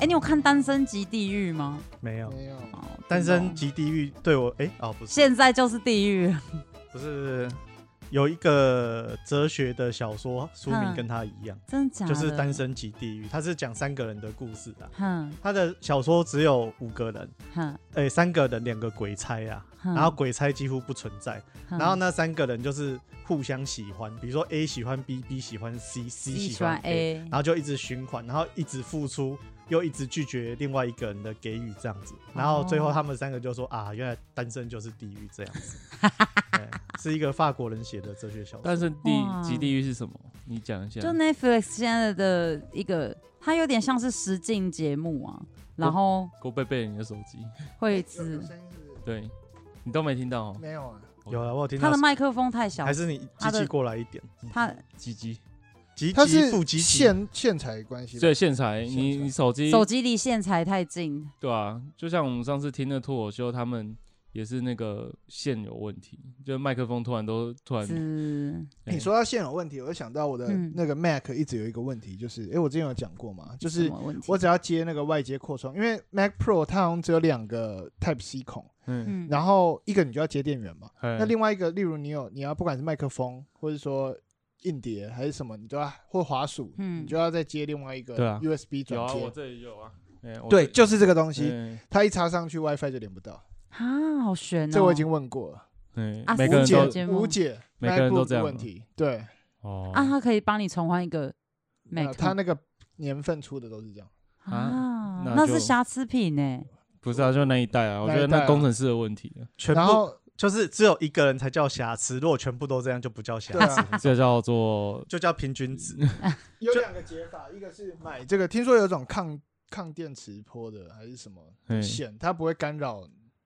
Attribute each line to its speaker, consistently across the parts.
Speaker 1: 哎、你有看《单身即地狱》吗？
Speaker 2: 没有，
Speaker 3: 没有，
Speaker 1: 哦
Speaker 2: 单身
Speaker 1: 真的
Speaker 2: 即地狱对我哎哦不
Speaker 1: 哦
Speaker 2: 是
Speaker 1: 现在就是地狱。
Speaker 2: 不是有一个哲学的小说书名
Speaker 1: 嗯
Speaker 2: 跟它一样，
Speaker 1: 真嗯的假的？
Speaker 2: 就是《单。身即地狱》，它是讲三个人的故事啊。
Speaker 1: 哼
Speaker 2: 他的小说只有五个人，
Speaker 1: 哼，
Speaker 2: 哎、三个人两个鬼差啊，
Speaker 1: 嗯
Speaker 2: 然后鬼差几乎不存在，
Speaker 1: 哼
Speaker 2: 然后？那三个人就是互相喜欢，比如说 A 喜欢 B，B 喜欢 C，C
Speaker 1: 你
Speaker 2: 喜
Speaker 1: 喜
Speaker 2: 欢
Speaker 1: 欢
Speaker 2: A，
Speaker 1: A，
Speaker 2: 然后就一直循环，然后一直付出，又一直拒绝另外一个人的给予，这样子。然后最
Speaker 1: 哦
Speaker 2: 后他们三个就说、啊，原来单身就是地狱这样 子。对是一个法国人写的哲学小说
Speaker 4: 但，是地
Speaker 1: 哇
Speaker 4: 极地狱是什么？你讲一下。
Speaker 1: 就 Netflix 现在的一个，它有点像是实境节目啊，然后
Speaker 4: 给我背背你的手机，
Speaker 1: 会一
Speaker 3: 有
Speaker 1: 直
Speaker 3: 有声音是不是
Speaker 4: 对你都没听到哦。
Speaker 3: 没有啊？
Speaker 2: 有了，我有听
Speaker 1: 它
Speaker 2: 到
Speaker 1: 的，麦克风太小
Speaker 2: 还，是你
Speaker 1: 他
Speaker 2: 积
Speaker 1: 的
Speaker 2: 极过来一点，
Speaker 1: 它
Speaker 4: 鸡鸡，
Speaker 2: 积
Speaker 3: 它
Speaker 2: 极
Speaker 3: 是
Speaker 2: 不积极，
Speaker 3: 线线材关系吧
Speaker 4: 所以线材，
Speaker 3: 线
Speaker 4: 你
Speaker 3: 材
Speaker 4: 你手机
Speaker 1: 手机离线材太近。
Speaker 4: 对啊，就像我们上次听的脱口秀，他们也是那个线有问题，就是麦克风突然都突然
Speaker 1: 是，
Speaker 4: 哎
Speaker 3: 你说到线有问题，我就想到我的
Speaker 1: 嗯
Speaker 3: 那个 Mac 一直有一个问题，就是，诶，我之前有讲过嘛，就
Speaker 1: 什
Speaker 3: 是
Speaker 1: 么问题？
Speaker 3: 我只要接那个外接扩充，因为 Mac Pro 它好像只有两个 Type C 孔，
Speaker 4: 嗯，
Speaker 1: 嗯
Speaker 3: 然后一个你就要接电源嘛，那
Speaker 4: 那
Speaker 3: 另外一个，例如你有你要不管是麦克风，或者说硬碟还是什么，你都要或滑鼠，
Speaker 1: 嗯
Speaker 3: 你就要再接另外一
Speaker 4: 对
Speaker 3: 个
Speaker 4: 啊
Speaker 3: USB
Speaker 4: 有
Speaker 3: 转
Speaker 4: 啊，我
Speaker 3: 接。
Speaker 4: 这里有啊，哎我
Speaker 3: 对，
Speaker 4: 这
Speaker 3: 就是这个东西，
Speaker 4: 嗯
Speaker 3: 它一插上去 WiFi 就连不到。
Speaker 1: 啊，好悬哦！
Speaker 3: 这我已经问过了，
Speaker 4: 嗯
Speaker 1: 啊，
Speaker 4: 每个
Speaker 3: 无
Speaker 4: 人
Speaker 1: 是
Speaker 4: 都
Speaker 1: 这
Speaker 3: 解
Speaker 1: 节目
Speaker 3: 无解，
Speaker 4: 每个人都
Speaker 3: MacBook
Speaker 4: 这样
Speaker 3: 的问题。对，呃
Speaker 4: 哦
Speaker 1: 啊，它可以帮你重换一个 Mac，
Speaker 3: 他那个年份出的都是这样。
Speaker 1: 啊，
Speaker 4: 那
Speaker 1: 那
Speaker 4: 就是
Speaker 1: 瑕疵品欸呢。
Speaker 4: 不是啊，就那一代啊，我觉得
Speaker 3: 那一代
Speaker 4: 那
Speaker 3: 啊
Speaker 4: 工程师的问题啊，
Speaker 2: 全
Speaker 3: 然
Speaker 2: 部
Speaker 3: 后
Speaker 2: 就是只有一个人才叫瑕疵，如果全部都这样就不叫瑕
Speaker 3: 对
Speaker 2: 疵，
Speaker 3: 啊，
Speaker 4: 这叫做
Speaker 2: 就叫平均值。
Speaker 3: 有两个解法，一个是买这个，听说有种抗抗电磁波的还是什么
Speaker 4: 嗯
Speaker 3: 线，它不会干扰，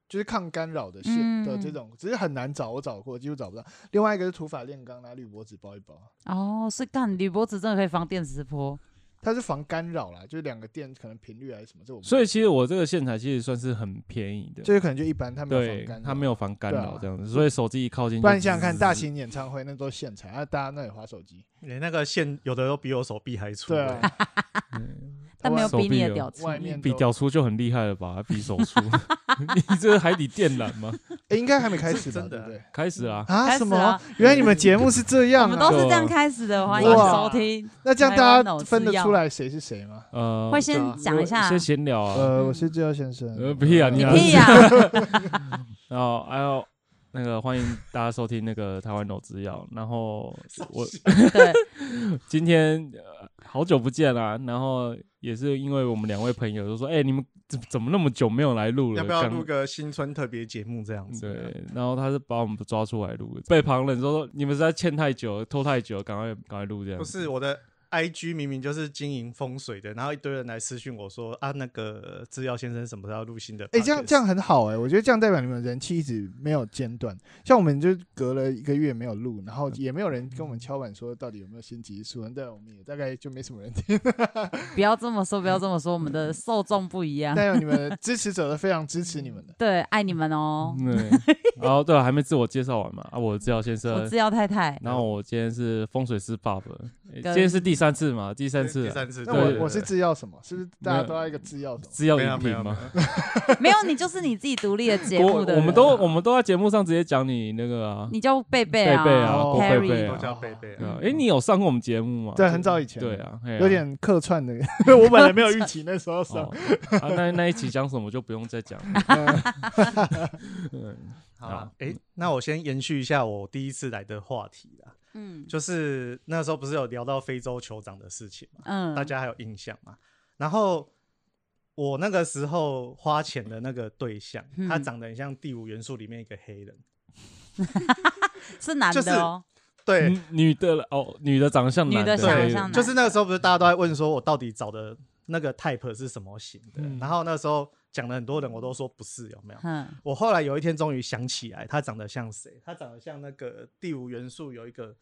Speaker 3: 就是抗干扰的
Speaker 1: 嗯
Speaker 3: 线的这种，只是很难找，我找过几乎找不到。另外一个是土法炼钢，拿铝箔纸包一包，
Speaker 1: 哦，是干铝箔纸真的可以防电磁波，
Speaker 3: 它是防干扰啦，就是两个电可能频率还是什么，这我不
Speaker 4: 所以其实我这个线材其实算是很便宜的，
Speaker 3: 就是可能就一般，它没有防
Speaker 4: 对
Speaker 3: 干，
Speaker 4: 它没
Speaker 3: 有。
Speaker 4: 有防干
Speaker 3: 对啊
Speaker 4: 扰这样子，所以手机一靠近就
Speaker 3: 不然你想想看，
Speaker 4: 滋
Speaker 3: 大型演唱会那都是现场，啊，大家那里划手机，
Speaker 2: 连那个线有的都比我手臂还粗、
Speaker 3: 对
Speaker 2: 哎
Speaker 3: 啊，
Speaker 1: 但没有
Speaker 4: 手
Speaker 1: 比你
Speaker 4: 臂
Speaker 1: 的
Speaker 4: 哦
Speaker 1: 屌粗。
Speaker 3: 外面
Speaker 4: 比
Speaker 3: 都
Speaker 4: 屌出就很厉害了吧？比手 出， 你这是海底电缆吗？
Speaker 3: 诶应该还没开始
Speaker 2: 是
Speaker 3: 吧，
Speaker 2: 真的
Speaker 3: 对不对？
Speaker 4: 开始啦，
Speaker 1: 开
Speaker 3: 啊
Speaker 1: 始
Speaker 3: 什么
Speaker 1: 啊？
Speaker 3: 原来你们节目是这
Speaker 1: 我
Speaker 3: 样
Speaker 1: 们
Speaker 3: 啊
Speaker 1: 都！是这样开始的，欢迎
Speaker 3: 哇
Speaker 1: 收听。
Speaker 3: 那这样
Speaker 1: 台
Speaker 3: 大
Speaker 1: 湾
Speaker 3: 家
Speaker 1: 脑
Speaker 3: 分得
Speaker 1: 是药
Speaker 3: 出来谁是谁吗？
Speaker 4: 呃，
Speaker 1: 会先讲一下
Speaker 4: 先闲聊啊，
Speaker 3: 呃，
Speaker 1: 嗯
Speaker 3: 我是制药先生。
Speaker 4: 呃屁啊你啊
Speaker 1: 屁呀！
Speaker 4: 然后还有那个欢迎大家收听那个台湾脑制药，然后我
Speaker 1: 对，
Speaker 4: 今天、呃、好久不见啦，然后也是因为我们两位朋友就说，哎、你们怎怎么那么久没有来录了？
Speaker 2: 要不要
Speaker 4: 刚
Speaker 2: 录个新春特别节目这样子？
Speaker 4: 对，然后他是把我们抓出来录的，被旁人说说你们实在欠太久了，拖太久了，赶快赶快录这样。
Speaker 2: 不是我的 IG 明明就是经营风水的，然后一堆人来私讯我说啊，那个制药先生什么时候要录新的 podcast？
Speaker 3: 哎、这样这样很好哎、我觉得这样代表你们人气一直没有间断。像我们就隔了一个月没有录，然后也没有人跟我们敲碗说到底有没有新集数，但我们也大概就没什么 人听。
Speaker 1: 不要这么说，不要这么说，我们的受众不一样。
Speaker 3: 但有你们的支持者都非常支持你 们的。
Speaker 1: 对，爱你们哦，
Speaker 4: 对，然后对啊了，还没自我介绍完嘛？啊，我是制药先
Speaker 1: 我
Speaker 4: 生
Speaker 1: 制，药 太太。
Speaker 4: 然后我今天是风水师爸爸，诶
Speaker 1: 跟
Speaker 4: 今天是第三次嘛？第三
Speaker 2: 第
Speaker 4: 次
Speaker 2: 第
Speaker 4: 了，
Speaker 2: 三次，
Speaker 3: 那
Speaker 2: 对
Speaker 4: 对
Speaker 3: 我我是制药什么？是不是大
Speaker 4: 没
Speaker 3: 家
Speaker 4: 有
Speaker 3: 都要一个制药什么？
Speaker 4: 制药
Speaker 2: 没有
Speaker 4: 饮
Speaker 2: 没
Speaker 4: 品
Speaker 2: 有没
Speaker 4: 吗？
Speaker 2: 有，
Speaker 1: 没有，你就是你自己独立的节
Speaker 4: 我
Speaker 1: 目的人啊。
Speaker 4: 我们都我们都在节目上直接讲你那个啊，
Speaker 1: 你叫贝贝
Speaker 4: 贝
Speaker 1: 啊，
Speaker 4: 贝啊，
Speaker 3: 哦
Speaker 4: 郭贝
Speaker 1: Terry
Speaker 4: 贝
Speaker 2: 都
Speaker 4: 啊，
Speaker 2: 叫贝贝啊。
Speaker 4: 对啊诶，你有上过我们节目吗？
Speaker 3: 对，很早以前，
Speaker 4: 对，啊，嘿啊
Speaker 3: 有点客串的。 我本来没有预期那时候上
Speaker 4: 哦。啊，那那一期讲什么就不用再讲了。嗯
Speaker 2: 好
Speaker 4: 好
Speaker 2: 啦，哎、那我先延续一下我第一次来的话题啦，
Speaker 1: 嗯
Speaker 2: 就是那时候不是有聊到非洲酋长的事情嘛，
Speaker 1: 嗯，
Speaker 2: 大家还有印象嘛？然后我那个时候花钱的那个对象，
Speaker 1: 嗯
Speaker 2: 他长得很像《第五元素》里面一个黑人，
Speaker 1: 是男
Speaker 2: 就是
Speaker 1: 的哦，
Speaker 2: 对，
Speaker 4: 女女的了哦，女的长相
Speaker 1: 女
Speaker 4: 男
Speaker 1: 的长
Speaker 4: 可
Speaker 2: 对
Speaker 4: 以
Speaker 1: 相男
Speaker 2: 就是那个时候不是大家都在问说我到底找的那个 type 是什么型的，
Speaker 4: 嗯
Speaker 2: 然后那时候讲了很多人，我都说不是，有没有？
Speaker 1: 嗯，
Speaker 2: 我后来有一天终于想起来，他长得像谁？他长得像那个第五元素有一个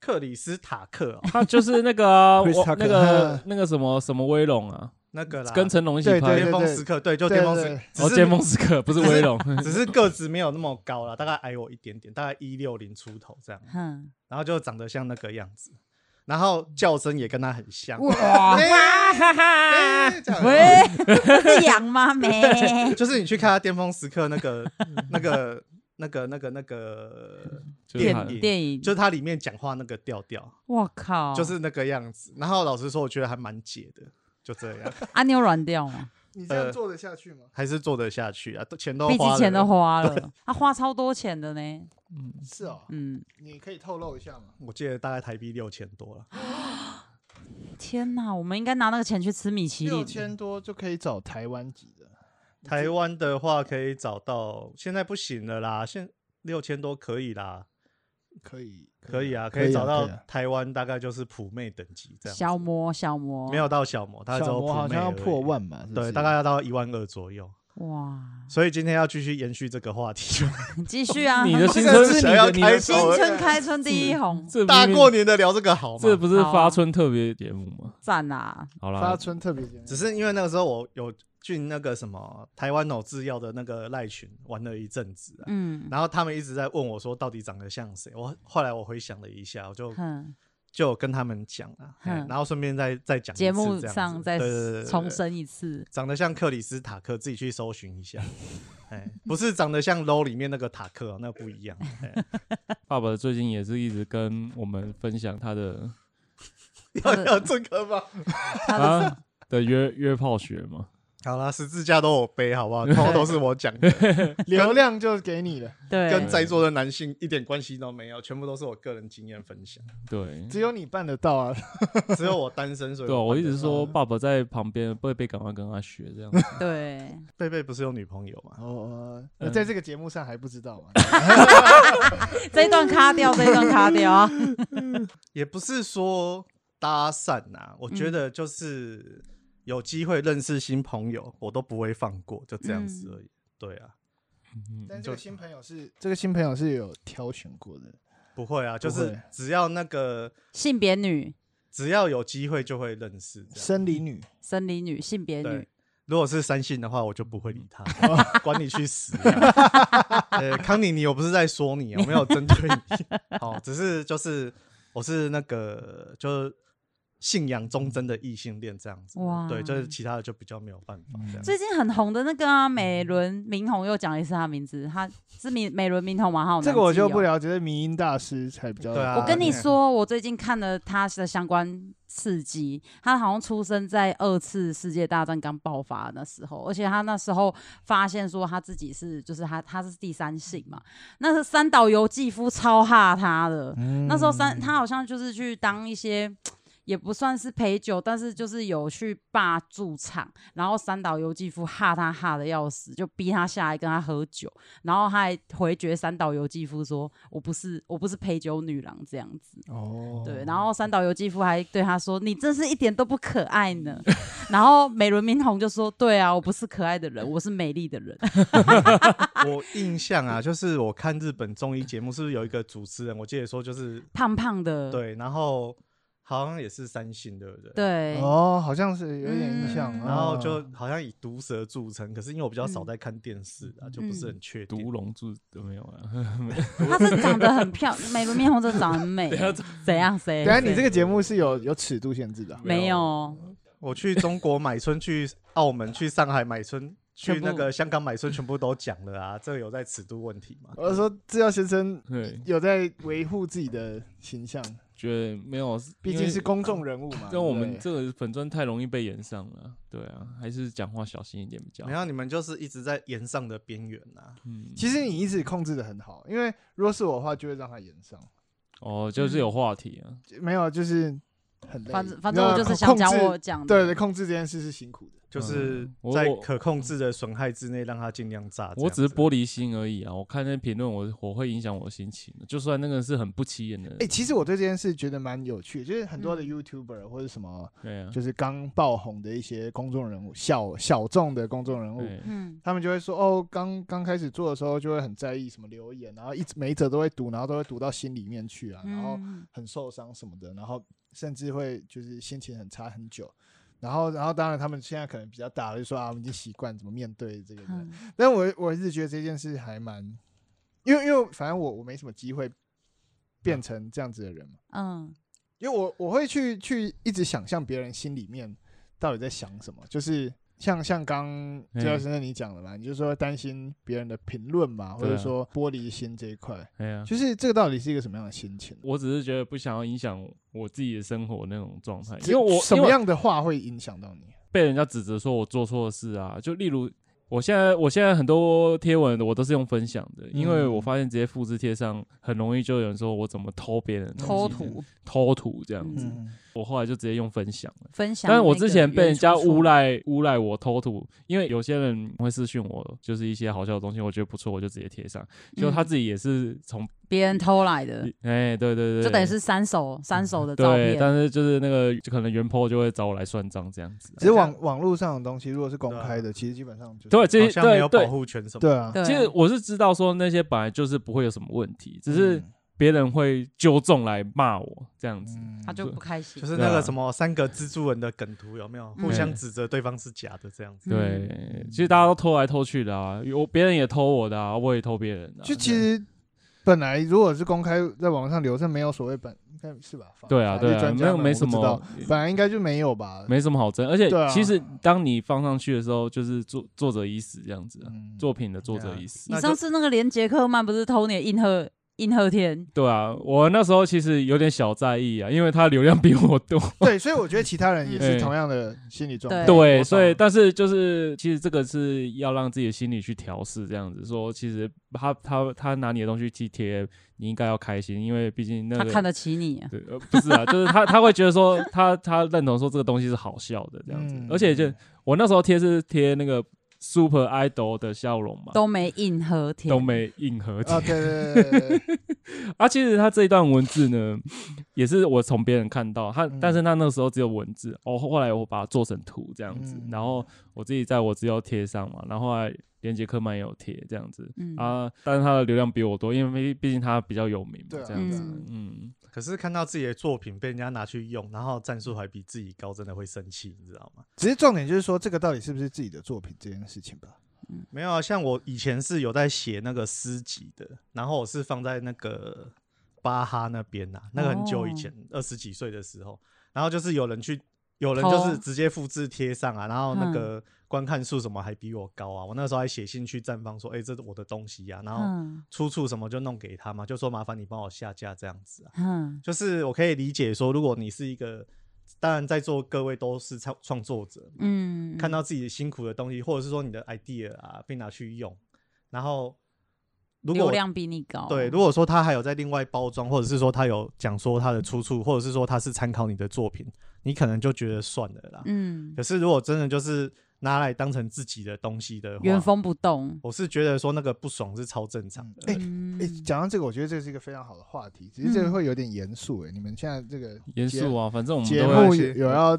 Speaker 2: 克里斯塔克、哦，
Speaker 4: 他就是那个啊
Speaker 3: Chris
Speaker 4: 我
Speaker 3: Tucker
Speaker 4: 那个那个什么什么威龙啊，
Speaker 2: 那个啦，
Speaker 4: 跟成龙一起
Speaker 3: 对
Speaker 4: 拍
Speaker 2: 巅
Speaker 4: 的。
Speaker 2: 峰时刻，对，就
Speaker 3: 对
Speaker 2: 巅峰时
Speaker 3: 对
Speaker 2: 只
Speaker 4: 哦，
Speaker 2: 是
Speaker 4: 巅峰时刻不是威龙，
Speaker 2: 只是个子没有那么高了，大概矮我一点点，大概一六零出头这样，
Speaker 1: 哼，
Speaker 2: 然后就长得像那个样子，然后叫声也跟他很像，
Speaker 1: 哇，
Speaker 2: 哎哎这样
Speaker 1: 喂，是羊吗？没，
Speaker 2: 就是你去看他巅峰时刻那个那个那个那个那个，
Speaker 4: 就是他
Speaker 2: 电影
Speaker 1: 电影哦
Speaker 2: 就是他里面讲话那个调调，
Speaker 1: 我靠，
Speaker 2: 就是那个样子。然后老实说，我觉得还蛮解的，就这样，
Speaker 1: 啊，你有软掉吗？
Speaker 3: 你这样做得下去吗？
Speaker 2: 还是做得下去啊，都钱都
Speaker 1: 毕
Speaker 2: 花
Speaker 1: 竟
Speaker 2: 了，
Speaker 1: 钱都花了，啊，花超多钱的呢，
Speaker 3: 是哦，
Speaker 1: 嗯，
Speaker 3: 你可以透露一下吗？
Speaker 2: 我记得大概台币六千多了，
Speaker 1: 天哪，我们应该拿那个钱去吃米其
Speaker 3: 六
Speaker 1: 林，
Speaker 3: 千多就可以找台湾籍的，
Speaker 2: 台湾的话可以找到，现在不行了啦，现六千多可以啦，
Speaker 3: 可以，
Speaker 2: 可以啊，
Speaker 3: 可
Speaker 2: 可
Speaker 3: 以
Speaker 2: 以找到
Speaker 3: 啊
Speaker 2: 台湾大概就是普妹等级这样子，
Speaker 1: 小魔小魔，
Speaker 2: 没有到小魔，他只
Speaker 3: 小
Speaker 2: 有
Speaker 3: 魔好
Speaker 2: 普妹
Speaker 3: 像要
Speaker 2: 而已
Speaker 3: 破，万吧？是不
Speaker 2: 对，
Speaker 3: 是
Speaker 2: 大概要到一万二左右。
Speaker 1: 哇，
Speaker 2: 所以今天要继续延续这个话 题，
Speaker 1: 你继 续啊，
Speaker 4: 你的
Speaker 2: 不
Speaker 4: 新
Speaker 2: 是
Speaker 4: 春，
Speaker 2: 是
Speaker 4: 你
Speaker 2: 想要
Speaker 4: 的你的
Speaker 2: 开
Speaker 1: 新春开春第一红，
Speaker 4: 这
Speaker 2: 大
Speaker 4: 明明
Speaker 2: 过年的聊这个好吗？
Speaker 4: 这不是
Speaker 1: 好啊
Speaker 4: 发春特别节目吗？
Speaker 1: 赞啊啦，
Speaker 4: 好
Speaker 3: 发
Speaker 4: 啦，
Speaker 3: 春特别节目
Speaker 2: 只是因为那个时候我有进那个什么台湾脑制药的那个赖群玩了一阵子啊，
Speaker 1: 嗯，
Speaker 2: 然后他们一直在问我说到底长得像谁。我后来我回想了一下，我就
Speaker 1: 哼，
Speaker 2: 就有跟他们讲啊，嘿
Speaker 1: 嗯
Speaker 2: 然后顺便再再讲一次
Speaker 1: 节目
Speaker 2: 这样子
Speaker 1: 上再
Speaker 2: 对对对对对
Speaker 1: 重申一次，
Speaker 2: 长得像克里斯塔克，自己去搜寻一下。哎，不是长得像 low 里面那个塔克、哦，那不 一样。哎
Speaker 4: 爸爸最近也是一直跟我们分享他的
Speaker 2: 要要这个吗？
Speaker 1: 他的
Speaker 4: 啊的约约炮学嘛，
Speaker 2: 好啦，十字架都我背，好不好？通通都是我讲的，
Speaker 3: 流量就给你了，
Speaker 1: 对
Speaker 2: 跟，在座的男性一点关系都没有，全部都是我个人经验分享。
Speaker 4: 对。
Speaker 3: 只有你办得到啊！
Speaker 2: 只有我单身，所以
Speaker 4: 对啊，我一直说
Speaker 2: 嗯
Speaker 4: 爸爸在旁边，贝贝赶快跟他学这样子。
Speaker 1: 对，
Speaker 2: 贝贝不是有女朋友吗？
Speaker 3: 哦，那
Speaker 4: 嗯
Speaker 3: 在这个节目上还不知道吗？
Speaker 1: 这一段卡掉，这一段卡掉啊，
Speaker 2: 也不是说搭讪啊，我觉得就是有机会认识新朋友，我都不会放过，就这样子而已。对啊，
Speaker 4: 嗯
Speaker 3: 但这个新朋友是这个新朋友是有挑选过的，
Speaker 2: 不会啊，
Speaker 3: 不
Speaker 2: 就
Speaker 3: 会
Speaker 2: 是只要那个
Speaker 1: 性别女，
Speaker 2: 只要有机会就会认识这样。
Speaker 3: 生理女，
Speaker 1: 生理女，性别女
Speaker 2: 对，，如果是三性的话，我就不会理他，哦管你去死啊。呃，康妮，妮，我不是在说你，我没有针对你，好，只是就是我是那个就是信仰忠贞的异性恋这样子。
Speaker 1: 哇
Speaker 2: 对，就是其他的就比较没有办法这样子。
Speaker 1: 最近很红的那个啊，美轮明宏又讲一次他名字，他是美美轮明宏吗？好难
Speaker 3: 这个我
Speaker 1: 记哦
Speaker 3: 就不。了解，这迷音大师才比较。
Speaker 2: 对啊
Speaker 1: 我跟你说，我最近看了他的相关刺激，他好像出生在二次世界大战刚爆发的那时候，而且他那时候发现说他自己是，就是他他是第三性嘛，那是三岛由纪夫超哈他的，
Speaker 2: 嗯
Speaker 1: 那时候三他好像就是去当一些。也不算是陪酒，但是就是有去霸驻场，然后三岛由纪夫哈他哈的要死，就逼他下来跟他喝酒，然后他还回绝三岛由纪夫说：“我不是我不是陪酒女郎这样子。”
Speaker 3: 哦，
Speaker 1: 对，然后三岛由纪夫还对他说：“你真是一点都不可爱呢。” 然后美轮明宏就说：“对啊，我不是可爱的人，我是美丽的人。
Speaker 2: 我印象啊，就是我看日本综艺节目，是不是有一个主持人？我记得说就是”
Speaker 1: 胖胖的，
Speaker 2: 对，然后好像也是三性，对不对？。
Speaker 1: 对，
Speaker 3: 哦，好像是有点印象，
Speaker 1: 嗯
Speaker 2: 然后
Speaker 3: 哦
Speaker 2: 就好像以毒舌著称，可是因为我比较少在看电视啊，就不是很确定。
Speaker 4: 独龙柱都没有啊，
Speaker 1: 她是长得很漂亮，美轮明宏真的长得 很美。怎样？谁？
Speaker 3: 等下你
Speaker 1: 谁
Speaker 3: 这个节目是有有尺度限制的啊，
Speaker 1: 没有
Speaker 2: 我去中国买春，去澳门，去上海买春，去
Speaker 1: 全部
Speaker 2: 那个香港买春，全部都讲了啊，这个有在尺度问题吗？
Speaker 3: 我是说制药先生
Speaker 4: 对，
Speaker 3: 有在维护自己的形象，
Speaker 4: 觉得没有，
Speaker 3: 毕
Speaker 4: 因
Speaker 3: 竟
Speaker 4: 为
Speaker 3: 是公众人物嘛。
Speaker 4: 跟我
Speaker 3: 啊对
Speaker 4: 们
Speaker 3: 不对
Speaker 4: 这个粉砖太容易被延上了，对啊，还是讲话小心一点比较
Speaker 2: 没。有，你们就是一直在沿上的边缘啊。
Speaker 4: 嗯，
Speaker 3: 其实你一直控制的很好，因为如果是我的话，就会让他演上。嗯
Speaker 4: 哦，就是有话题啊，
Speaker 3: 没有，就是很累。
Speaker 1: 反正反正我就
Speaker 3: 那
Speaker 1: 是想
Speaker 3: 控
Speaker 1: 讲
Speaker 3: 控制
Speaker 1: 我讲的，
Speaker 3: 对对，控制这件事是辛苦的。
Speaker 2: 就是
Speaker 4: 嗯我
Speaker 2: 在
Speaker 4: 我
Speaker 2: 可控制的损害之内，让它尽量炸。
Speaker 4: 我只是
Speaker 2: 播
Speaker 4: 玻璃心而已啊！我看那评论，我我会影响我心情的。就算那个是很不起眼的，
Speaker 3: 哎、其实我对这件事觉得蛮有趣的，就是很
Speaker 1: 嗯
Speaker 3: 多的 YouTuber 或者什么，
Speaker 4: 对啊，
Speaker 3: 就是刚爆红的一些公众人物，小小众的公众人物，
Speaker 4: 对
Speaker 1: 嗯，
Speaker 3: 他们就会说哦，刚刚开始做的时候就会很在意什么留言，然后一直每一则都会读，然后都会读到心里面去啊，然后
Speaker 1: 嗯
Speaker 3: 很受伤什么的，然后甚至会就是心情很差很久。然后，然后当然，他们现在可能比较大了，就说啊，我们已经习惯怎么面对这个人。
Speaker 1: 嗯
Speaker 3: 但我我一直觉得这件事还蛮，因为因为反正我我没什么机会变成这样子的人嘛，
Speaker 1: 嗯
Speaker 3: 因为我我会去去一直想象别人心里面到底在想什么，就是像像刚
Speaker 4: 嗯
Speaker 3: 就像先生你讲的嘛，你就说担心别人的评论嘛，或
Speaker 4: 对啊
Speaker 3: 者说玻璃心这一块，
Speaker 4: 哎呀，
Speaker 3: 就是这个到底是一个什么样的心情？
Speaker 4: 我只是觉得不想要影响我自己的生活那种状态，因为我
Speaker 3: 什
Speaker 4: 因为
Speaker 3: 么样的话会影响到你？
Speaker 4: 被人家指责说我做错事啊，就例如我现在我现在很多贴文我都是用分享的，因为
Speaker 3: 嗯
Speaker 4: 我发现直接复制贴上很容易就有人说我怎么偷别人的东西
Speaker 1: 偷图
Speaker 4: 偷图这样子，
Speaker 1: 嗯
Speaker 4: 我后来就直接用分享了。
Speaker 1: 分享那
Speaker 4: 但
Speaker 1: 个原出处，
Speaker 4: 是我之前被人家诬赖诬赖我偷图，因为有些人会私讯我，就是一些好笑的东西，我觉得不错，我就直接贴上。
Speaker 1: 嗯，
Speaker 4: 就他自己也是从
Speaker 1: 别人偷来的，
Speaker 4: 哎、对对对，
Speaker 1: 就等于是三手三手的照
Speaker 4: 对，
Speaker 1: 片，
Speaker 4: 但是就是那个就可能原 po 就会找我来算账这样子。啊
Speaker 3: 只是网网络上的东西，如果是公
Speaker 2: 对啊
Speaker 3: 开的，其实基本上就是
Speaker 4: 对，啊这
Speaker 2: 好像没有
Speaker 4: 对对
Speaker 2: 保护权什么。
Speaker 3: 对啊，
Speaker 1: 对，
Speaker 4: 其实我是知道说那些本来就是不会有什么问题，只是
Speaker 3: 嗯
Speaker 4: 别人会纠正来骂我这样子。
Speaker 3: 嗯
Speaker 1: 他就不开心，
Speaker 2: 就是那
Speaker 4: 对啊
Speaker 2: 个什么三个蜘蛛人的梗图有没有？
Speaker 1: 嗯
Speaker 2: 互相指责对方是假的这样子。
Speaker 1: 嗯，
Speaker 4: 对，其实大家都偷来偷去的啊，有别人也偷我的啊，我也偷别人的啊、
Speaker 3: 就其实本来如果是公开在网上流，这没有所谓本，应该是吧？法
Speaker 4: 对啊，
Speaker 3: 法律
Speaker 4: 对啊，
Speaker 3: 专家
Speaker 4: 没有
Speaker 3: 们
Speaker 4: 没
Speaker 3: 我不
Speaker 4: 什
Speaker 3: 知
Speaker 4: 么
Speaker 3: 道，本来应该就没有吧？
Speaker 4: 没什么好争。而且
Speaker 3: 对啊
Speaker 4: 其实当你放上去的时候，就是作作者已死这样子啊、
Speaker 3: 嗯
Speaker 4: 作品的作者
Speaker 2: 对啊
Speaker 4: 已死
Speaker 1: 你
Speaker 2: 那。
Speaker 1: 上
Speaker 2: 就
Speaker 1: 次那个连杰克曼不是偷你的硬核硬核天，
Speaker 4: 对啊，我那时候其实有点小在意啊，因为他流量比我多。
Speaker 3: 对，所以我觉得其他人也
Speaker 4: 嗯
Speaker 3: 是同样的心理状态。
Speaker 1: 对
Speaker 4: 对，
Speaker 2: 我
Speaker 4: 所以
Speaker 2: 懂
Speaker 4: 但是就是，其实这个是要让自己的心理去调试，这样子说，其实他他他拿你的东西去贴，你应该要开心，因为毕竟那
Speaker 1: 他
Speaker 4: 个
Speaker 1: 看得起你啊，
Speaker 4: 对、呃，不是啊，就是他他会觉得说他他认同说这个东西是好笑的这样子，
Speaker 3: 嗯
Speaker 4: 而且就我那时候贴是贴那个 Super Idol 的笑容嘛，
Speaker 1: 都没硬核天，
Speaker 4: 都没硬核贴
Speaker 3: 啊，对对对对 对，
Speaker 4: 啊，其实他这一段文字呢，也是我从别人看到他，
Speaker 3: 嗯
Speaker 4: 但是他那时候只有文字，哦，后来我把它做成图这样子，
Speaker 3: 嗯
Speaker 4: 然后我自己在我资料贴上嘛，然后后来连杰克曼也有贴这样子、
Speaker 1: 嗯
Speaker 4: 啊，但是他的流量比我多，因为毕毕竟他比较有名嘛，
Speaker 3: 对啊
Speaker 4: 这样子，
Speaker 1: 嗯
Speaker 4: 嗯，
Speaker 2: 可是看到自己的作品被人家拿去用，然后战术还比自己高，真的会生气，你知道吗？
Speaker 3: 只是重点就是说，这个到底是不是自己的作品这件事情吧？
Speaker 2: 没有啊，像我以前是有在写那个诗集的，然后我是放在那个巴哈那边呐、那个很久以前，
Speaker 1: 哦
Speaker 2: 二十、几岁的时候，然后就是有人去，有人就是
Speaker 1: 偷
Speaker 2: 直接复制贴上啊，然后那
Speaker 1: 嗯
Speaker 2: 个观看数什么还比我高啊，我那时候还写信去站方说，哎、这是我的东西呀、啊，然后
Speaker 1: 嗯
Speaker 2: 出处什么就弄给他嘛，就说麻烦你帮我下架这样子啊，
Speaker 1: 嗯
Speaker 2: 就是我可以理解说，如果你是一个，当然在座各位都是创创作者嘛，
Speaker 1: 嗯，
Speaker 2: 看到自己辛苦的东西，或者是说你的 idea 啊被拿去用，然后如
Speaker 1: 流
Speaker 2: 果
Speaker 1: 量哦比你高，
Speaker 2: 对，如果说他还有在另外包装，或者是说他有讲说他的出处，或者是说他是参考你的作品，你可能就觉得算了啦。
Speaker 1: 嗯
Speaker 2: 可是如果真的就是拿来当成自己的东西的
Speaker 1: 原
Speaker 2: 话，
Speaker 1: 封不动，
Speaker 2: 我是觉得说那个不爽是超正常的。
Speaker 3: 哎
Speaker 1: 嗯
Speaker 3: 诶，讲到这个，我觉得这是一个非常好的话题，只是这个会有点严肃哎。你们现在这个
Speaker 4: 严肃啊，反正我们
Speaker 3: 节
Speaker 4: 都
Speaker 3: 目
Speaker 4: 会
Speaker 3: 有有要
Speaker 1: 我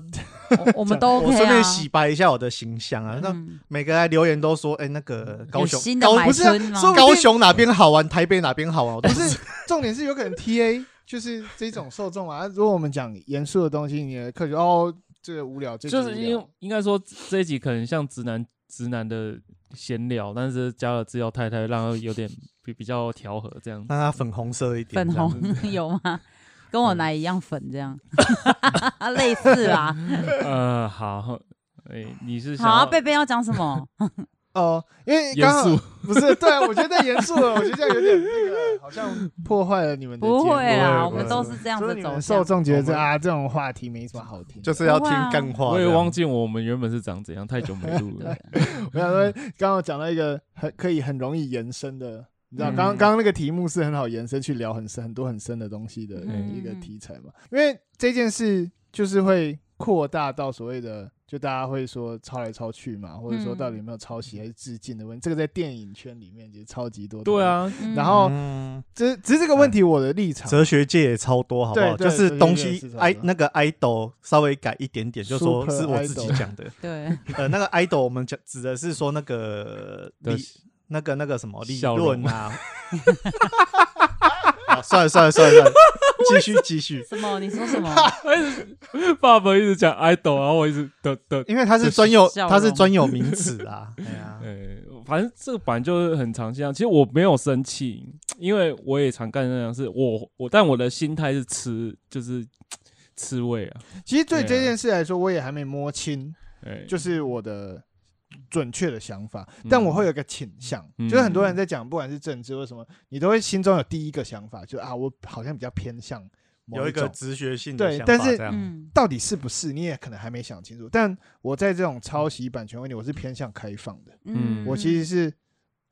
Speaker 1: 我们都 OK
Speaker 2: 我顺
Speaker 1: 啊
Speaker 2: 便洗白一下我的形象啊，那
Speaker 1: 嗯
Speaker 2: 每个来留言都说，哎、那个高
Speaker 1: 有
Speaker 2: 雄
Speaker 1: 新的
Speaker 2: 高
Speaker 1: 买
Speaker 2: 不是
Speaker 1: 春吗？
Speaker 3: 说
Speaker 2: 高雄哪边好玩，台北哪边好玩，我都
Speaker 3: 不 是重点是有可能 TA 就是这种受众啊。如果我们讲严肃的东西，你的客群哦，这个无聊，这
Speaker 4: 就
Speaker 3: 集无
Speaker 4: 是
Speaker 3: 聊
Speaker 4: 因为应该说这一集可能像直男直男的闲聊，但是加了资料太太，让它有点比比较调和这 样子。
Speaker 2: 让它粉红色一点，
Speaker 1: 粉
Speaker 2: 这样子
Speaker 1: 红嗯 有吗？跟我奶一样粉这样，
Speaker 4: 嗯
Speaker 1: 类似啦。
Speaker 4: 呃，好，哎、你是想
Speaker 1: 好啊，
Speaker 4: 要
Speaker 1: 贝贝要讲什么？
Speaker 3: 哦，因为
Speaker 4: 严
Speaker 3: 刚好
Speaker 4: 肃？
Speaker 3: 不是，对啊，我觉得太严肃了，我觉得这样有点那个，好像破坏了你们的节目。
Speaker 1: 不会
Speaker 2: 不会
Speaker 1: 啦，啊我们都是这样
Speaker 3: 所
Speaker 1: 子
Speaker 3: 以你
Speaker 1: 走
Speaker 3: 们
Speaker 1: 向
Speaker 3: 受。众觉
Speaker 2: 我
Speaker 3: 得
Speaker 2: 们
Speaker 3: 呃啊，这种话题没什么好听。
Speaker 2: 就是要
Speaker 1: 不
Speaker 2: 听
Speaker 1: 会啊
Speaker 2: 干话。
Speaker 4: 我也忘
Speaker 2: 记，
Speaker 4: 记我们原本是长怎样，太久没录了。
Speaker 3: 我想说，刚刚我讲到一个很可以很容易延伸的你知道，
Speaker 4: 嗯
Speaker 3: 刚刚刚那个题目是很好延伸去聊很深很多很深的东西的
Speaker 4: 嗯
Speaker 3: 一个题材嘛，因为这件事就是会扩大到所谓的。就大家会说抄来抄去嘛，或者说
Speaker 1: 嗯
Speaker 3: 到底有没有抄袭还是致敬的问题，这个在电影圈里面其实超级多。
Speaker 4: 对，啊，
Speaker 1: 嗯
Speaker 3: 然后
Speaker 2: 嗯
Speaker 3: 只只是这个问题，我的立场
Speaker 2: 哲学界也超多，好不好？
Speaker 3: 对对
Speaker 2: 就是东
Speaker 3: 哲学界
Speaker 2: 西
Speaker 3: 也是超多
Speaker 2: 爱那个 idol 稍微改一点点，就说
Speaker 3: Super
Speaker 2: 是我自己讲的。
Speaker 1: 对，
Speaker 2: 呃，那个 idol 我们讲指的是说那个
Speaker 4: 的
Speaker 2: 理那个那个什么理
Speaker 4: 笑容
Speaker 2: 论啊。 好算了算了算了算了，继续继续。
Speaker 1: 什么？你说什 么？
Speaker 4: 爸爸一直讲 idol，然后我一直的的，
Speaker 2: 因为它是专有，
Speaker 1: 笑容
Speaker 2: 它是专有名词啊。哎呀，
Speaker 4: 呃，反正这个版就是很常见啊。其实我没有生气，因为我也常干那样事。我我，但我的心态是吃，就是吃味啊。
Speaker 3: 其实
Speaker 4: 对
Speaker 3: 对
Speaker 4: 啊
Speaker 3: 这件事来说，我也还没摸清，
Speaker 4: 哎，
Speaker 3: 就是我的准确的想法
Speaker 4: 嗯，
Speaker 3: 但我会有一个倾向，
Speaker 4: 嗯
Speaker 3: 就是很多人在讲，不管是政治或什么，你都会心中有第一个想法，就是啊，我好像比较偏向某
Speaker 2: 有一个
Speaker 3: 种
Speaker 2: 直觉性的
Speaker 3: 对
Speaker 2: 想
Speaker 3: 但
Speaker 2: 法
Speaker 3: 是
Speaker 2: 这样。
Speaker 1: 嗯
Speaker 3: 到底是不是，你也可能还没想清楚。但我在这种抄袭版权问题，我是偏向开放的，
Speaker 4: 嗯
Speaker 3: 我其实是。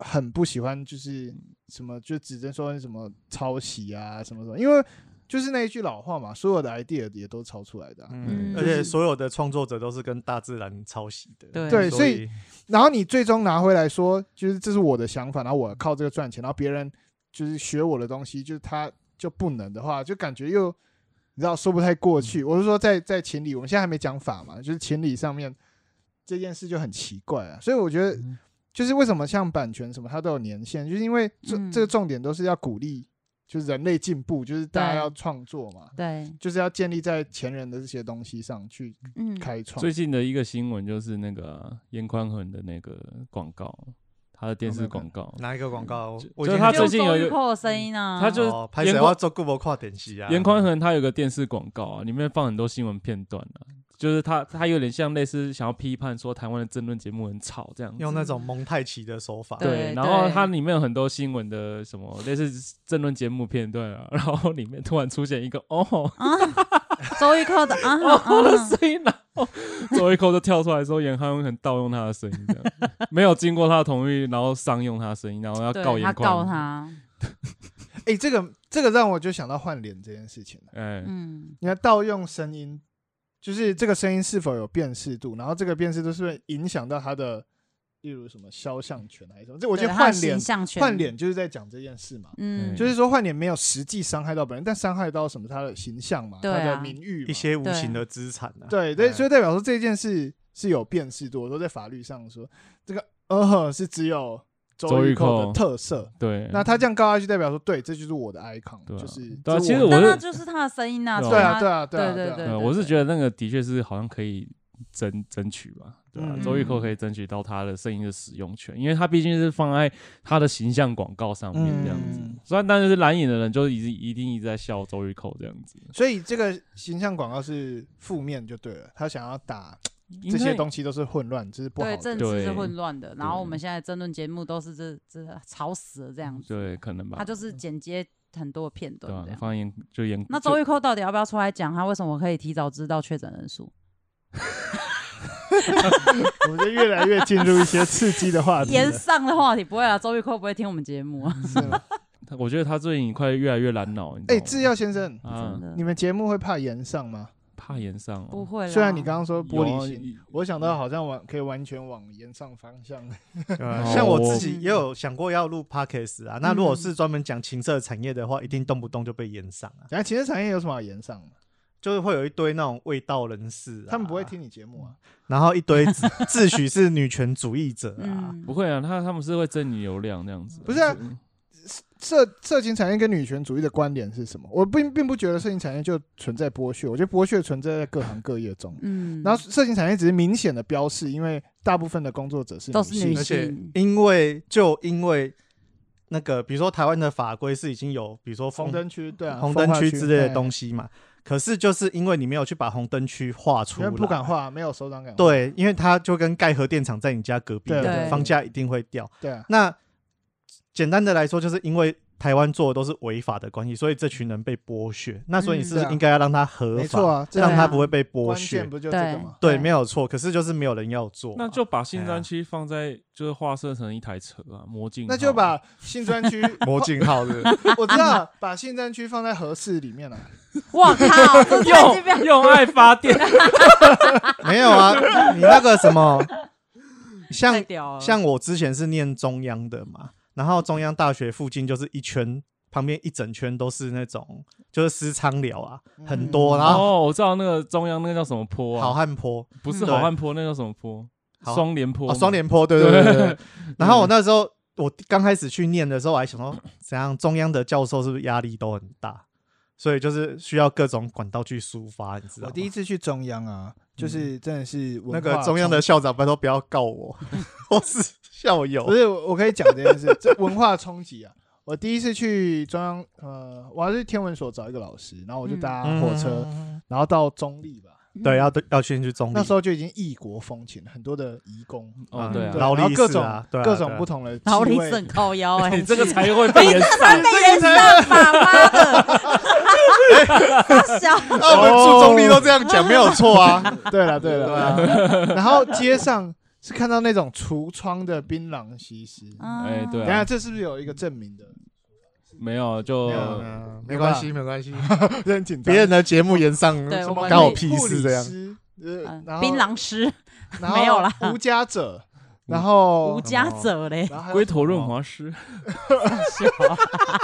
Speaker 3: 很不喜欢就是什么就指证说什么抄袭啊什么什么，因为就是那一句老话嘛，所有的 idea 也都抄出来的啊、
Speaker 2: 嗯
Speaker 1: 嗯，
Speaker 2: 而且所有的创作者都是跟大自然抄袭的。
Speaker 1: 对
Speaker 3: 对
Speaker 2: 所
Speaker 3: 所以然后你最终拿回来说，就是这是我的想法，然后我靠这个赚钱，然后别人就是学我的东西，就是他就不能的话，就感觉又你知道说不太
Speaker 1: 嗯
Speaker 3: 过去。我是说在在情理，我们现在还没讲法嘛，就是情理上面这件事就很奇怪啊。所以我觉得
Speaker 4: 嗯
Speaker 3: 就是为什么像版权什么它都有年限，就是因为这、
Speaker 1: 嗯
Speaker 3: 这个重点都是要鼓励，就是人类进步，就是大家
Speaker 1: 对
Speaker 3: 要创作嘛，
Speaker 1: 对，
Speaker 3: 就是要建立在前人的这些东西上去
Speaker 1: 嗯，
Speaker 3: 开创。
Speaker 4: 最近的一个新闻就是那个啊严宽恒的那个广告，他的电视广告，
Speaker 2: 哪一个广告？
Speaker 4: 就
Speaker 2: 我
Speaker 4: 就
Speaker 2: 已经
Speaker 4: 他
Speaker 2: 很
Speaker 4: 最
Speaker 2: 久
Speaker 4: 近有一个
Speaker 1: 破的声音啊呢，
Speaker 4: 他就
Speaker 2: 哦拍谁
Speaker 4: 严
Speaker 2: 要
Speaker 4: 宽
Speaker 2: 做顾博跨点戏啊？
Speaker 4: 严宽恒他有个电视广告啊，里面放很多新闻片段啊，就是他他有点像类似想要批判说台湾的争论节目很吵这样子。
Speaker 2: 用那种蒙太奇的手法，
Speaker 1: 对
Speaker 4: 然后它里面有很多新闻的什么类似政论节目片段啊， 然后里面突然出现一个哦吼
Speaker 1: 啊，周玉蔻的啊
Speaker 4: 哦的
Speaker 1: 啊，
Speaker 4: 声音，然后周一蔻就跳出来说严宽很盗用他的声音，这样没有经过他的同意，然后商用他的声音，然后要
Speaker 1: 对
Speaker 4: 告
Speaker 1: 他
Speaker 4: 严宽，
Speaker 1: 告，他，
Speaker 3: 哎、这个这个让我就想到换脸这件事情了。
Speaker 4: 哎，
Speaker 1: 嗯，
Speaker 3: 你要盗用声音，就是这个声音是否有辨识度，然后这个辨识度是不是影响到他的，例如什么肖像权啊还是什么？这我觉
Speaker 1: 对
Speaker 3: 得
Speaker 1: 他的
Speaker 3: 换
Speaker 1: 形
Speaker 3: 脸
Speaker 1: 象权
Speaker 3: 换，脸就是在讲这件事嘛，
Speaker 1: 嗯，
Speaker 3: 就是说换脸没有实际伤害到本人，但伤害到什么他的形象嘛，
Speaker 1: 对啊
Speaker 3: 他的名誉嘛
Speaker 2: 一些无形的资产啊。
Speaker 3: 对
Speaker 4: 嗯
Speaker 3: 对，
Speaker 2: 哎
Speaker 3: 所以代表说这件事是有辨识度。我说在法律上说，这个呃呵是只有
Speaker 4: 周
Speaker 3: 周
Speaker 4: 玉
Speaker 3: 玉
Speaker 4: 蔻
Speaker 3: 蔻的特色。
Speaker 4: 对，嗯
Speaker 3: 那他这样告下去，代表说对，这就是我的 icon，
Speaker 4: 对啊
Speaker 3: 就是
Speaker 4: 对啊
Speaker 3: 这
Speaker 4: 其实
Speaker 3: 我
Speaker 4: 我
Speaker 1: 但
Speaker 4: 是
Speaker 1: 那就是他的声音呐，
Speaker 4: 对
Speaker 3: 对
Speaker 1: 所
Speaker 3: 啊
Speaker 1: 以他
Speaker 3: 对啊对
Speaker 1: 对
Speaker 3: 啊对啊
Speaker 1: 对
Speaker 4: 呃我是觉得那个的确是好像可以争争取吧，对啊，
Speaker 3: 嗯
Speaker 4: 周玉蔻可以争取到他的声音的使用权，因为他毕竟是放在他的形象广告上面这样子。
Speaker 3: 嗯
Speaker 4: 虽然但是蓝影的人就一直一定一直在笑周玉蔻这样子，
Speaker 3: 所以这个形象广告是负面就对了，他想要打
Speaker 4: 应
Speaker 3: 这些
Speaker 4: 该
Speaker 3: 东西都是混乱，这是不好
Speaker 1: 对
Speaker 3: 的。
Speaker 1: 政治是
Speaker 4: 对
Speaker 1: 混乱的，然后我
Speaker 4: 对
Speaker 1: 们现在争论节目都是这这吵死了这样子，
Speaker 4: 对可能吧，
Speaker 1: 他就是剪接很多片
Speaker 4: 对啊
Speaker 1: 段
Speaker 4: 吧
Speaker 1: 这？样。
Speaker 4: 放言就言
Speaker 1: 那周玉蔻到底要不要出来讲他为什么可以提早知道确诊人数？
Speaker 3: 我们就越来越进入一些刺激的话题
Speaker 1: 延
Speaker 3: 了。
Speaker 1: 上的话题不会啦，啊周玉蔻不会听我们节目啊。
Speaker 3: 是吗
Speaker 4: 他我觉得他最近快越来越蓝脑，你知道
Speaker 3: 哎，
Speaker 4: 吗
Speaker 3: 制药先生，
Speaker 4: 啊
Speaker 1: 真的
Speaker 3: 你们节目会怕延上吗？
Speaker 4: 怕延上
Speaker 1: 不
Speaker 4: 哦，
Speaker 1: 会啦。
Speaker 3: 虽然你刚刚说玻
Speaker 4: 有啊
Speaker 3: 璃心，我想到好像往可以完全往延上方向。
Speaker 2: 对啊
Speaker 4: 哦
Speaker 2: 像我自己也有想过要录 podcast 啊。那如
Speaker 3: 嗯
Speaker 2: 果是专门讲情色产业的话，一定动不动就被延上啊，
Speaker 3: 然哎后，其实产业有什么好延上的？
Speaker 2: 就是会有一堆那种味道人士，
Speaker 3: 他们不会，听你节目啊。
Speaker 2: 然后一堆自自诩是女权主义者啊。
Speaker 1: 嗯
Speaker 4: 不，会啊，他他们是会争你流量这样子，
Speaker 3: 不是啊色色情产业跟女权主义的关联是什么？我并并不觉得色情产业就存在剥削，我觉得剥削存在在各行各业中。
Speaker 1: 嗯，
Speaker 3: 然后色情产业只是明显的标示，因为大部分的工作者是
Speaker 1: 都是
Speaker 3: 性
Speaker 1: 女
Speaker 2: 而
Speaker 1: 性
Speaker 2: 且因为就因为那个，比如说台湾的法规是已经有，比如说
Speaker 3: 红
Speaker 2: 风
Speaker 3: 灯区，哦对啊，
Speaker 2: 红灯区之类的
Speaker 3: 西，
Speaker 2: 东西嘛。可是就是因为你没有去把红灯区画出
Speaker 3: 因
Speaker 2: 来，
Speaker 3: 为不敢画，没有手掌感。
Speaker 2: 对，因为它就跟盖核电厂在你家隔壁一
Speaker 3: 对
Speaker 2: 样，
Speaker 1: 对
Speaker 2: 房价一定会掉。
Speaker 3: 对啊，
Speaker 2: 那简单的来说，就是因为台湾做的都是违法的关系，所以这群人被剥削。那所以你是不
Speaker 3: 嗯对
Speaker 2: 是
Speaker 3: 啊
Speaker 2: 应该要让他合法，
Speaker 3: 没错啊这
Speaker 2: 让
Speaker 1: 对啊
Speaker 2: 他不会被剥
Speaker 3: 关
Speaker 2: 削
Speaker 3: 键。不就这个吗？
Speaker 2: 对，没有错。可是就是没有人要做嘛，
Speaker 4: 那就把性
Speaker 2: 哎呀
Speaker 4: 专区放在就是化设成一台车啊，魔镜号。
Speaker 3: 哎那就把新专 区，
Speaker 2: 魔镜号是不是
Speaker 3: 我知道，把新专区放在合适里面了。
Speaker 1: 我靠，这太这
Speaker 4: 用
Speaker 1: 边
Speaker 4: 用爱发电，
Speaker 2: 没有啊，你那个什 么，
Speaker 1: 太
Speaker 2: 像
Speaker 1: 屌
Speaker 4: 呃
Speaker 1: 了，
Speaker 2: 像我之前是念中央的嘛，然后中央大学附近就是一圈，旁边一整圈都是那种就是私娼寮啊，很多，
Speaker 3: 嗯
Speaker 2: 然后
Speaker 4: 哦，我知道那个中央那个叫什么坡
Speaker 2: 好
Speaker 4: 啊，
Speaker 2: 汉坡
Speaker 4: 不是
Speaker 2: 对
Speaker 4: 好汉坡，那叫什么坡？
Speaker 2: 好
Speaker 4: 双联坡
Speaker 2: 哦，
Speaker 4: 吗，
Speaker 2: 双联坡，对对对对 对。然后我那时候我刚开始去念的时候，我还想说，怎样中央的教授是不是压力都很大，所以就是需要各种管道去抒发，你知道
Speaker 3: 我
Speaker 2: 吗？
Speaker 3: 第一次去中央啊，就是真的是文
Speaker 2: 那
Speaker 3: 化
Speaker 2: 个中央的校长拜托不要告我， 我是校友
Speaker 3: 不。是，我我可以讲这件事，这文化冲击啊！我第一次去中央，呃，我还是天文所找一个老师，然后我就搭火车，
Speaker 2: 嗯
Speaker 3: 然后到中立吧。
Speaker 2: 对，要对要先去中立。
Speaker 3: 那时候就已经异国风情，很多的移工，
Speaker 4: 哦
Speaker 2: 嗯，
Speaker 4: 对啊，
Speaker 3: 对
Speaker 2: 劳
Speaker 3: 然后
Speaker 2: 力
Speaker 3: 各
Speaker 2: 士
Speaker 3: 种、
Speaker 2: 啊对啊
Speaker 3: 各
Speaker 2: 对
Speaker 3: 种
Speaker 2: 啊
Speaker 3: 不同的气
Speaker 1: 劳力
Speaker 3: 味
Speaker 1: 士很靠 腰哎，
Speaker 4: 你这个才会被 延上。
Speaker 1: 被 延上吧，妈的， 傻笑，
Speaker 3: 啊
Speaker 2: 那我们住中立都这样讲，没有错 啊。
Speaker 3: 对了，对
Speaker 2: 哦对
Speaker 3: 了，
Speaker 2: 啊，
Speaker 3: 然后街上是看到那种橱窗的槟榔西施。
Speaker 1: 嗯
Speaker 4: 哎，对
Speaker 3: 等一下，
Speaker 4: 啊，
Speaker 3: 这是不是有一个证明的？
Speaker 4: 没有就
Speaker 3: 没有啊嗯没
Speaker 2: 没
Speaker 3: 有
Speaker 2: 关嗯系，没关系。
Speaker 3: 很紧张
Speaker 2: 别人的节目延上，
Speaker 1: 对
Speaker 2: 什
Speaker 1: 我
Speaker 2: 么
Speaker 1: 们
Speaker 2: 干我
Speaker 1: 可以
Speaker 2: 屁事这样。
Speaker 3: 呃
Speaker 1: 嗯，
Speaker 3: 然后
Speaker 1: 槟榔师
Speaker 3: 然后
Speaker 1: 没有啦
Speaker 3: 无家者，然后
Speaker 1: 无家者嘞，
Speaker 3: 然后还有
Speaker 4: 龟头润滑 师，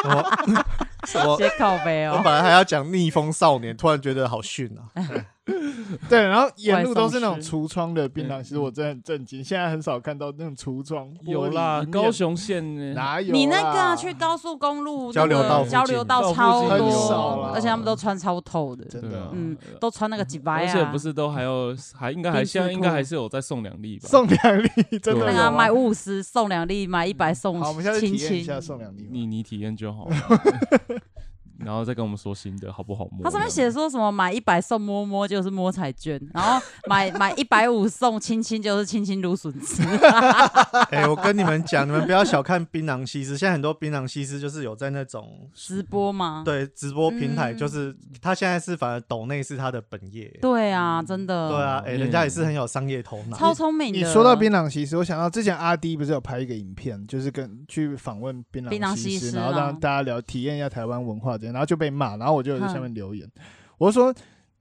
Speaker 2: 我
Speaker 1: 写靠背
Speaker 2: 我
Speaker 1: 哦，
Speaker 2: 本来还要讲逆风少年，突然觉得好逊 啊。
Speaker 3: 对，然后沿路都是那种橱窗的槟榔，其实我真的很震惊，现在很少看到那种橱窗。
Speaker 4: 有啦，
Speaker 3: 玻璃
Speaker 4: 高雄县 呢，
Speaker 3: 哪有啊？
Speaker 1: 你那个啊去高速公路
Speaker 2: 交流
Speaker 1: 那个
Speaker 2: 道附近
Speaker 1: 交流道
Speaker 4: 到附
Speaker 1: 超
Speaker 4: 近啊
Speaker 3: 很少啊
Speaker 1: 多
Speaker 3: 啦，
Speaker 1: 而且他们都穿超透的，
Speaker 3: 真
Speaker 4: 对
Speaker 3: 的
Speaker 4: 啊
Speaker 1: 嗯，都穿那个几白
Speaker 4: 而
Speaker 1: 啊，
Speaker 4: 且不是都还有还应该还
Speaker 1: 丁字
Speaker 4: 现在应该
Speaker 1: 裤
Speaker 4: 还是有在送两粒吧？
Speaker 3: 送两粒，真
Speaker 4: 对
Speaker 3: 的
Speaker 1: 那
Speaker 3: 有
Speaker 1: 个啊
Speaker 3: 啊
Speaker 1: 买五十送两粒，买一百送
Speaker 3: 嗯好，我们下次
Speaker 1: 亲
Speaker 3: 体验一下
Speaker 1: 亲。
Speaker 3: 送两粒吧。
Speaker 4: 你你体验就 好了，然后再跟我们说新的好不好摸？
Speaker 1: 它上面写说什么买一百送摸摸就是摸彩券，然后买买一百五送亲亲就是亲亲芦笋 汁，
Speaker 2: 哎，我跟你们讲，你们不要小看槟榔西施，现在很多槟榔西施就是有在那种
Speaker 1: 直播吗？
Speaker 2: 对直播平台，
Speaker 1: 嗯
Speaker 2: 就是他现在是反而抖内是他的本业。
Speaker 1: 对啊，真的，
Speaker 2: 对啊，哎，
Speaker 3: 嗯
Speaker 2: 人家也是很有商业头脑。
Speaker 1: 超聪明的。
Speaker 3: 你说到槟榔西施，我想到之前阿迪不是有拍一个影片，就是跟去访问槟
Speaker 1: 槟榔
Speaker 3: 榔西
Speaker 1: 西施
Speaker 3: 然后
Speaker 1: 啦
Speaker 3: 让大家聊体验一下台湾文化这样，然后就被骂，然后我就有在下面留言，我说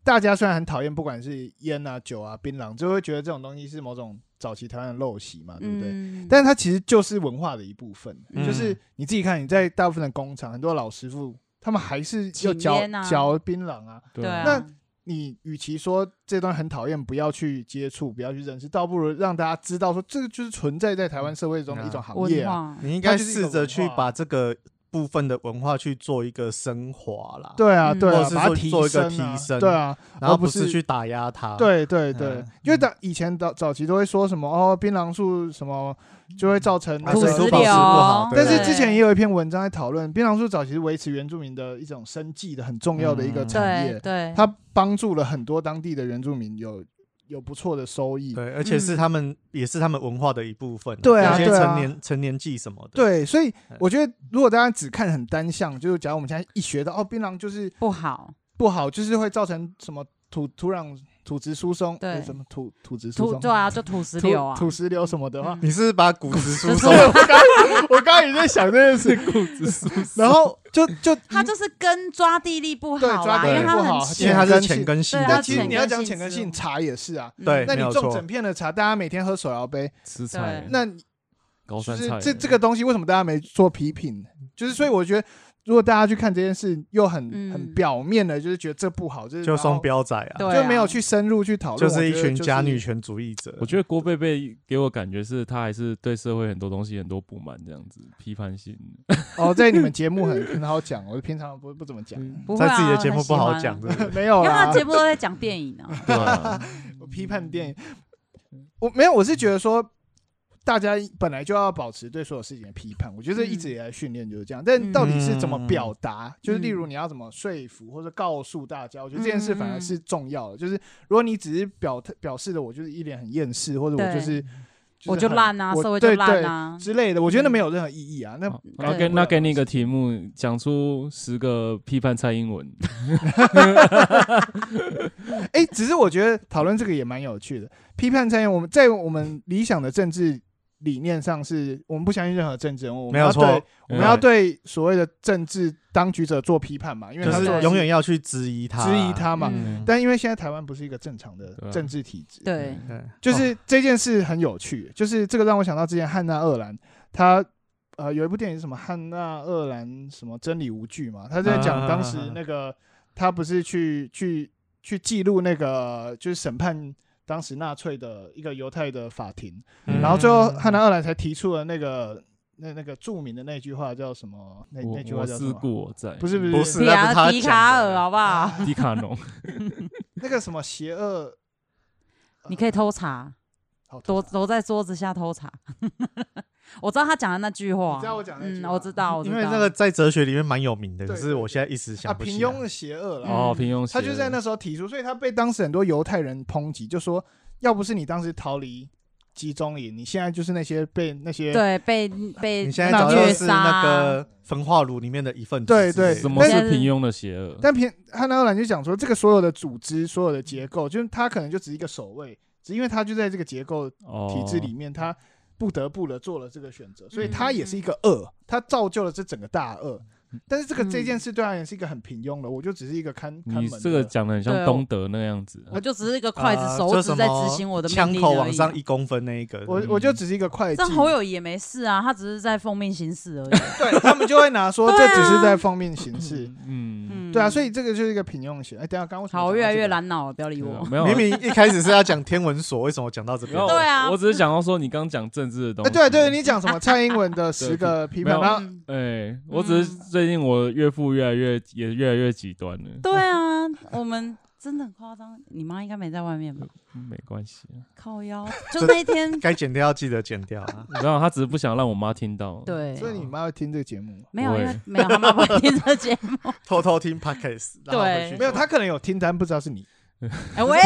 Speaker 3: 大家虽然很讨厌，不管是烟啊、酒啊、槟榔，就会觉得这种东西是某种早期台湾的陋习嘛，对不对？
Speaker 1: 嗯，
Speaker 3: 但是它其实就是文化的一部分，
Speaker 2: 嗯
Speaker 3: 就是你自己看，你在大部分的工厂，很多老师傅他们还是要
Speaker 1: 请
Speaker 3: 嚼
Speaker 1: 烟啊
Speaker 3: 嚼槟榔啊。
Speaker 4: 对
Speaker 1: 啊，
Speaker 3: 那你与其说这段很讨厌，不要去接触，不要去认识，倒不如让大家知道说，这个就是存在在台湾社会中的一种行
Speaker 1: 嗯
Speaker 3: 业
Speaker 1: 文
Speaker 3: 啊。
Speaker 1: 化，
Speaker 2: 你应该
Speaker 3: 它就是一个
Speaker 2: 试着去
Speaker 3: 文化
Speaker 2: 把这个部分的文化去做一个升华啦。
Speaker 3: 对啊，
Speaker 1: 嗯
Speaker 3: 对
Speaker 2: 或
Speaker 3: 啊，
Speaker 2: 者是
Speaker 3: 把它
Speaker 2: 说
Speaker 3: 提
Speaker 2: 做一个
Speaker 3: 升啊
Speaker 2: 提升
Speaker 3: 对啊，
Speaker 2: 然后
Speaker 3: 而不
Speaker 2: 不
Speaker 3: 是
Speaker 2: 是去打压他。，
Speaker 3: 对对对
Speaker 2: 嗯，
Speaker 3: 因为早以前早早期都会说什么哦，槟榔树什么就会造成那
Speaker 2: 土
Speaker 1: 土
Speaker 3: 个
Speaker 2: 石
Speaker 1: 石
Speaker 2: 流
Speaker 1: 流。啊
Speaker 3: 但是
Speaker 2: 对
Speaker 3: 之前也有一篇文章在讨论，槟榔树早期是维持原住民的一种生计的很重要的一个
Speaker 2: 嗯
Speaker 3: 产
Speaker 1: 对
Speaker 3: 业，
Speaker 1: 对，
Speaker 3: 它帮助了很多当地的原住民有有不错的收益。
Speaker 2: 对，而且是他们、也是他们文化的一部分啊。
Speaker 3: 对啊
Speaker 2: 有些
Speaker 3: 对啊
Speaker 2: 成年成年祭什么的。
Speaker 3: 对，所以我觉得如果大家只看很单向，就是假如我们现在一学到哦，槟榔就是
Speaker 1: 不好，
Speaker 3: 不好，就是会造成什么土土壤土质疏松，
Speaker 1: 对
Speaker 3: 呃什么土土质疏
Speaker 1: 土
Speaker 3: 松，
Speaker 1: 对啊，就土石
Speaker 3: 土
Speaker 1: 流啊，嗯
Speaker 3: 土石流什么的话，
Speaker 2: 你是不是把骨质疏松
Speaker 1: 骨质疏，
Speaker 3: 我刚 我刚刚也在想这件 事，
Speaker 4: 裤子是不是
Speaker 3: 然后就就
Speaker 1: 它就是根抓地力不好
Speaker 3: 对抓
Speaker 1: 啦，
Speaker 3: 地
Speaker 1: 因为
Speaker 3: 力
Speaker 1: 它
Speaker 3: 不好
Speaker 2: 因
Speaker 1: 很
Speaker 2: 为
Speaker 1: 浅，
Speaker 2: 它是浅根系
Speaker 1: 对
Speaker 2: 的
Speaker 1: 它
Speaker 3: 但
Speaker 2: 植
Speaker 3: 其
Speaker 2: 物，
Speaker 3: 实你要讲
Speaker 1: 根
Speaker 3: 浅
Speaker 1: 性
Speaker 3: 根
Speaker 1: 植
Speaker 3: 性
Speaker 1: 物
Speaker 3: 茶也是啊，
Speaker 2: 对
Speaker 3: 那
Speaker 2: 没
Speaker 3: 你
Speaker 2: 有
Speaker 3: 种
Speaker 2: 错嗯
Speaker 3: 整片的茶，大家每天喝手摇杯，
Speaker 4: 吃菜
Speaker 1: 对，
Speaker 3: 那你
Speaker 4: 高
Speaker 3: 就
Speaker 4: 山
Speaker 3: 是
Speaker 4: 菜，
Speaker 3: 这这个东西为什么大家没做批评？就是所以我觉得，如果大家去看这件事，又很、
Speaker 1: 嗯
Speaker 3: 很表面的，就是觉得这不好，就是
Speaker 2: 就
Speaker 3: 然后
Speaker 2: 双标仔啊，
Speaker 1: 对啊
Speaker 3: 就没有去深入去讨论，
Speaker 2: 就是一
Speaker 3: 我觉
Speaker 2: 群
Speaker 3: 得
Speaker 2: 假女权主义者。
Speaker 4: 我觉得郭贝贝给我感觉是他还是对社会很多东西很多不满，这样子批判 性的。
Speaker 3: 哦，在你们节目很很好讲，我平常不不怎么讲，
Speaker 1: 不会
Speaker 2: 在
Speaker 1: 啊
Speaker 2: 自己的节目不好，
Speaker 1: 我
Speaker 2: 讲，
Speaker 1: 很喜
Speaker 2: 对不对
Speaker 3: 没有
Speaker 1: 欢因为
Speaker 3: 啦
Speaker 1: 他，节目都在讲电影 啊，
Speaker 4: 对啊，
Speaker 3: 我批判电影，
Speaker 1: 嗯
Speaker 3: 我没有，我是觉得说。大家本来就要保持对所有事情的批判，我觉得一直以来训练就是这样。但到底是怎么表达，就是例如你要怎么说服或者告诉大家，我觉得这件事反而
Speaker 1: 嗯
Speaker 3: 是重要的。就是如果你只是表表示的，我就是一脸很厌世，或者我
Speaker 1: 对
Speaker 3: 就是是
Speaker 1: 我就
Speaker 3: 很
Speaker 1: 烂啊
Speaker 3: 我
Speaker 1: 社会就
Speaker 3: 对
Speaker 1: 烂
Speaker 3: 对
Speaker 1: 啊哦
Speaker 3: 之类的，我觉得那没有任何意义啊。那
Speaker 4: 好然后
Speaker 1: 对
Speaker 4: 给
Speaker 3: 不
Speaker 4: 那
Speaker 3: 了
Speaker 4: 给你一个题目，讲出十个批判蔡英文。
Speaker 3: 哎，只是我觉得讨论这个也蛮有趣的。批判参与，我们在我们理想的政治理念上是，我们不相信任何政治人物，我
Speaker 2: 没
Speaker 3: 们
Speaker 2: 有
Speaker 3: 要
Speaker 2: 错
Speaker 3: 对，我
Speaker 4: 嗯
Speaker 3: 们要对所谓的政治当局者做批判嘛，因为
Speaker 2: 就
Speaker 3: 他
Speaker 2: 是
Speaker 3: 做
Speaker 1: 对
Speaker 3: 的
Speaker 2: 永远要去质疑他，啊
Speaker 3: 质疑他嘛。
Speaker 1: 嗯
Speaker 3: 但因为现在台湾不是一个正常的
Speaker 4: 对啊
Speaker 3: 政治体制，
Speaker 1: 对，
Speaker 2: 对，哦
Speaker 3: 就是这件事很有趣，就是这个让我想到之前汉娜·鄂兰，她呃有一部电影是什么《汉娜·鄂兰什么真理无惧》嘛，她在讲当时那
Speaker 2: 啊
Speaker 3: 个她不是去去去记录那个就是审判当时纳粹的一个犹太的法庭，
Speaker 2: 嗯
Speaker 3: 然后最后汉娜·鄂兰才提出了那个那那个著名的那句话叫什么？那
Speaker 4: 我
Speaker 3: 那句话
Speaker 4: 我
Speaker 3: 叫什
Speaker 4: 是
Speaker 3: 么？
Speaker 4: 故我在，
Speaker 3: 不是不是
Speaker 2: 不
Speaker 3: 是
Speaker 2: 是
Speaker 1: 比
Speaker 2: 那不是
Speaker 1: 卡
Speaker 2: 他
Speaker 1: 迪
Speaker 2: 讲
Speaker 1: 卡
Speaker 2: 的
Speaker 1: 尔好不好？
Speaker 3: 啊
Speaker 4: 迪卡 侬，
Speaker 3: 那个什么邪恶，呃
Speaker 1: 你可以偷查，
Speaker 3: 好啊
Speaker 1: 躲躲在桌子下偷查。 我知道他讲的那句话，
Speaker 3: 你知道我讲的那句话
Speaker 1: 嗯，我知道，我知
Speaker 2: 啊因
Speaker 1: 道
Speaker 2: 为那个在哲学里面蛮有名的，
Speaker 3: 对
Speaker 2: 可是我现在一时
Speaker 3: 啊
Speaker 2: 想不
Speaker 3: 平
Speaker 2: 起
Speaker 3: 庸
Speaker 2: 来。
Speaker 3: 的邪恶了。
Speaker 4: 哦，
Speaker 1: 嗯
Speaker 4: 平庸写
Speaker 3: 他
Speaker 4: 的，
Speaker 3: 就在那时候提出，所以他被当时很多犹太人抨击，就说要不是你当时逃离集中营，你现在就是那些被那些
Speaker 1: 对被被
Speaker 2: 你现在
Speaker 3: 那
Speaker 2: 早
Speaker 3: 虐
Speaker 2: 就是那个焚化炉里面的一份子
Speaker 3: 对
Speaker 2: 之类
Speaker 3: 对
Speaker 2: 的
Speaker 4: 什么
Speaker 1: 但是
Speaker 4: 是平庸的邪恶？
Speaker 3: 但平汉娜·奥兰就讲说，这个所有的组织、所有的结构，就是他可能就只是一个守卫，只因为他就在这个结构
Speaker 4: 哦，
Speaker 3: 体制里面，他不得不的做了这个选择，
Speaker 1: 嗯
Speaker 3: 所以他也是一个恶，他造就了这整个大恶。但是这个
Speaker 1: 嗯
Speaker 3: 这件事对他而言是一个很平庸的，我就只是一个看看
Speaker 4: 你
Speaker 3: 门的。
Speaker 4: 这个讲的很
Speaker 1: 对
Speaker 4: 像
Speaker 1: 我
Speaker 4: 东德那样子，
Speaker 1: 我就只是一个筷子
Speaker 2: 呃
Speaker 1: 手
Speaker 2: 就
Speaker 1: 指
Speaker 2: 什
Speaker 1: 在
Speaker 2: 么
Speaker 1: 执行我的
Speaker 2: 枪
Speaker 1: 命令
Speaker 2: 口
Speaker 1: 而
Speaker 2: 往
Speaker 1: 已
Speaker 2: 上一公分那一个，
Speaker 3: 我我就只是一个会计
Speaker 1: 这，侯友宜也没事啊，他只是在奉命行事而已。
Speaker 3: 对他们就会拿 说
Speaker 1: 对
Speaker 3: 这
Speaker 1: 啊
Speaker 3: 只是在方面 行事。
Speaker 4: 嗯，
Speaker 1: 嗯，
Speaker 3: 对啊，所以这个就是一个平庸型。哎，等一下，刚刚为什么
Speaker 1: 好，
Speaker 3: 讲
Speaker 1: 越
Speaker 3: 到
Speaker 1: 来
Speaker 3: 这
Speaker 1: 越
Speaker 3: 个
Speaker 1: 蓝脑了，不要理
Speaker 4: 对啊
Speaker 1: 我。
Speaker 4: 没有
Speaker 2: 明明一开始是要讲天文所，为什么讲到这边
Speaker 4: 然？后
Speaker 1: 对啊
Speaker 4: 我只是想要说你刚讲政治的东
Speaker 3: 哎，
Speaker 4: 西，
Speaker 3: 对对，你讲什么？蔡英文的十个批
Speaker 4: 没
Speaker 3: 判，
Speaker 4: 有
Speaker 3: 然后
Speaker 1: 嗯
Speaker 4: 哎，我只是
Speaker 1: 嗯
Speaker 4: 最近我岳父越来越也越来越极端了，
Speaker 1: 对啊，我们真的很夸张。你妈应该没在外面吧？
Speaker 4: 没关系啊，
Speaker 1: 靠腰，就那一天，
Speaker 2: 该剪掉记得剪掉啊！
Speaker 4: 你知道他只是不想让我妈听到，，
Speaker 1: 对，
Speaker 3: 所以你妈会听这个节目吗？
Speaker 1: 没有，
Speaker 4: 不
Speaker 1: 因为
Speaker 4: 会
Speaker 1: 没有，他妈不会听这节 目。
Speaker 2: 偷偷听 podcast，然后回去
Speaker 1: 对
Speaker 3: 没有，她可能有听，但不知道是你。
Speaker 1: 哎喂，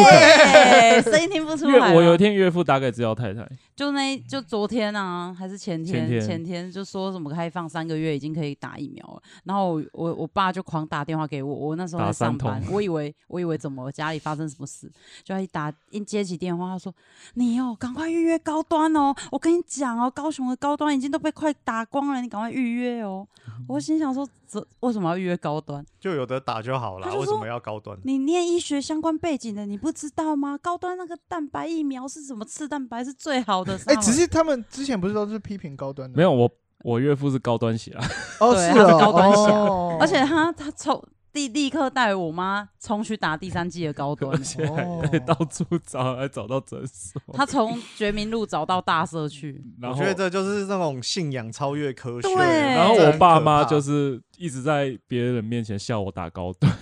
Speaker 1: 声音听不出
Speaker 4: 因为
Speaker 1: 来。
Speaker 4: 我有一，天岳父打给知道太太，
Speaker 1: 就那就昨天啊，还是前天，
Speaker 4: 前天
Speaker 1: 就说什么开放三个月已经可以打疫苗了，然后我我我爸就狂打电话给我，我那时候在
Speaker 4: 打三
Speaker 1: 上班，
Speaker 4: 通
Speaker 1: 我以为我以为怎么家里发生什么事，就他一打一接起电话，他说你哦，赶快预约高端哦，我跟你讲哦，高雄的高端已经都被快打光了，你赶快预约哦。
Speaker 4: 嗯
Speaker 1: 我心想说，这为什么要预约高端？
Speaker 2: 就有的打就好了
Speaker 1: 他，就
Speaker 2: 为
Speaker 1: 说
Speaker 2: 什么要高端？
Speaker 1: 你念医学相关背景的，你不知道吗？高端那个蛋白疫苗是什么？次蛋白是最好的。
Speaker 3: 哎，只是他们之前不是都是批评高端的？
Speaker 4: 没有我我岳父是高端血啊，
Speaker 3: 哦，
Speaker 1: 对
Speaker 3: 是
Speaker 1: 她是
Speaker 3: 哦
Speaker 1: 高端侠
Speaker 3: 哦
Speaker 1: 而且他他冲立立刻带我妈冲去打第三季的高端
Speaker 4: 而，且还
Speaker 3: 哦
Speaker 4: 到处找，还找到诊所，
Speaker 1: 他从觉民路找到大社区，
Speaker 4: 然
Speaker 2: 我
Speaker 4: 后
Speaker 2: 觉得这就是那种信仰超越科学。
Speaker 1: 对
Speaker 4: 然后
Speaker 2: 这
Speaker 4: 我
Speaker 2: 很
Speaker 4: 爸
Speaker 2: 哎可
Speaker 4: 妈
Speaker 2: 怕
Speaker 4: 就是一直在别人面前笑我打高端，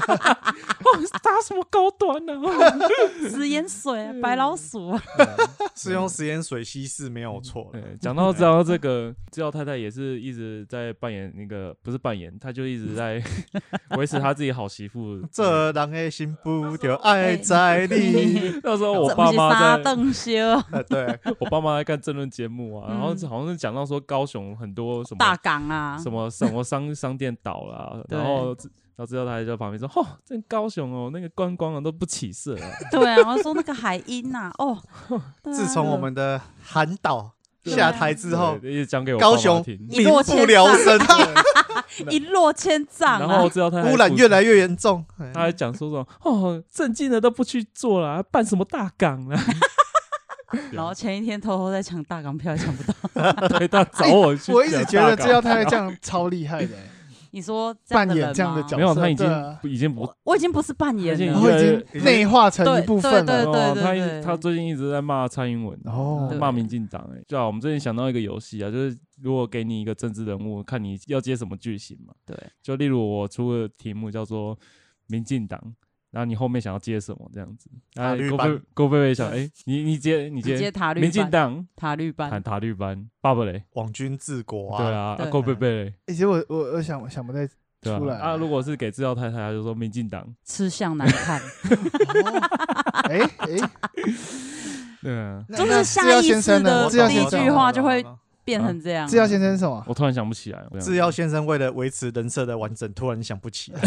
Speaker 4: 我打什么高端呢、
Speaker 1: 食盐水
Speaker 5: 嗯
Speaker 1: 啊、白老鼠啊，
Speaker 2: 是用食盐水稀释没有错啦，
Speaker 4: 嗯对，哎讲到讲到这个，知道太太也是一直在扮演那个，不是扮演，她就一直在维持她自己好媳妇。
Speaker 2: 这人的心不就
Speaker 1: 哎
Speaker 2: 爱在 你。
Speaker 4: 那时候我
Speaker 1: 这不
Speaker 4: 爸
Speaker 1: 是沙
Speaker 4: 妈在，
Speaker 1: 邓修
Speaker 2: 呃
Speaker 1: 啊
Speaker 2: 对，
Speaker 4: 我爸妈在看争论节目啊，然后
Speaker 1: 嗯
Speaker 4: 好像是讲到说高雄很多什么
Speaker 1: 大 港啊，
Speaker 4: 什么什么商商店倒了、
Speaker 1: 对
Speaker 4: 然后知然后知道他还在旁边说：“哦，这高雄哦，那个观光啊都不起色啊。
Speaker 1: 对啊，我说那个海英呐、哦，对啊
Speaker 2: 自从我们的韩导
Speaker 1: 啊
Speaker 2: 下台之后，
Speaker 4: 对一直讲给我
Speaker 2: 高
Speaker 4: 爸妈
Speaker 2: 雄
Speaker 4: 听
Speaker 1: 一
Speaker 2: 民
Speaker 1: 落
Speaker 2: 不
Speaker 1: 千
Speaker 2: 聊
Speaker 1: 啊
Speaker 2: 生，
Speaker 1: 一落千丈
Speaker 4: 然后
Speaker 1: 啊
Speaker 4: 我，知道他还
Speaker 2: 污染
Speaker 4: 不
Speaker 2: 越来越严重。哎
Speaker 3: 嗯
Speaker 4: 他还讲说什么哦，正经的都不去做啦，办什么大港啦？
Speaker 1: 然后前一天偷偷在抢大港票，也抢不到。
Speaker 4: 对，他找我去、
Speaker 3: 哎我一直觉得这要太太这样超厉害的，
Speaker 1: 你说这样
Speaker 3: 扮
Speaker 1: 的
Speaker 3: 演
Speaker 1: 人
Speaker 3: 这样的
Speaker 1: 吗
Speaker 3: 角 色，
Speaker 4: 没有，他已
Speaker 3: 对
Speaker 4: 经、
Speaker 3: 啊
Speaker 4: 已经不
Speaker 1: 我我已经不是扮演
Speaker 4: 而且
Speaker 1: 了
Speaker 4: 已，
Speaker 3: 我已经内化成一部分
Speaker 1: 对对
Speaker 3: 了。
Speaker 4: 哦
Speaker 1: 对
Speaker 4: 他一
Speaker 1: 对
Speaker 4: 他最近一直在骂蔡英文，
Speaker 3: 哦
Speaker 4: 骂民进党、哎，对啊，我们最近想到一个游戏啊，就是如果给你一个政治人物，看你要接什么剧情嘛。
Speaker 1: 对，
Speaker 4: 就例如我出的题目叫做民进党。然后你后面想要接什么这样子？
Speaker 2: 塔
Speaker 4: 啊，
Speaker 2: 绿
Speaker 4: 郭
Speaker 2: 班
Speaker 4: 飞郭飞飞想，哎，你你接你
Speaker 1: 你接
Speaker 4: 接
Speaker 1: 塔绿
Speaker 4: 民进
Speaker 1: 班
Speaker 4: 党
Speaker 1: 塔绿
Speaker 4: 喊
Speaker 1: 班，
Speaker 4: 塔绿班，爸爸嘞，
Speaker 2: 网军治国
Speaker 4: 对
Speaker 2: 啊，
Speaker 4: 啊，啊
Speaker 1: 对
Speaker 4: 郭贝贝嘞，
Speaker 3: 其实我我我想我 想不太
Speaker 4: 对
Speaker 3: 出来
Speaker 4: 啊。啊，如果是给制药太太，他就说民进党，
Speaker 1: 吃相难看。
Speaker 3: 哎哎，
Speaker 4: 对啊，
Speaker 3: 那
Speaker 1: 就是
Speaker 3: 那
Speaker 1: 下
Speaker 3: 制药
Speaker 1: 意
Speaker 3: 先
Speaker 1: 识
Speaker 3: 生
Speaker 1: 的
Speaker 3: 呢？制药
Speaker 1: 第一
Speaker 3: 先
Speaker 1: 句
Speaker 3: 生
Speaker 1: 话
Speaker 3: 好了，
Speaker 1: 就会
Speaker 2: 好了
Speaker 1: 变
Speaker 4: 啊
Speaker 1: 成这样。
Speaker 3: 制药先生是什么？
Speaker 4: 我突然想不起来。我这样
Speaker 2: 制药先生为了维持人设的完整，突然想不起来。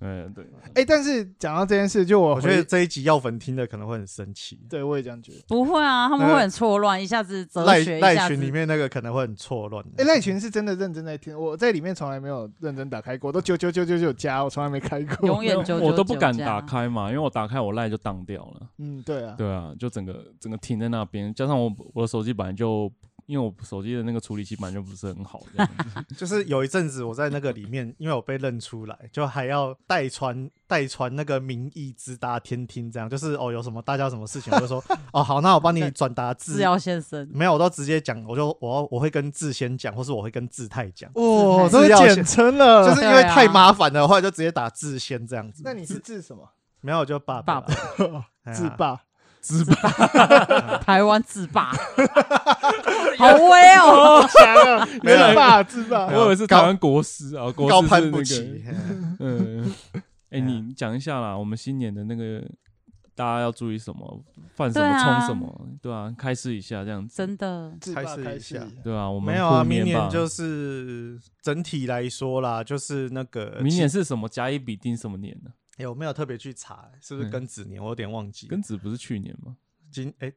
Speaker 4: 嗯，对，
Speaker 3: 哎，但是讲到这件事，就我
Speaker 2: 我觉得这一集药粉听的可能会很生气。
Speaker 3: 对我也这样觉得。
Speaker 1: 不会啊，他们
Speaker 2: 那
Speaker 1: 会
Speaker 2: 个
Speaker 1: 很错乱，一下子哲
Speaker 2: 赖
Speaker 1: 学，一
Speaker 2: 赖
Speaker 1: 下子
Speaker 2: 群里面那个可能会很错乱。啊
Speaker 3: 哎，赖群是真的认真在听，我在里面从来没有认真打开过，都九九九九九加，我从来没开
Speaker 1: 永远
Speaker 3: 过。
Speaker 4: 没有
Speaker 1: 九
Speaker 4: 我
Speaker 1: 九
Speaker 4: 都不
Speaker 1: 九
Speaker 4: 敢
Speaker 1: 这
Speaker 4: 打
Speaker 1: 样。
Speaker 4: 开嘛，因为我打开我赖就当掉了。
Speaker 3: 嗯，对啊，
Speaker 4: 对啊，就整个整个停在那边，加上我我的手机本来就，因为我手机的那个处理器本来就不是很好，这样
Speaker 2: 就是有一阵子我在那个里面，因为我被认出来，就还要代传 代传那个民意直达天听，这样就是哦有什么大家有什么事情，我就 说哦好，那我帮你转达
Speaker 1: 制
Speaker 2: 至。
Speaker 1: 药先生，
Speaker 2: 没有，我都直接讲，我就我要我会跟志先讲，或是我会跟志泰讲，
Speaker 3: 哦，
Speaker 2: 制
Speaker 3: 都
Speaker 2: 药先
Speaker 3: 简称
Speaker 6: 嗯
Speaker 3: 了，
Speaker 2: 就 是因为
Speaker 1: 对啊
Speaker 2: 太麻烦了，后来就直接打志先这样子。
Speaker 3: 那你是治什么？
Speaker 2: 没有就爸
Speaker 1: 爸
Speaker 2: 爸
Speaker 1: 爸，
Speaker 2: 哎呀
Speaker 3: 治霸。
Speaker 1: 台湾自 霸，好威哦！
Speaker 3: 强啊，
Speaker 2: 没哎有
Speaker 3: 自霸自霸
Speaker 2: 没有
Speaker 4: 我以为是台湾国师啊，国
Speaker 2: 高
Speaker 4: 师是
Speaker 2: 攀
Speaker 4: 那
Speaker 2: 不
Speaker 4: 个
Speaker 2: 起，。哎
Speaker 4: 嗯，哎，
Speaker 2: 哎呀
Speaker 4: 你讲一下啦，我们新年的那个大家要注意什么，犯什
Speaker 1: 对
Speaker 4: 么
Speaker 1: 啊
Speaker 4: 冲什么，对啊，开始一下这样子，
Speaker 1: 真的，
Speaker 3: 自
Speaker 2: 霸开始一下
Speaker 4: 对啊，我们
Speaker 2: 没有啊，
Speaker 4: 虎
Speaker 2: 明
Speaker 4: 吧
Speaker 2: 年就是整体来说啦，就是那个
Speaker 4: 明年是什么甲乙丙丁什么年呢？
Speaker 2: 哎、我没有特别去查，是不是
Speaker 4: 嗯
Speaker 2: 庚子年？我有点忘记。
Speaker 4: 庚子不是去年吗？
Speaker 2: 今哎、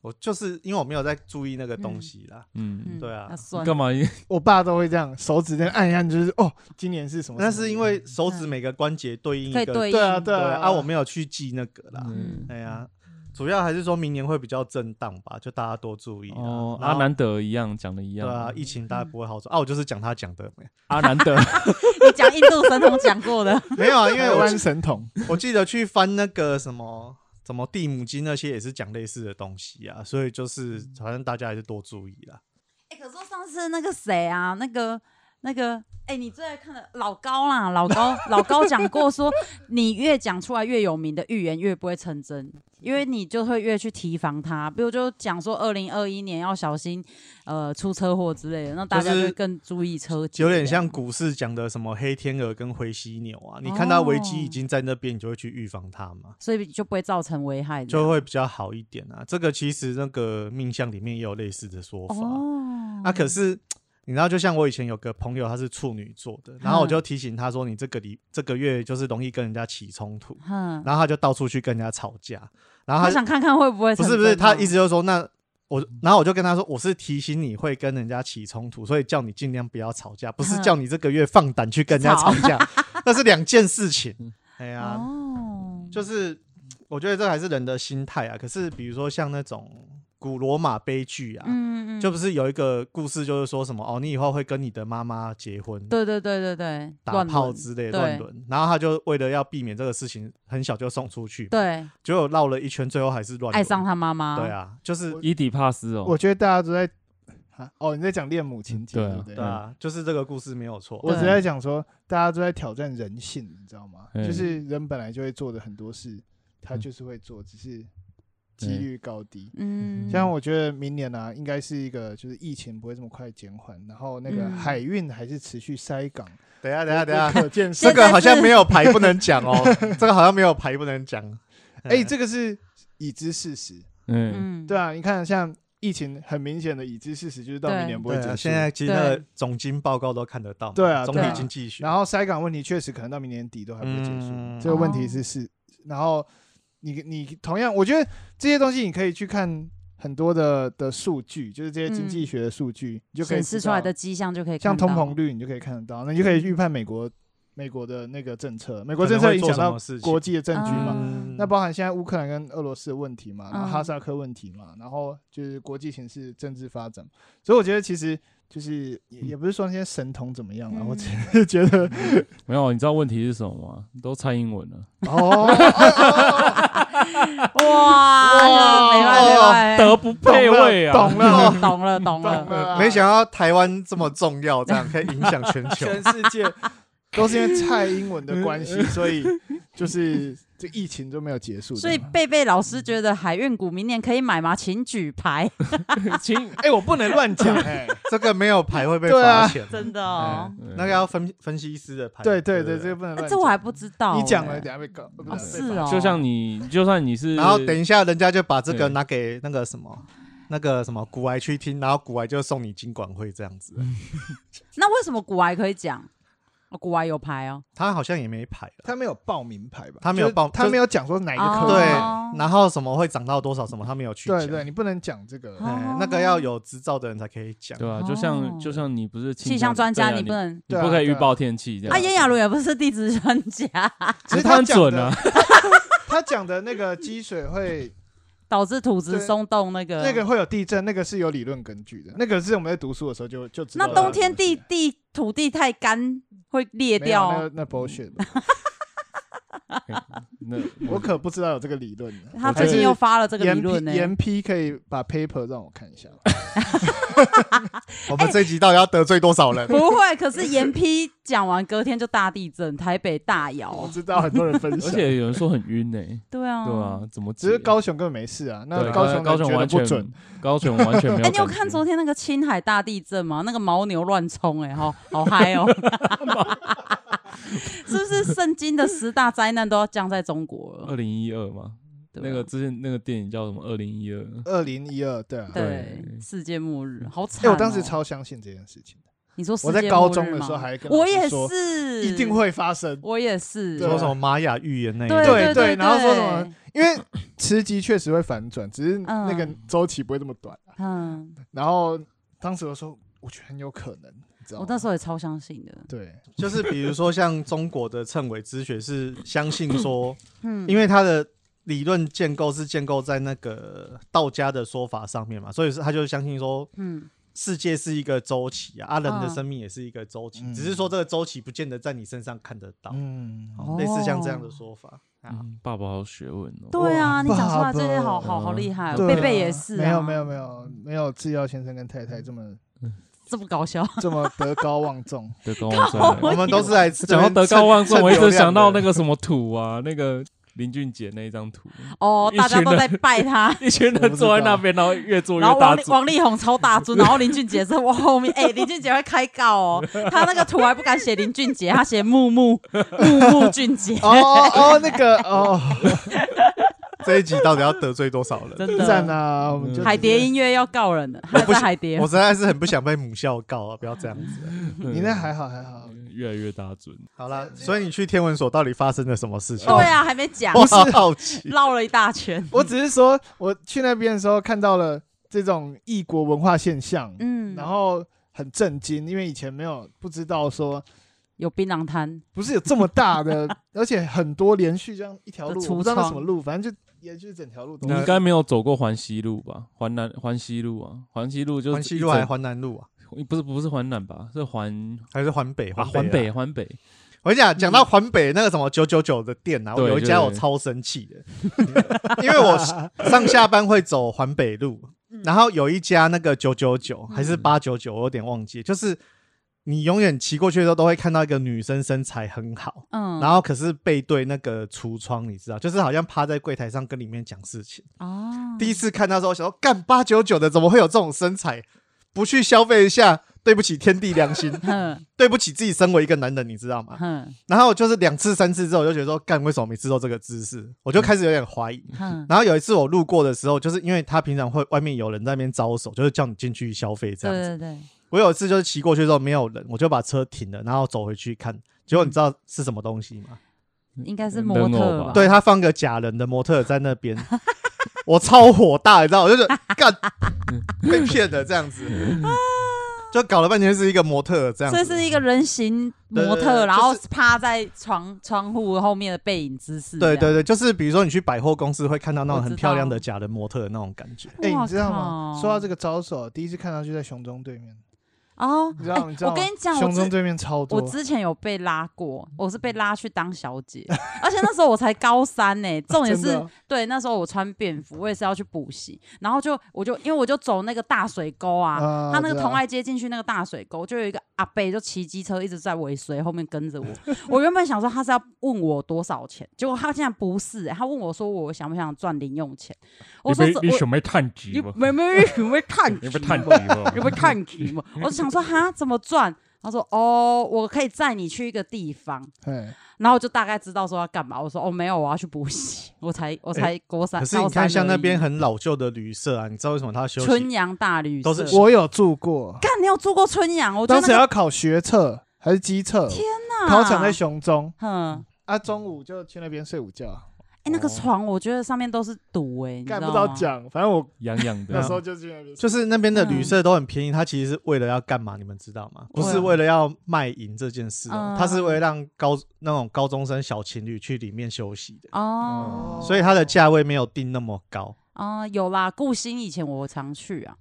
Speaker 2: 我就是因为我没有在注意那个东西啦。
Speaker 4: 嗯
Speaker 1: 嗯，，
Speaker 2: 对啊
Speaker 1: 那算
Speaker 4: 干嘛？
Speaker 3: 我爸都会这样，手指这样按一按，就是哦，今年是什么？
Speaker 2: 那是因为手指每个关节对应一
Speaker 1: 可以
Speaker 2: 个，
Speaker 1: 对
Speaker 3: 对啊
Speaker 1: 应
Speaker 3: 对
Speaker 2: 对啊，
Speaker 3: 啊，
Speaker 2: 我没有去记那个啦。
Speaker 4: 嗯
Speaker 1: 嗯
Speaker 2: 哎呀、主要还是说明年会比较震荡吧，就大家多注意啦啊
Speaker 4: 哦，
Speaker 2: 然
Speaker 4: 阿
Speaker 2: 后
Speaker 4: 南德一样讲的一
Speaker 2: 嗯对
Speaker 4: 样，
Speaker 2: 啊，疫情大家不会好转、啊。我就是讲他讲的，
Speaker 4: 阿南德，
Speaker 1: 你讲印度神童讲 过的，
Speaker 2: 没有啊，因为
Speaker 3: 台
Speaker 2: 我
Speaker 3: 湾神童，
Speaker 2: 我记得去翻那个什么什么地母经那些也是讲类似的东西啊，所以就是反正大家还是多注意啦。
Speaker 1: 哎、可是我上次那个谁啊，那个那个，哎、你最爱看的老高啦，老高老高讲过说，你越讲出来越有名的预言越不会成真，因为你就会越去提防它。比如就讲说，二零二一年要小心呃出车祸之类的，那大家
Speaker 2: 就
Speaker 1: 就是会更注意车技这
Speaker 2: 有
Speaker 1: 样，
Speaker 2: 点像股市讲的什么黑天鹅跟灰犀牛啊，你看到危机已经在那边，你就会去预防它嘛，
Speaker 1: 所以就不会造成危害这样，
Speaker 2: 就会比较好一点啊。这个其实那个命相里面也有类似的说法、
Speaker 1: 哦
Speaker 2: 啊，可是。你知道，就像我以前有个朋友，他是处女座的，然后我就提醒他说：“你这个礼这个月就是容易跟人家起冲突。”
Speaker 1: 嗯，
Speaker 2: 然后他就到处去跟人家吵架，然后
Speaker 1: 他
Speaker 2: 他
Speaker 1: 想看看会不会
Speaker 2: 不
Speaker 1: 成真
Speaker 2: 是
Speaker 1: 哦、
Speaker 2: 不是，他意思就是说，那我，
Speaker 1: 嗯
Speaker 2: 然后我就跟他说，我是提醒你会跟人家起冲突，所以叫你尽量不要吵架，不是
Speaker 1: 嗯
Speaker 2: 叫你这个月放胆去跟人家吵架， 那是两件事情。哎
Speaker 3: 啊
Speaker 2: 呀，
Speaker 1: 哦，
Speaker 2: 就是我觉得这还是人的心态啊。可是比如说像那种古罗马悲剧啊，
Speaker 1: 嗯嗯，
Speaker 2: 就不是有一个故事，就是说什么哦，你以后会跟你的妈妈结婚。
Speaker 1: 对对对对对，
Speaker 2: 打
Speaker 1: 乱
Speaker 2: 炮
Speaker 1: 伦
Speaker 2: 之类
Speaker 1: 对
Speaker 2: 乱伦，然后他就为了要避免这个事情，很小就送出去，，
Speaker 1: 对，
Speaker 2: 结果绕了一圈，最后还是乱
Speaker 1: 爱
Speaker 2: 伦
Speaker 1: 上他妈妈，
Speaker 2: 对啊，就是
Speaker 4: 伊底帕斯哦，
Speaker 3: 我觉得大家都在啊哦，你在讲恋母情节，
Speaker 4: 对啊
Speaker 3: 对不对
Speaker 2: 对？啊，就是这个故事没有错。
Speaker 3: 我
Speaker 1: 对
Speaker 3: 只在讲说，大家都在挑战人性，你知道吗？
Speaker 4: 嗯
Speaker 3: 就是人本来就会做的很多事，
Speaker 2: 嗯
Speaker 3: 他就是会做，只是几率高低。
Speaker 1: 嗯，
Speaker 3: 像我觉得明年啊，应该是一个就是疫情不会这么快减缓，然后那个
Speaker 1: 嗯
Speaker 3: 海运还是持续塞港，
Speaker 2: 等一下，等一下，等一下，
Speaker 3: 可见
Speaker 2: 这
Speaker 1: 现在
Speaker 2: 个
Speaker 1: 是
Speaker 2: 好像没有牌不能讲哦，这个好像没有牌不能讲。
Speaker 3: 哎，这个是已知事实，
Speaker 4: 嗯，
Speaker 1: 嗯，
Speaker 3: 对啊，你看像疫情很明显的已知事实就是到
Speaker 1: 对
Speaker 3: 明年不会
Speaker 2: 对啊，
Speaker 3: 结束，
Speaker 2: 现在其实那个
Speaker 1: 对
Speaker 2: 总经报告都看得到嘛，
Speaker 3: 对啊
Speaker 2: 总
Speaker 3: 对
Speaker 2: 体
Speaker 3: 啊
Speaker 2: 经济学。
Speaker 3: 然后塞港问题确实可能到明年底都还不会结束，
Speaker 2: 嗯
Speaker 3: 这个问
Speaker 1: 哦
Speaker 3: 题是是，然后你你同样，我觉得这些东西你可以去看很多的的数据，就是这些经济学的数据，你就可以
Speaker 1: 嗯显
Speaker 3: 知
Speaker 1: 示
Speaker 3: 道
Speaker 1: 出来的，迹象就可以
Speaker 3: 像
Speaker 1: 看到
Speaker 3: 通膨率你就可以看得到，那你就可以预判美国美国的那个政策，美国
Speaker 2: 嗯可能
Speaker 3: 政策
Speaker 2: 会
Speaker 3: 影
Speaker 2: 做
Speaker 3: 响
Speaker 2: 什
Speaker 3: 到
Speaker 2: 么事情
Speaker 3: 国际的政局嘛。
Speaker 1: 嗯
Speaker 3: 那包含现在乌克兰跟俄罗斯的问题嘛，然后
Speaker 1: 嗯
Speaker 3: 哈萨克问题嘛，然后就是国际形势、政治发展，所以我觉得其实就是也也不是说那些神童怎么样了，
Speaker 1: 嗯
Speaker 3: 我只是觉得
Speaker 4: 没有，你知道问题是什么吗？都蔡英文了，
Speaker 3: 哦，
Speaker 1: 哇，哦没办
Speaker 3: 哦
Speaker 1: 法，哎
Speaker 4: 德不配位啊，
Speaker 3: 懂了，
Speaker 1: 懂了懂
Speaker 3: 懂
Speaker 1: 了，
Speaker 3: 了啊，
Speaker 2: 没想到台湾这么重要，这样可以影响 全嗯球。
Speaker 3: 全世界都是因为蔡英文的关系，所以就是这疫情都没有结束的嘛，
Speaker 1: 所以贝贝老师觉得海运股明年可以买吗？请举牌，
Speaker 4: 请
Speaker 2: 哎，我不能乱 讲，
Speaker 3: 哎，
Speaker 2: 这个没有牌会被
Speaker 3: 对啊
Speaker 2: 罚钱，
Speaker 1: 真的
Speaker 2: 哎
Speaker 1: 哦。
Speaker 2: 那个要分分析师的牌。
Speaker 3: 对对
Speaker 2: 不
Speaker 3: 对，这个不能
Speaker 1: 哎
Speaker 3: 乱
Speaker 1: 这
Speaker 3: 讲。
Speaker 1: 我还不知道欸。
Speaker 3: 你讲了，等下被告，不
Speaker 1: 哦，
Speaker 3: 是
Speaker 1: 是哦，
Speaker 4: 就像你，就算你是，
Speaker 2: 然后等一下，人家就把这个
Speaker 4: 对
Speaker 2: 拿给那个什么。那个什么古癌去听，然后古癌就送你金管会这样子，
Speaker 4: 嗯
Speaker 1: 那为什么古癌可以讲？哦古癌有牌哦，
Speaker 2: 他好像也没牌了。
Speaker 3: 他没有报名牌吧？
Speaker 2: 他没有报
Speaker 3: 就是他没有讲说哪一个
Speaker 1: 哦
Speaker 3: 科
Speaker 2: 对
Speaker 3: 目。
Speaker 2: 然后什么会涨到多少，什么他没有去讲，
Speaker 3: 对对，你不能讲这个。
Speaker 2: 哎那个要有执照的人才可以讲。
Speaker 4: 对啊，
Speaker 1: 哦
Speaker 4: 就像就像你不是
Speaker 1: 气象专家
Speaker 4: 对啊
Speaker 1: 你
Speaker 4: 你
Speaker 1: 不能，
Speaker 4: 你
Speaker 3: 对啊
Speaker 4: 不可以
Speaker 3: 对
Speaker 4: 预
Speaker 3: 啊
Speaker 4: 报天气这样。
Speaker 1: 啊，炎亚纶也不是地质专家，
Speaker 4: 可
Speaker 3: 其实
Speaker 4: 是他
Speaker 3: 他
Speaker 4: 很
Speaker 3: 讲
Speaker 4: 准
Speaker 3: 的
Speaker 4: 啊，，
Speaker 3: 他讲的那个积水会，
Speaker 1: 导致土质
Speaker 3: 对啊
Speaker 1: 松动那个
Speaker 3: 那个会有地震，那个是有理论根据的。那个是我们在读书的时候就就知道
Speaker 1: 那
Speaker 3: 的。
Speaker 1: 冬天地地土地太干会裂
Speaker 3: 没有
Speaker 1: 掉
Speaker 3: 那
Speaker 1: 哦，
Speaker 3: 那 bullshit，
Speaker 4: 那
Speaker 3: 我可不知道有这个理论呢。
Speaker 1: 他最近又发了这个理
Speaker 3: 严
Speaker 1: 论呢。
Speaker 3: 严批可以把 paper 让我看一下。
Speaker 2: 我们这一集到底要得罪多少人？
Speaker 1: 不会，可是严批讲完隔天就大地震，台北大摇
Speaker 3: 我。知道很多人分享，
Speaker 4: 而且有人说很晕呢，
Speaker 1: 对啊，。
Speaker 4: 对啊，怎么
Speaker 3: 只是
Speaker 4: 解
Speaker 3: 高雄根本没事啊。那
Speaker 4: 对
Speaker 3: 高雄
Speaker 4: 高
Speaker 3: 人
Speaker 4: 雄
Speaker 3: 觉得
Speaker 4: 完
Speaker 3: 不
Speaker 4: 全
Speaker 3: 准，，
Speaker 4: 高雄完全没有
Speaker 1: 哎、你有看昨
Speaker 4: 昨
Speaker 1: 天那个青海大地震吗？那个牦牛乱冲、哎，好好嗨 哦！是不是圣经的十大灾难都要降在中国
Speaker 4: 二
Speaker 1: 了？
Speaker 4: 零一二嘛？
Speaker 1: 对啊吧
Speaker 4: 那个之前那个电影叫什么？二零一二。
Speaker 3: 二零一二对啊。
Speaker 1: 对
Speaker 4: 对
Speaker 1: 世界末日，好惨、
Speaker 3: 哎，
Speaker 1: 哦！
Speaker 3: 我当时超相信这件事情的，
Speaker 1: 你说世
Speaker 3: 我在
Speaker 1: 界
Speaker 3: 高
Speaker 1: 末日
Speaker 3: 中的
Speaker 1: 吗
Speaker 3: 时候还跟
Speaker 1: 我
Speaker 3: 老师
Speaker 1: 也
Speaker 3: 说
Speaker 1: 是
Speaker 3: 一定，会发生。
Speaker 1: 我也是，
Speaker 3: 对
Speaker 2: 说什么玛雅预言那一
Speaker 1: 对
Speaker 2: 类
Speaker 1: 对
Speaker 3: 对对然后说什么
Speaker 1: 对
Speaker 3: 因为磁极确实会反转，只是那个周期不会这么短。啊
Speaker 1: 嗯，
Speaker 3: 然后当时我说，我觉得很有可能，你知道
Speaker 1: 我
Speaker 3: 吗？
Speaker 1: 那时候也超相信的，
Speaker 3: 对，
Speaker 2: 就是比如说像中国的谶纬之学是相信说，
Speaker 1: 嗯，
Speaker 2: 因为它的理论建构是建构在那个道家的说法上面嘛，所以是他就相信说
Speaker 1: 嗯，
Speaker 2: 世界是一个周期啊，啊人的
Speaker 1: 嗯
Speaker 2: 生命也是一个周期，
Speaker 3: 嗯
Speaker 2: 只是说这个周期不见得在你身上看得到，
Speaker 3: 嗯，
Speaker 1: 哦
Speaker 2: 类似像这样的说法。啊
Speaker 4: 嗯，爸爸好有学问哦。
Speaker 1: 对啊，你讲出来这些
Speaker 3: 爸
Speaker 1: 好
Speaker 4: 爸
Speaker 1: 好好厉害哦，
Speaker 3: 对啊
Speaker 1: 贝贝也是啊，
Speaker 3: 没有没有没有没有制药先生跟太太 这么
Speaker 1: 这么搞笑，
Speaker 3: 这么德高 望重。
Speaker 4: 德高望重
Speaker 2: 我
Speaker 4: 哎。
Speaker 2: 们都是来
Speaker 4: 讲到德
Speaker 1: 啊
Speaker 4: 高望重，
Speaker 2: 蹭
Speaker 4: 我一直
Speaker 2: 流量
Speaker 4: 想到
Speaker 2: 的
Speaker 4: 那个什么图啊，那个林俊杰那一张 图，
Speaker 1: 哦，
Speaker 4: 一
Speaker 1: 大家
Speaker 4: 群
Speaker 1: 都
Speaker 4: 人
Speaker 1: 在
Speaker 4: 。
Speaker 1: 拜他
Speaker 4: 一群
Speaker 3: 我不
Speaker 4: 人
Speaker 3: 知
Speaker 4: 坐在那
Speaker 3: 道
Speaker 4: 边，然后越坐越
Speaker 1: 然后
Speaker 4: 大
Speaker 1: 王力
Speaker 4: 只。
Speaker 1: 王力宏 超大猪，然后林俊杰在我后面，哎、林俊杰会开告哦，他那个图还不敢写林俊杰，他写木木木木俊杰，
Speaker 3: 哦哦，那个哦，
Speaker 2: 这一集到底要得罪多少人？
Speaker 1: 真
Speaker 3: 赞
Speaker 1: 的，
Speaker 3: 啊，我们
Speaker 5: 嗯
Speaker 3: 就
Speaker 1: 海蝶音乐要告人了，
Speaker 2: 我
Speaker 1: 他
Speaker 2: 不
Speaker 1: 在
Speaker 2: 想
Speaker 1: 海蝶
Speaker 2: 我，实在是很不想被母校告啊！不要这样
Speaker 1: 嗯
Speaker 2: 子。
Speaker 3: 你那还好还好，
Speaker 4: 越来越大尊。
Speaker 2: 好啦，所以你去天文所到底发生了什么事情？
Speaker 1: 对啊，还没讲，
Speaker 2: 我好好奇。
Speaker 1: 绕了一大圈，
Speaker 3: 我只是说我去那边的时候看到了这种异国文化现象，
Speaker 1: 嗯，
Speaker 3: 然后很震惊，因为以前没有不知道说
Speaker 1: 有槟榔摊，
Speaker 3: 不是有这么 大的，而且很多连续这样一条路，
Speaker 1: 的
Speaker 3: 我不知道
Speaker 1: 橱
Speaker 3: 那
Speaker 1: 窗
Speaker 3: 什么路，反正就延续整条路都
Speaker 4: 你
Speaker 3: 是
Speaker 4: 应。该没有走过环西路吧？环南环西路啊，环西路就是
Speaker 2: 环西
Speaker 4: 一
Speaker 2: 路还是
Speaker 4: 整
Speaker 2: 环南路啊？
Speaker 4: 不是不是环南吧？是环
Speaker 2: 还是环北？
Speaker 4: 啊环
Speaker 2: 北
Speaker 4: 北
Speaker 2: 啊。
Speaker 4: 环北，
Speaker 2: 我跟你讲，讲到环北那个什么九九九的店啊，
Speaker 4: 对
Speaker 2: 我有一家
Speaker 4: 对
Speaker 2: 我超生气的，因为我上下班会走环北路，然后有一家那个九九九还是八九九，我有点忘记，就是你永远骑过去的时候都会看到一个女生身材很好，
Speaker 1: 嗯，
Speaker 2: 然后可是背对那个橱窗，你知道，就是好像趴在柜台上跟里面讲事情。
Speaker 1: 啊，，
Speaker 2: 第一次看到的时候，我想说，干八九九的怎么会有这种身材？不去消费一下，对不起天地良心
Speaker 1: 哼
Speaker 2: 对不起自己身为一个男人，你知道吗？
Speaker 1: 哼
Speaker 2: 然后就是两次、三次之后，我就觉得说，干为什么每次都这个姿势？我就开始有点怀疑。
Speaker 4: 嗯
Speaker 1: 哼，
Speaker 2: 然后有一次我路过的时候，就是因为他平常会外面有人在那边招手，就是叫你进去消费这
Speaker 1: 对
Speaker 2: 样子。
Speaker 1: 对对，
Speaker 2: 我有一次就是骑过去之后没有人，我就把车停了，然后走回去看，结果你知道是什么东西吗？
Speaker 1: 嗯应该是
Speaker 4: 人
Speaker 1: 模
Speaker 4: 偶
Speaker 1: 特
Speaker 4: 嗯吧
Speaker 2: 对他放个假人的模特在那 边，我超火大，你知道，我就觉得干被骗了这样 子，就搞了半天是一个模特这样
Speaker 1: 所以
Speaker 2: 子，
Speaker 1: 是一个人形
Speaker 2: 对
Speaker 1: 模
Speaker 2: 对
Speaker 1: 特，
Speaker 2: 对
Speaker 1: 然后
Speaker 2: 就是
Speaker 1: 趴在窗窗户后面的背影姿势。
Speaker 2: 对对对，
Speaker 1: 对，
Speaker 2: 就是比如说你去百货公司会看到那种
Speaker 1: 我
Speaker 2: 很
Speaker 1: 知
Speaker 2: 漂亮
Speaker 1: 道
Speaker 2: 的假人模特的那种感觉，
Speaker 3: 哎、你知道吗？
Speaker 1: 哇靠
Speaker 3: 说到这个招手，第一次看到就在熊中对面，
Speaker 1: 哦
Speaker 3: 你，知道？
Speaker 1: 哎
Speaker 3: 你知道吗？
Speaker 1: 我跟你讲，我
Speaker 3: 熊中
Speaker 1: 之
Speaker 3: 对面超多
Speaker 1: 我。之前有被拉过，我是被拉去当小姐，而且那时候我才高三呢、重点
Speaker 3: 真的
Speaker 1: 是
Speaker 3: 哦
Speaker 1: 对那时候我穿便服，我也是要去补习，然后就我就因为我就走那个大水沟啊，
Speaker 3: 啊
Speaker 1: 他那个
Speaker 3: 我知
Speaker 1: 同
Speaker 3: 道
Speaker 1: 爱街进去那个大水沟，就有一个阿贝就骑机车一直在尾随后面跟着我。 我原本想说他是要问我多少钱，结果他竟然不是、欸他问我说我想不想赚零用钱。我说
Speaker 4: 你
Speaker 1: 我
Speaker 4: 什么探级
Speaker 1: 你
Speaker 4: 吗？
Speaker 1: 没没你准备 探
Speaker 4: 你被
Speaker 1: 级
Speaker 4: 探级
Speaker 1: 吗
Speaker 4: 吗？
Speaker 1: 有没有看题吗？我就想说哈，怎么赚？他说哦，我可以载你去一个地方，
Speaker 3: 哎，
Speaker 1: 然后我就大概知道说要干嘛。我说哦，没有，我要去补习， 我才我才国三。
Speaker 2: 可是
Speaker 1: 高
Speaker 2: 你看，
Speaker 1: 三
Speaker 2: 像
Speaker 1: 而
Speaker 2: 那
Speaker 1: 已
Speaker 2: 边很老旧的旅社啊，你知道为什么它休
Speaker 1: 春
Speaker 2: 息？
Speaker 1: 阳大旅
Speaker 2: 都是
Speaker 1: 社
Speaker 3: 我有住过，
Speaker 1: 干，你有住过春阳？我觉
Speaker 3: 当
Speaker 1: 得
Speaker 3: 时
Speaker 1: 那啊
Speaker 3: 要考学测还是机测，
Speaker 1: 个
Speaker 3: 考场在熊中
Speaker 1: 嗯，
Speaker 3: 啊，中午就去那边睡午觉，
Speaker 1: 哎，那个
Speaker 4: 哦
Speaker 1: 床我觉得上面都是毒哎，你知
Speaker 3: 干不
Speaker 1: 道
Speaker 3: 到
Speaker 1: 吗。
Speaker 3: 讲，反正我
Speaker 4: 痒痒
Speaker 3: 那
Speaker 4: 的
Speaker 3: 时，候就去那边睡。
Speaker 2: 就是那边的
Speaker 1: 嗯
Speaker 2: 旅社都很便宜，它其实是为了要干嘛？你们知道吗？不是
Speaker 1: 为了
Speaker 2: 为了要卖淫这件事哦
Speaker 1: 嗯，
Speaker 2: 它是为了让高那种高中生小情侣去里面休息的，
Speaker 1: 哦
Speaker 2: 所以它的价位没有定那么高。
Speaker 1: 哦，有啦，顾星以前我常去啊，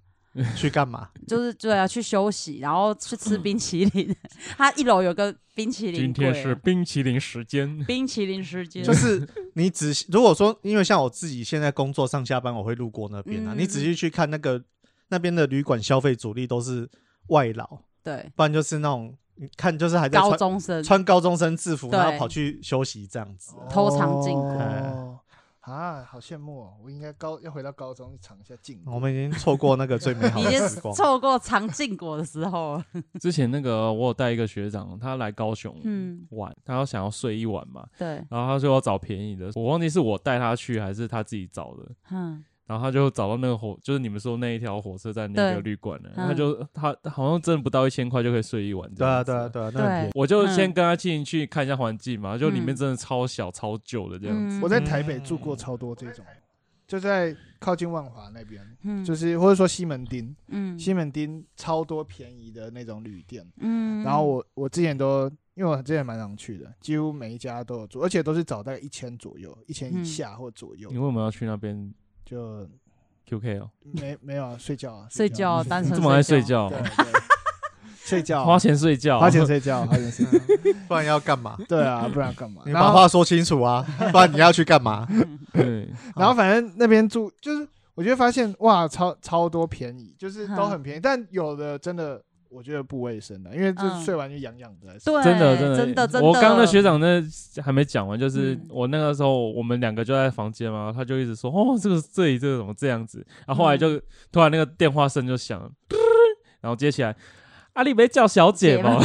Speaker 2: 去干 嘛？
Speaker 1: 就是对啊，去休息，然后去吃冰淇淋。 他一楼有个冰淇 淋
Speaker 4: 今
Speaker 1: 柜啊，
Speaker 4: 天是冰淇淋时 间，
Speaker 1: 冰淇淋时间，
Speaker 2: 就是你仔细，如果说因为像我自己现在工作上下班，我会路过那边啊，
Speaker 1: 嗯
Speaker 2: 你仔细去看那个那边的旅馆消费主力都是外劳，
Speaker 1: 对
Speaker 2: 不然就是那种你看就是还在
Speaker 1: 高
Speaker 2: 穿
Speaker 1: 中生
Speaker 2: 穿高中生制服，
Speaker 1: 对
Speaker 2: 然后跑去休息这样子啊。
Speaker 1: 偷藏禁锢
Speaker 3: 哦啊，好羡慕哦！我应该高要回到高中尝一下禁
Speaker 2: 我们已经错过那个最美好
Speaker 1: 已
Speaker 2: 的
Speaker 1: 经
Speaker 2: 时光。
Speaker 1: 错过尝禁果的时候了。
Speaker 4: 之前那个我有带一个学长，他来高雄
Speaker 1: 嗯
Speaker 4: 玩，他要想要睡一晚嘛，
Speaker 1: 对，
Speaker 4: 然后他说要找便宜的，我忘记是我带他去还是他自己找的。
Speaker 1: 嗯，
Speaker 4: 然后他就找到那个火，就是你们说那一条火车站那个
Speaker 1: 对
Speaker 4: 旅馆了。
Speaker 1: 嗯
Speaker 4: 他就他他好像真的不到一千块就可以睡一晚。
Speaker 2: 对啊，对啊，。对啊，那很便宜
Speaker 1: 对，
Speaker 4: 我就先跟他进去看一下环境嘛，就里面
Speaker 1: 嗯
Speaker 4: 真的超小、超旧的这样子。
Speaker 1: 嗯
Speaker 3: 我在台北住过超多这种，就在靠近万华那边，
Speaker 1: 嗯
Speaker 3: 就是或者说西门町，
Speaker 1: 嗯
Speaker 3: 西门町超多便宜的那种旅店。
Speaker 1: 嗯
Speaker 3: 然后我我之前都，因为我之前蛮常去的，几乎每一家都有住，而且都是找大概一千左右，一千以
Speaker 1: 嗯
Speaker 3: 下或左右
Speaker 4: 你，为什么要去那边
Speaker 3: 就
Speaker 4: QK 哦？
Speaker 3: 没没有啊，睡觉啊，
Speaker 1: 睡觉单纯
Speaker 4: 这么爱睡，觉
Speaker 3: 对
Speaker 4: 哦，
Speaker 3: 对， 睡觉啊
Speaker 4: 花钱睡觉，
Speaker 3: 花钱睡觉，啊花钱睡觉，
Speaker 2: 不然要 干嘛？
Speaker 3: 对啊，不然干嘛？
Speaker 2: 你
Speaker 3: 然
Speaker 2: 把
Speaker 3: 后
Speaker 2: 话说清楚 啊，不然你要去干嘛？
Speaker 4: 对，
Speaker 3: 然后反正那边住就是，我就会发现哇，超超多便宜，就是都很便宜，但有的真的我觉得不卫生啊的，因为就
Speaker 1: 嗯
Speaker 3: 睡完就痒痒的。。
Speaker 1: 对，啊
Speaker 4: 真的真
Speaker 1: 真
Speaker 4: 的
Speaker 1: 的真的。
Speaker 4: 我刚刚的学长那还没讲完，就是
Speaker 1: 嗯
Speaker 4: 我那个时候我们两个就在房间嘛，他就一直说哦，这个这里这个怎么这样子，然后
Speaker 1: 嗯
Speaker 4: 后来就突然那个电话声就响了， 嘟然后接起来。阿丽没叫小姐吗？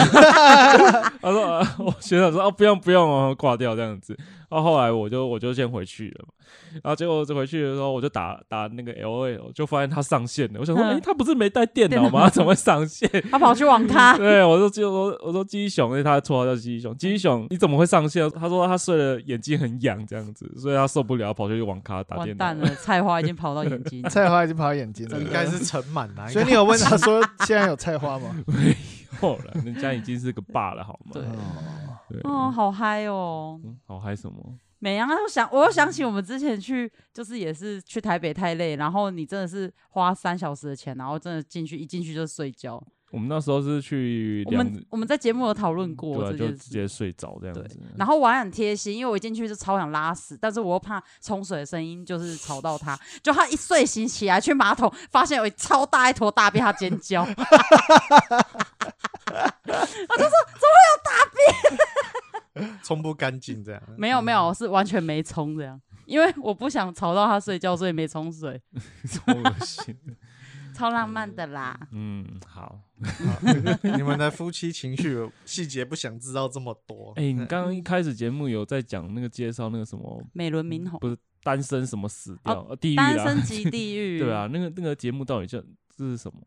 Speaker 4: 他说、呃我学长说哦，不用不用哦，挂掉这样子。然后后来我就我就先回去了嘛，然后结果回去的时候我就打打那个 L A，就发现他上线了。我想说，
Speaker 1: 嗯
Speaker 4: 哎、他不是没带电脑 吗？怎么会上线？，
Speaker 1: 他跑去网咖
Speaker 4: 对，我说记，我说我说鸡熊，因为他的绰号叫鸡
Speaker 1: 嗯
Speaker 4: 熊。鸡熊，你怎么会上线？他说他睡了，眼睛很痒，这样子，所以他受不了，跑去网咖打
Speaker 1: 完
Speaker 4: 电
Speaker 1: 蛋
Speaker 4: 脑。
Speaker 1: 了，菜花已经跑到眼睛
Speaker 3: 菜花已经跑到眼睛了，
Speaker 2: 应该是盛满啊。
Speaker 3: 所以你有问他说现在有菜 花吗？
Speaker 4: 没有了，人家已经是个爸了，好吗？
Speaker 1: 对
Speaker 3: 哦
Speaker 4: 对，
Speaker 1: 哦，好嗨哦！
Speaker 4: 嗯好嗨什么？
Speaker 1: 美阳，我想，我又想起我们之前去，就是也是去台北太累，然后你真的是花三小时的钱，然后真的进去一进去就睡觉。
Speaker 4: 我们那时候是去
Speaker 1: 我
Speaker 4: 两，
Speaker 1: 们我们在节目有讨论
Speaker 4: 对、
Speaker 1: 过
Speaker 4: 啊，
Speaker 1: 这
Speaker 4: 就
Speaker 1: 件
Speaker 4: 直
Speaker 1: 事，
Speaker 4: 接睡着这样
Speaker 1: 对
Speaker 4: 子。
Speaker 1: 然后我还很贴心，因为我一进去就超想拉屎，但是我又怕冲水的声音就是吵到 他，就他一睡醒起来去马桶，发现有一超大一坨大便，他尖叫。我就说怎么
Speaker 2: 冲不干净这样。
Speaker 1: 没有没
Speaker 4: 嗯
Speaker 1: 有，是完全没冲这样，因为我不想吵到他睡觉，所以没冲水，
Speaker 4: 超恶心。
Speaker 1: 超浪漫的啦。
Speaker 4: 嗯，好。
Speaker 2: 你们的夫妻情绪细节不想知道这么多。
Speaker 4: 哎、你刚刚一开始节目有在讲那个介绍那个什么
Speaker 1: 美轮明宏，
Speaker 4: 不是单身什么死掉、呃地狱
Speaker 1: 单
Speaker 4: 啦
Speaker 1: 身即地狱，
Speaker 4: 对啊，，那个那个节目到底叫这是什么？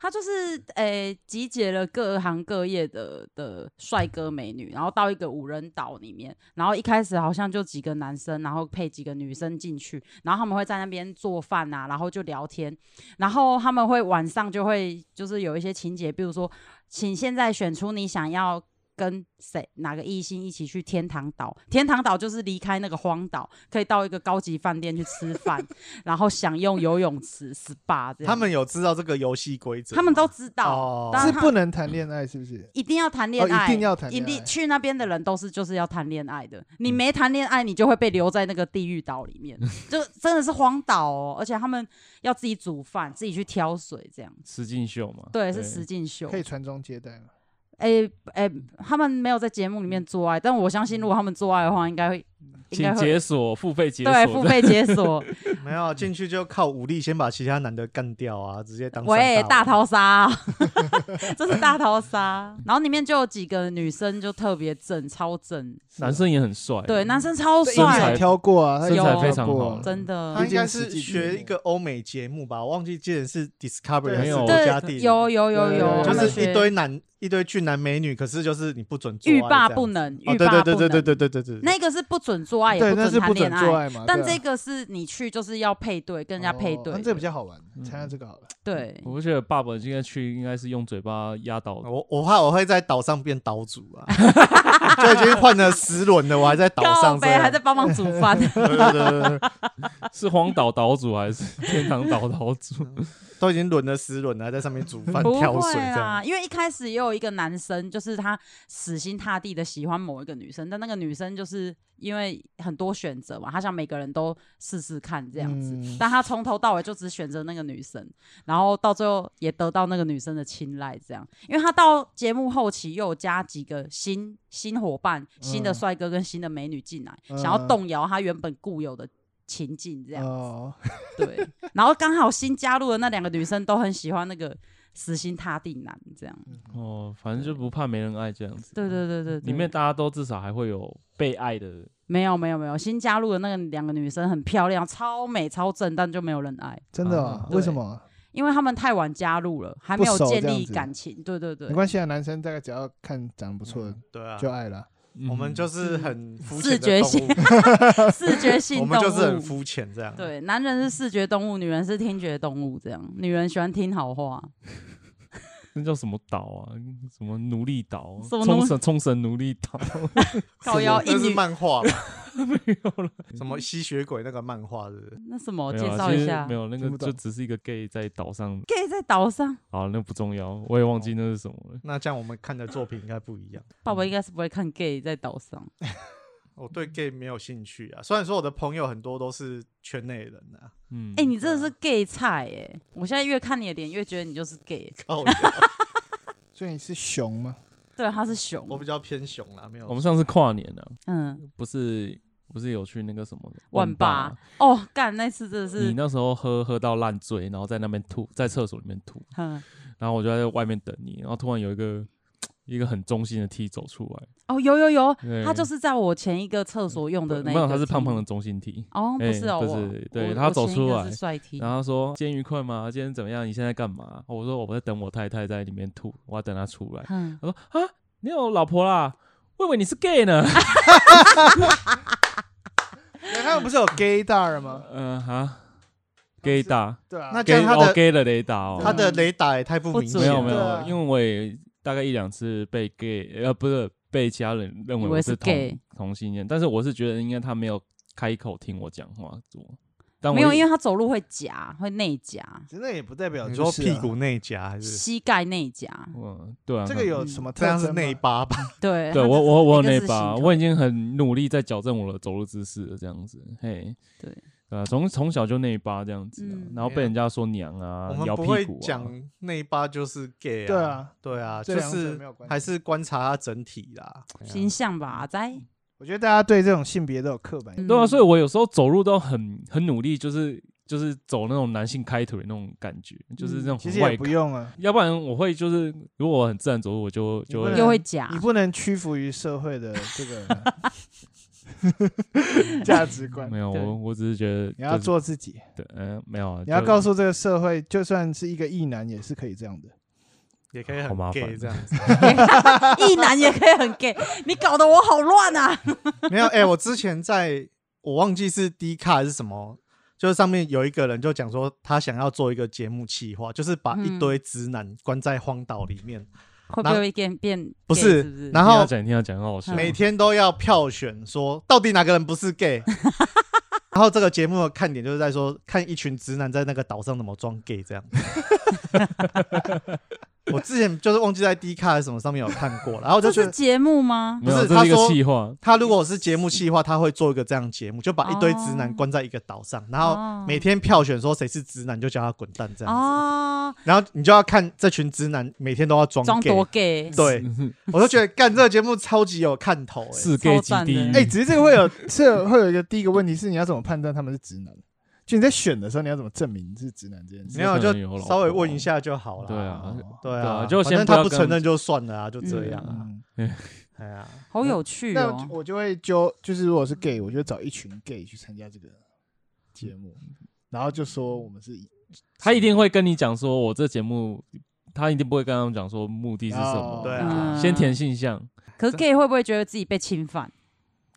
Speaker 1: 他就是诶、集结了各行各业的的帅哥美女，然后到一个五人岛里面，然后一开始好像就几个男生，然后配几个女生进去，然后他们会在那边做饭啊，然后就聊天，然后他们会晚上就会就是有一些情节，比如说，请现在选出你想要。跟谁哪个异性一起去天堂岛？天堂岛就是离开那个荒岛，可以到一个高级饭店去吃饭， 然后享用游泳池、SPA 这样。
Speaker 2: 他们有知道这个游戏规则吗，
Speaker 1: 他们都知道，
Speaker 2: 哦
Speaker 1: 当然
Speaker 3: 是
Speaker 1: 他
Speaker 3: 不能谈恋爱是不是？
Speaker 1: 一定要谈恋
Speaker 3: 哦
Speaker 1: 爱，
Speaker 3: 一定要谈
Speaker 1: 一
Speaker 3: 恋
Speaker 1: 定
Speaker 3: 爱嗯
Speaker 1: 去那边的人都是就是要谈恋爱的，你没谈恋爱，你就会被留在那个地狱岛里 面，就真的是荒岛哦。而且他们要自己煮饭，自己去挑水，这样
Speaker 4: 石进秀嘛？
Speaker 1: 对，是石进秀
Speaker 3: 可。以传宗接代吗？
Speaker 1: 诶诶，他们没有在节目里面做爱，但我相信如果他们做爱的话，应该会应该
Speaker 4: 请
Speaker 1: 会
Speaker 4: 解锁付费解锁
Speaker 1: 对付
Speaker 4: 的，
Speaker 1: 费解 锁，
Speaker 2: 没有进去就靠武力先把其他男的干掉啊，直接当
Speaker 1: 喂，
Speaker 2: 三
Speaker 1: 大
Speaker 2: 大王
Speaker 1: 逃杀 啊、这是大逃杀。然后里面就有几个女生就特别正，超正，
Speaker 4: 男生也很帅，
Speaker 3: 嗯
Speaker 1: 对，男生超
Speaker 3: 身材
Speaker 1: 帅，
Speaker 3: 挑过啊，他
Speaker 4: 身材
Speaker 3: 有
Speaker 4: 非常
Speaker 3: 挑过
Speaker 4: 好，
Speaker 1: 真的
Speaker 2: 他。应该是
Speaker 3: 毕竟是
Speaker 2: 学一个欧美节目吧，我忘记之前是 Discovery
Speaker 3: 对
Speaker 2: 还是
Speaker 4: 没有
Speaker 2: 国
Speaker 1: 对
Speaker 2: 家地，理，
Speaker 1: 有有有
Speaker 3: 对
Speaker 1: 有，
Speaker 3: 对
Speaker 2: 就
Speaker 1: 他们
Speaker 2: 是一
Speaker 1: 学
Speaker 2: 堆男一堆俊男美女，可是就是你不准做爱
Speaker 1: 欲罢
Speaker 2: 这样
Speaker 1: 不能，
Speaker 2: 哦，
Speaker 1: 欲
Speaker 2: 对
Speaker 1: 罢
Speaker 2: 对
Speaker 1: 不
Speaker 2: 对对
Speaker 1: 能。
Speaker 2: 对对对对对，
Speaker 1: 那个是不准做爱，也
Speaker 3: 对，那是
Speaker 1: 准谈
Speaker 3: 不准
Speaker 1: 恋
Speaker 3: 做
Speaker 1: 爱。
Speaker 3: 爱嘛。
Speaker 1: 但
Speaker 3: 对啊
Speaker 1: 这个是你去就是要配对，跟人家配对
Speaker 3: 哦
Speaker 1: 的，
Speaker 3: 那这比较好玩，
Speaker 4: 嗯
Speaker 3: 参加这个好了。
Speaker 1: 对。
Speaker 4: 我觉得爸爸应该去，应该是用嘴巴压倒
Speaker 1: 哦
Speaker 2: 我我怕我会在岛上变岛主啊， 就已经换了十轮了，我还在岛
Speaker 1: 靠
Speaker 2: 上这
Speaker 1: 北
Speaker 2: 样
Speaker 1: 还在帮忙煮 饭，
Speaker 2: 对对对对对，
Speaker 4: 是荒岛岛主还是 天堂岛岛 主？
Speaker 1: 嗯
Speaker 2: 都已经轮了十轮了，还在上面煮 饭
Speaker 1: 不
Speaker 2: 挑
Speaker 1: 会
Speaker 2: 水这样。
Speaker 1: 啊，因为一开始也有一个男生，就是他死心塌地的喜欢某一个女生，但那个女生就是因为很多选择嘛，他想每个人都试试看这样子，
Speaker 3: 嗯
Speaker 1: 但他从头到尾就只选择那个女生，然后到最后也得到那个女生的青睐，这样，因为他到节目后期又有加几个新新伙伴、新的
Speaker 3: 嗯
Speaker 1: 帅哥跟新的美女进来，
Speaker 3: 嗯
Speaker 1: 想要动摇他原本固有的情境这样子。
Speaker 3: 哦，
Speaker 1: 对，然后刚好新加入的那两个女生都很喜欢那个死心塌地男，这样。
Speaker 4: 哦，反正就不怕没人爱这样子。
Speaker 1: 对对对对对，
Speaker 4: 里面大家都至少还会有被爱的，
Speaker 1: 没有没有没有，新加入的那个两个女生很漂亮，超美超正，但就没有人爱，
Speaker 3: 真的
Speaker 4: 啊
Speaker 3: 哦？
Speaker 1: 对
Speaker 3: 为什么？
Speaker 1: 因为他们太晚加入了，还没有
Speaker 3: 不熟
Speaker 1: 建
Speaker 3: 这样
Speaker 1: 立
Speaker 3: 子
Speaker 1: 感情。对对对
Speaker 3: 没，关系啊，男生大概只要看长得不错的
Speaker 2: 对啊，
Speaker 3: 就爱了。
Speaker 4: 嗯
Speaker 2: 我们就是很肤
Speaker 1: 视
Speaker 2: 浅
Speaker 1: 觉
Speaker 2: 的
Speaker 1: 性
Speaker 2: 动物，
Speaker 1: 视觉 性
Speaker 2: 我
Speaker 1: 动物。
Speaker 2: 们就是很肤浅这样。
Speaker 1: 对，男人是视觉动物，女人是听觉动物，这样。女人喜欢听好话，
Speaker 4: 那叫什么岛啊？什么奴隶岛？
Speaker 1: 什么奴
Speaker 4: 冲绳冲绳奴隶 岛？
Speaker 1: 靠腰一
Speaker 2: 那是
Speaker 1: 女
Speaker 2: 漫画吧？没有了，什么吸血鬼那个漫画是不是？
Speaker 1: 那什么
Speaker 4: 没
Speaker 1: 介
Speaker 4: 有啊
Speaker 1: 绍
Speaker 4: 其
Speaker 1: 一
Speaker 4: 实
Speaker 1: 下
Speaker 4: 没有那
Speaker 3: 听
Speaker 4: 个
Speaker 3: 不
Speaker 4: 就
Speaker 3: 懂
Speaker 4: 只是一个 gay 在岛上，
Speaker 1: ，gay 在岛上，
Speaker 4: 好，那不重要，我也忘记那是什么了。
Speaker 2: 那这样我们看的作品应该不一样。
Speaker 1: 爸爸应该是不会看 gay 在岛上。
Speaker 2: 我对 gay 没有兴趣啊，虽然说我的朋友很多都是圈内人啊，
Speaker 4: 嗯，
Speaker 1: 哎、你真的是 gay 菜哎、我现在越看你的脸，越觉得你就是 gay。
Speaker 2: 靠，
Speaker 3: 所以你是熊吗？
Speaker 1: 对，他是熊。
Speaker 2: 我比较偏熊啦，没有。
Speaker 4: 我们上次跨年啊，
Speaker 1: 嗯，
Speaker 4: 不是不是有去那个什么
Speaker 1: 万八
Speaker 4: 八？
Speaker 1: 哦，干那次真的
Speaker 4: 你
Speaker 1: 是，
Speaker 4: 那时候喝喝到烂醉，然后在那边吐，在厕所里面吐，
Speaker 1: 嗯，
Speaker 4: 然后我就在外面等你，然后突然有一个一个很中性的 T 走出来，
Speaker 1: 哦，有有有，
Speaker 4: 对嗯
Speaker 1: 他就是在我前一个厕所用的那
Speaker 4: 没
Speaker 1: 一
Speaker 4: 有，
Speaker 1: 个。
Speaker 4: 他是胖胖的。中性 T，
Speaker 1: 哦，不
Speaker 4: 哎
Speaker 1: 是哦，
Speaker 4: 不
Speaker 1: 我
Speaker 4: 是对
Speaker 1: 我
Speaker 4: 他走
Speaker 1: 我前一个
Speaker 4: 出来
Speaker 1: 是帅 T。
Speaker 4: 然后他说今天愉快吗？今天怎么样？你现在干嘛？我说我在等我太太在里面吐，我要等她出来。
Speaker 1: 嗯，
Speaker 4: 他说啊，你有老婆啦？我以为你是 gay 呢。
Speaker 3: 他们不是有 gaydar 吗？
Speaker 4: 嗯哈，gay 打
Speaker 3: 对啊，
Speaker 2: 那这
Speaker 4: gay
Speaker 2: 样他
Speaker 4: 哦
Speaker 2: 的
Speaker 4: gay 的雷达
Speaker 2: 他
Speaker 4: 哦，
Speaker 2: 的雷达也太不明
Speaker 1: 不
Speaker 2: 显了，
Speaker 4: 没
Speaker 1: 准
Speaker 4: 有没
Speaker 3: 对啊
Speaker 4: 有，因为我也大概一两次被 gay 呃不是被其他人认为
Speaker 1: 以
Speaker 4: 我
Speaker 1: 为是
Speaker 4: 是同
Speaker 1: gay
Speaker 4: 同性恋，但是我是觉得应该他没有开口听我讲话多，但我
Speaker 1: 没有，
Speaker 4: 一
Speaker 1: 因为他走路会夹，会内夹，
Speaker 3: 那也不代表
Speaker 2: 你
Speaker 3: 就
Speaker 2: 说
Speaker 3: 是
Speaker 2: 屁
Speaker 3: 啊
Speaker 2: 股内夹还是？
Speaker 1: 膝盖内夹。
Speaker 4: 嗯对啊，
Speaker 3: 这啊个有什么
Speaker 2: 这
Speaker 3: 特
Speaker 2: 样是
Speaker 3: 征吗？
Speaker 2: 内八吧？
Speaker 1: 对，
Speaker 4: 对
Speaker 1: 他
Speaker 4: 我
Speaker 1: 就是
Speaker 4: 我我有
Speaker 1: 一个啊
Speaker 4: 那
Speaker 1: 字
Speaker 4: 把，
Speaker 1: 形
Speaker 4: 我已
Speaker 1: 状
Speaker 4: 经很努力在矫正我的走路姿势了，这样子，嘿，
Speaker 1: 对
Speaker 4: 对啊，从从小就那一把这样子、啊，
Speaker 1: 嗯
Speaker 4: 然后被人家说娘啊
Speaker 2: 我，们
Speaker 4: 摇
Speaker 2: 不
Speaker 4: 屁
Speaker 2: 会
Speaker 4: 股啊，
Speaker 2: 讲内八就是 gay 啊，
Speaker 3: 对啊，
Speaker 2: 对啊，
Speaker 3: 这
Speaker 2: 就
Speaker 3: 两者
Speaker 2: 是
Speaker 3: 没有关系
Speaker 2: 还是观察他整体啦。
Speaker 4: 啊
Speaker 1: 形象吧，在。
Speaker 3: 我觉得大家对这种性别都有刻板印象。
Speaker 4: 对啊，
Speaker 1: 嗯
Speaker 4: 所以我有时候走路都很很努力，就是就是走那种男性开腿那种感觉，就是那种
Speaker 3: 嗯其
Speaker 4: 很
Speaker 3: 实
Speaker 4: 外
Speaker 3: 也不
Speaker 4: 看，
Speaker 3: 用啊，
Speaker 4: 要不然我会就是如果我很自然走路，我就就
Speaker 3: 你不
Speaker 4: 会
Speaker 3: 能
Speaker 1: 又会夹
Speaker 3: 你，不能屈服于社会的这 个价值观
Speaker 4: 没，有，
Speaker 1: 对
Speaker 4: 我我只是觉得、就是、
Speaker 3: 你要做自己，
Speaker 4: 对，嗯、没有啊，
Speaker 3: 你要
Speaker 4: 就嗯
Speaker 3: 告诉这个社会，就算是一个异男也是可以这样的。
Speaker 2: 也可以
Speaker 4: 好麻
Speaker 2: 很
Speaker 4: 烦
Speaker 2: gay 这样子。
Speaker 1: 一男也可以很 gay，你搞得我好乱啊！
Speaker 2: 没有，哎、我之前在我忘记是 D 卡还是什么，就是上面有一个人就讲说，他想要做一个节目企划，就是把
Speaker 1: 嗯
Speaker 2: 一堆直男关在荒岛里面，
Speaker 1: 会不会变变？
Speaker 2: 不
Speaker 1: gay
Speaker 2: 是
Speaker 1: 是不是？
Speaker 2: 然
Speaker 4: 一定要
Speaker 2: 后
Speaker 4: 讲一定要讲，很好笑，
Speaker 2: 每天都要票选说到底哪个人不是 gay。然后这个节目的看点就是在说，看一群直男在那个岛上怎么装 gay 这样。我之前就是忘记在 D 卡还是什么上面有看过了，然后我就
Speaker 1: 这
Speaker 2: 觉
Speaker 1: 是
Speaker 2: 得
Speaker 1: 节目吗？
Speaker 4: 没有，
Speaker 2: 不是
Speaker 4: 这是
Speaker 2: 他
Speaker 4: 一个
Speaker 2: 说
Speaker 4: 气话。
Speaker 2: 他如果是节目企划，他会做一个这样的节目，就把一堆直男
Speaker 1: 哦
Speaker 2: 关在一个岛上，然
Speaker 1: 哦
Speaker 2: 后每天票选说谁是直男，就叫他滚蛋这样子。
Speaker 1: 哦，
Speaker 2: 然后你就要看这群直男每天都要装
Speaker 1: 装
Speaker 2: gay，
Speaker 1: 多 gay，
Speaker 2: 对，我就觉得干这个节目超级有看头哎、
Speaker 4: 是 gay 及地狱，
Speaker 3: 哎、只是这个会有这会有一个第一个问题是你要怎么判断他们是直男？就你在选的时候，你要怎么证明是直男这件事？哦
Speaker 2: 没有就
Speaker 4: 可能有老婆
Speaker 2: 稍微问一下就好了。
Speaker 4: 对啊，
Speaker 2: 对
Speaker 4: 对
Speaker 2: 啊
Speaker 4: 啊，就
Speaker 2: 反
Speaker 4: 先
Speaker 2: 正
Speaker 4: 不
Speaker 2: 他
Speaker 4: 要
Speaker 2: 不
Speaker 4: 跟
Speaker 2: 承
Speaker 4: 他
Speaker 2: 认
Speaker 4: 们
Speaker 2: 就算了啊，就这样啊。
Speaker 3: 嗯，
Speaker 2: 哎呀，
Speaker 1: 好有趣
Speaker 3: 那
Speaker 1: 哦。
Speaker 3: 我就会揪，就是如果是 gay，我就找一群 gay 去参加这个节目，然后就说我们是一
Speaker 4: 他一定会跟你讲说，我这节目，他一定不会跟他们讲说目的是什
Speaker 3: 哦
Speaker 4: 么，
Speaker 2: 对啊，
Speaker 1: 嗯
Speaker 4: 先填性向，
Speaker 1: 可是 gay 会不会觉得自己被侵犯？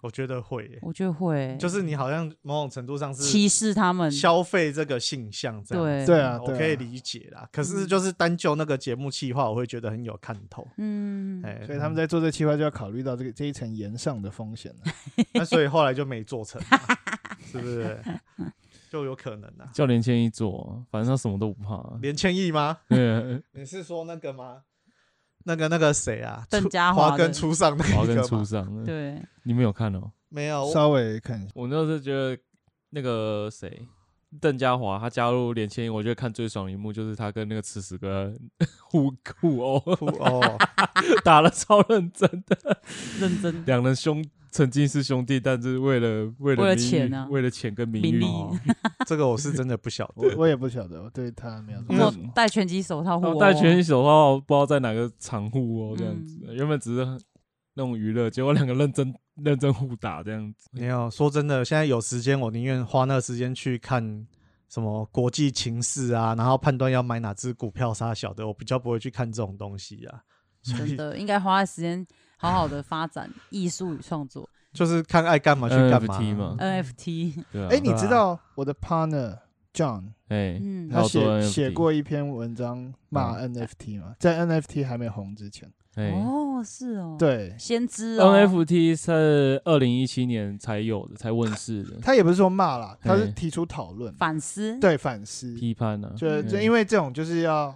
Speaker 2: 我觉得会欸、
Speaker 1: 我觉得会，
Speaker 2: 就是你好像某种程度上是
Speaker 1: 歧视他们。
Speaker 2: 消费这个性向这样。
Speaker 1: 对
Speaker 3: 对啊，
Speaker 2: 我
Speaker 3: 对啊
Speaker 2: 可以理解啦。可是就是单就那个节目企划，我会觉得很有看头。
Speaker 1: 嗯，
Speaker 2: 哎，
Speaker 3: 所以他们在做这计划就要考虑到这个这一层延上的风险了。
Speaker 2: 那所以后来就没做成啊，是不是？就有可能啊。
Speaker 4: 教练建议做，反正他什么都不怕。
Speaker 2: 连千亿吗？
Speaker 4: 对，
Speaker 2: 你是说那个吗？那个那个谁啊？
Speaker 1: 邓
Speaker 2: 初
Speaker 1: 家华
Speaker 2: 华跟
Speaker 1: 的
Speaker 2: 初上那
Speaker 4: 华
Speaker 2: 一
Speaker 4: 跟
Speaker 2: 个
Speaker 4: 初
Speaker 2: 吗？
Speaker 4: 上，
Speaker 1: 对，
Speaker 4: 你们有看哦？
Speaker 2: 没有，我
Speaker 3: 稍微看一下，
Speaker 4: 我那时候觉得那个谁。邓家华他加入连千亿，我觉得看最爽的一幕就是他跟那个吃屎哥 互互殴，
Speaker 2: 哭哦，
Speaker 4: 打了超认真的，
Speaker 1: 认真
Speaker 4: 两人兄曾经是兄弟，但是为了为了
Speaker 1: 为了
Speaker 4: 名誉
Speaker 1: 钱啊
Speaker 4: 为了钱跟名
Speaker 1: 名
Speaker 4: 誉
Speaker 1: 利，
Speaker 2: 哦这个我是真的不晓
Speaker 3: 我
Speaker 2: 得。
Speaker 3: 我也不晓得，我对他没有什么。
Speaker 2: 因
Speaker 1: 做
Speaker 2: 为
Speaker 1: 戴拳击手
Speaker 3: 哦
Speaker 1: 套互哦
Speaker 4: 然
Speaker 1: 殴
Speaker 4: 后戴拳击手套不知道在哪个场互哦，这样
Speaker 1: 嗯
Speaker 4: 子、原本只是那种娱乐，结果两个认真认真互打这样
Speaker 3: 嗯
Speaker 4: 子。
Speaker 2: 没有，说真的，现在有时间，我宁愿花那个时间去看什么国际情势啊，然后判断要买哪只股票啥小的，我比较不会去看这种东西啊。所
Speaker 1: 真
Speaker 2: 以
Speaker 1: 的应该花时间好好的发展艺术与创作
Speaker 2: 就是看爱干嘛去干嘛。
Speaker 4: NFT 嘛
Speaker 1: NFT。
Speaker 4: 对啊，
Speaker 3: 哎、你知道我的 partner John
Speaker 4: 哎、
Speaker 1: 嗯，
Speaker 4: 好
Speaker 3: 他
Speaker 4: 多
Speaker 3: 写
Speaker 4: NFT
Speaker 3: 写过一篇文章骂
Speaker 4: 嗯
Speaker 3: NFT 嘛，在 NFT 还没红之前，
Speaker 4: 哎、
Speaker 1: 哦，是哦，，
Speaker 3: 对
Speaker 1: 先知哦
Speaker 4: NFT 是二零一七年才有的，才问世 的，
Speaker 3: 他也不是说骂啦，他是
Speaker 4: 对
Speaker 3: 提出讨论，
Speaker 1: 反思，
Speaker 3: 对反思，
Speaker 4: 批判呢、啊，
Speaker 3: 就就
Speaker 4: 嗯
Speaker 3: 因为这种就是要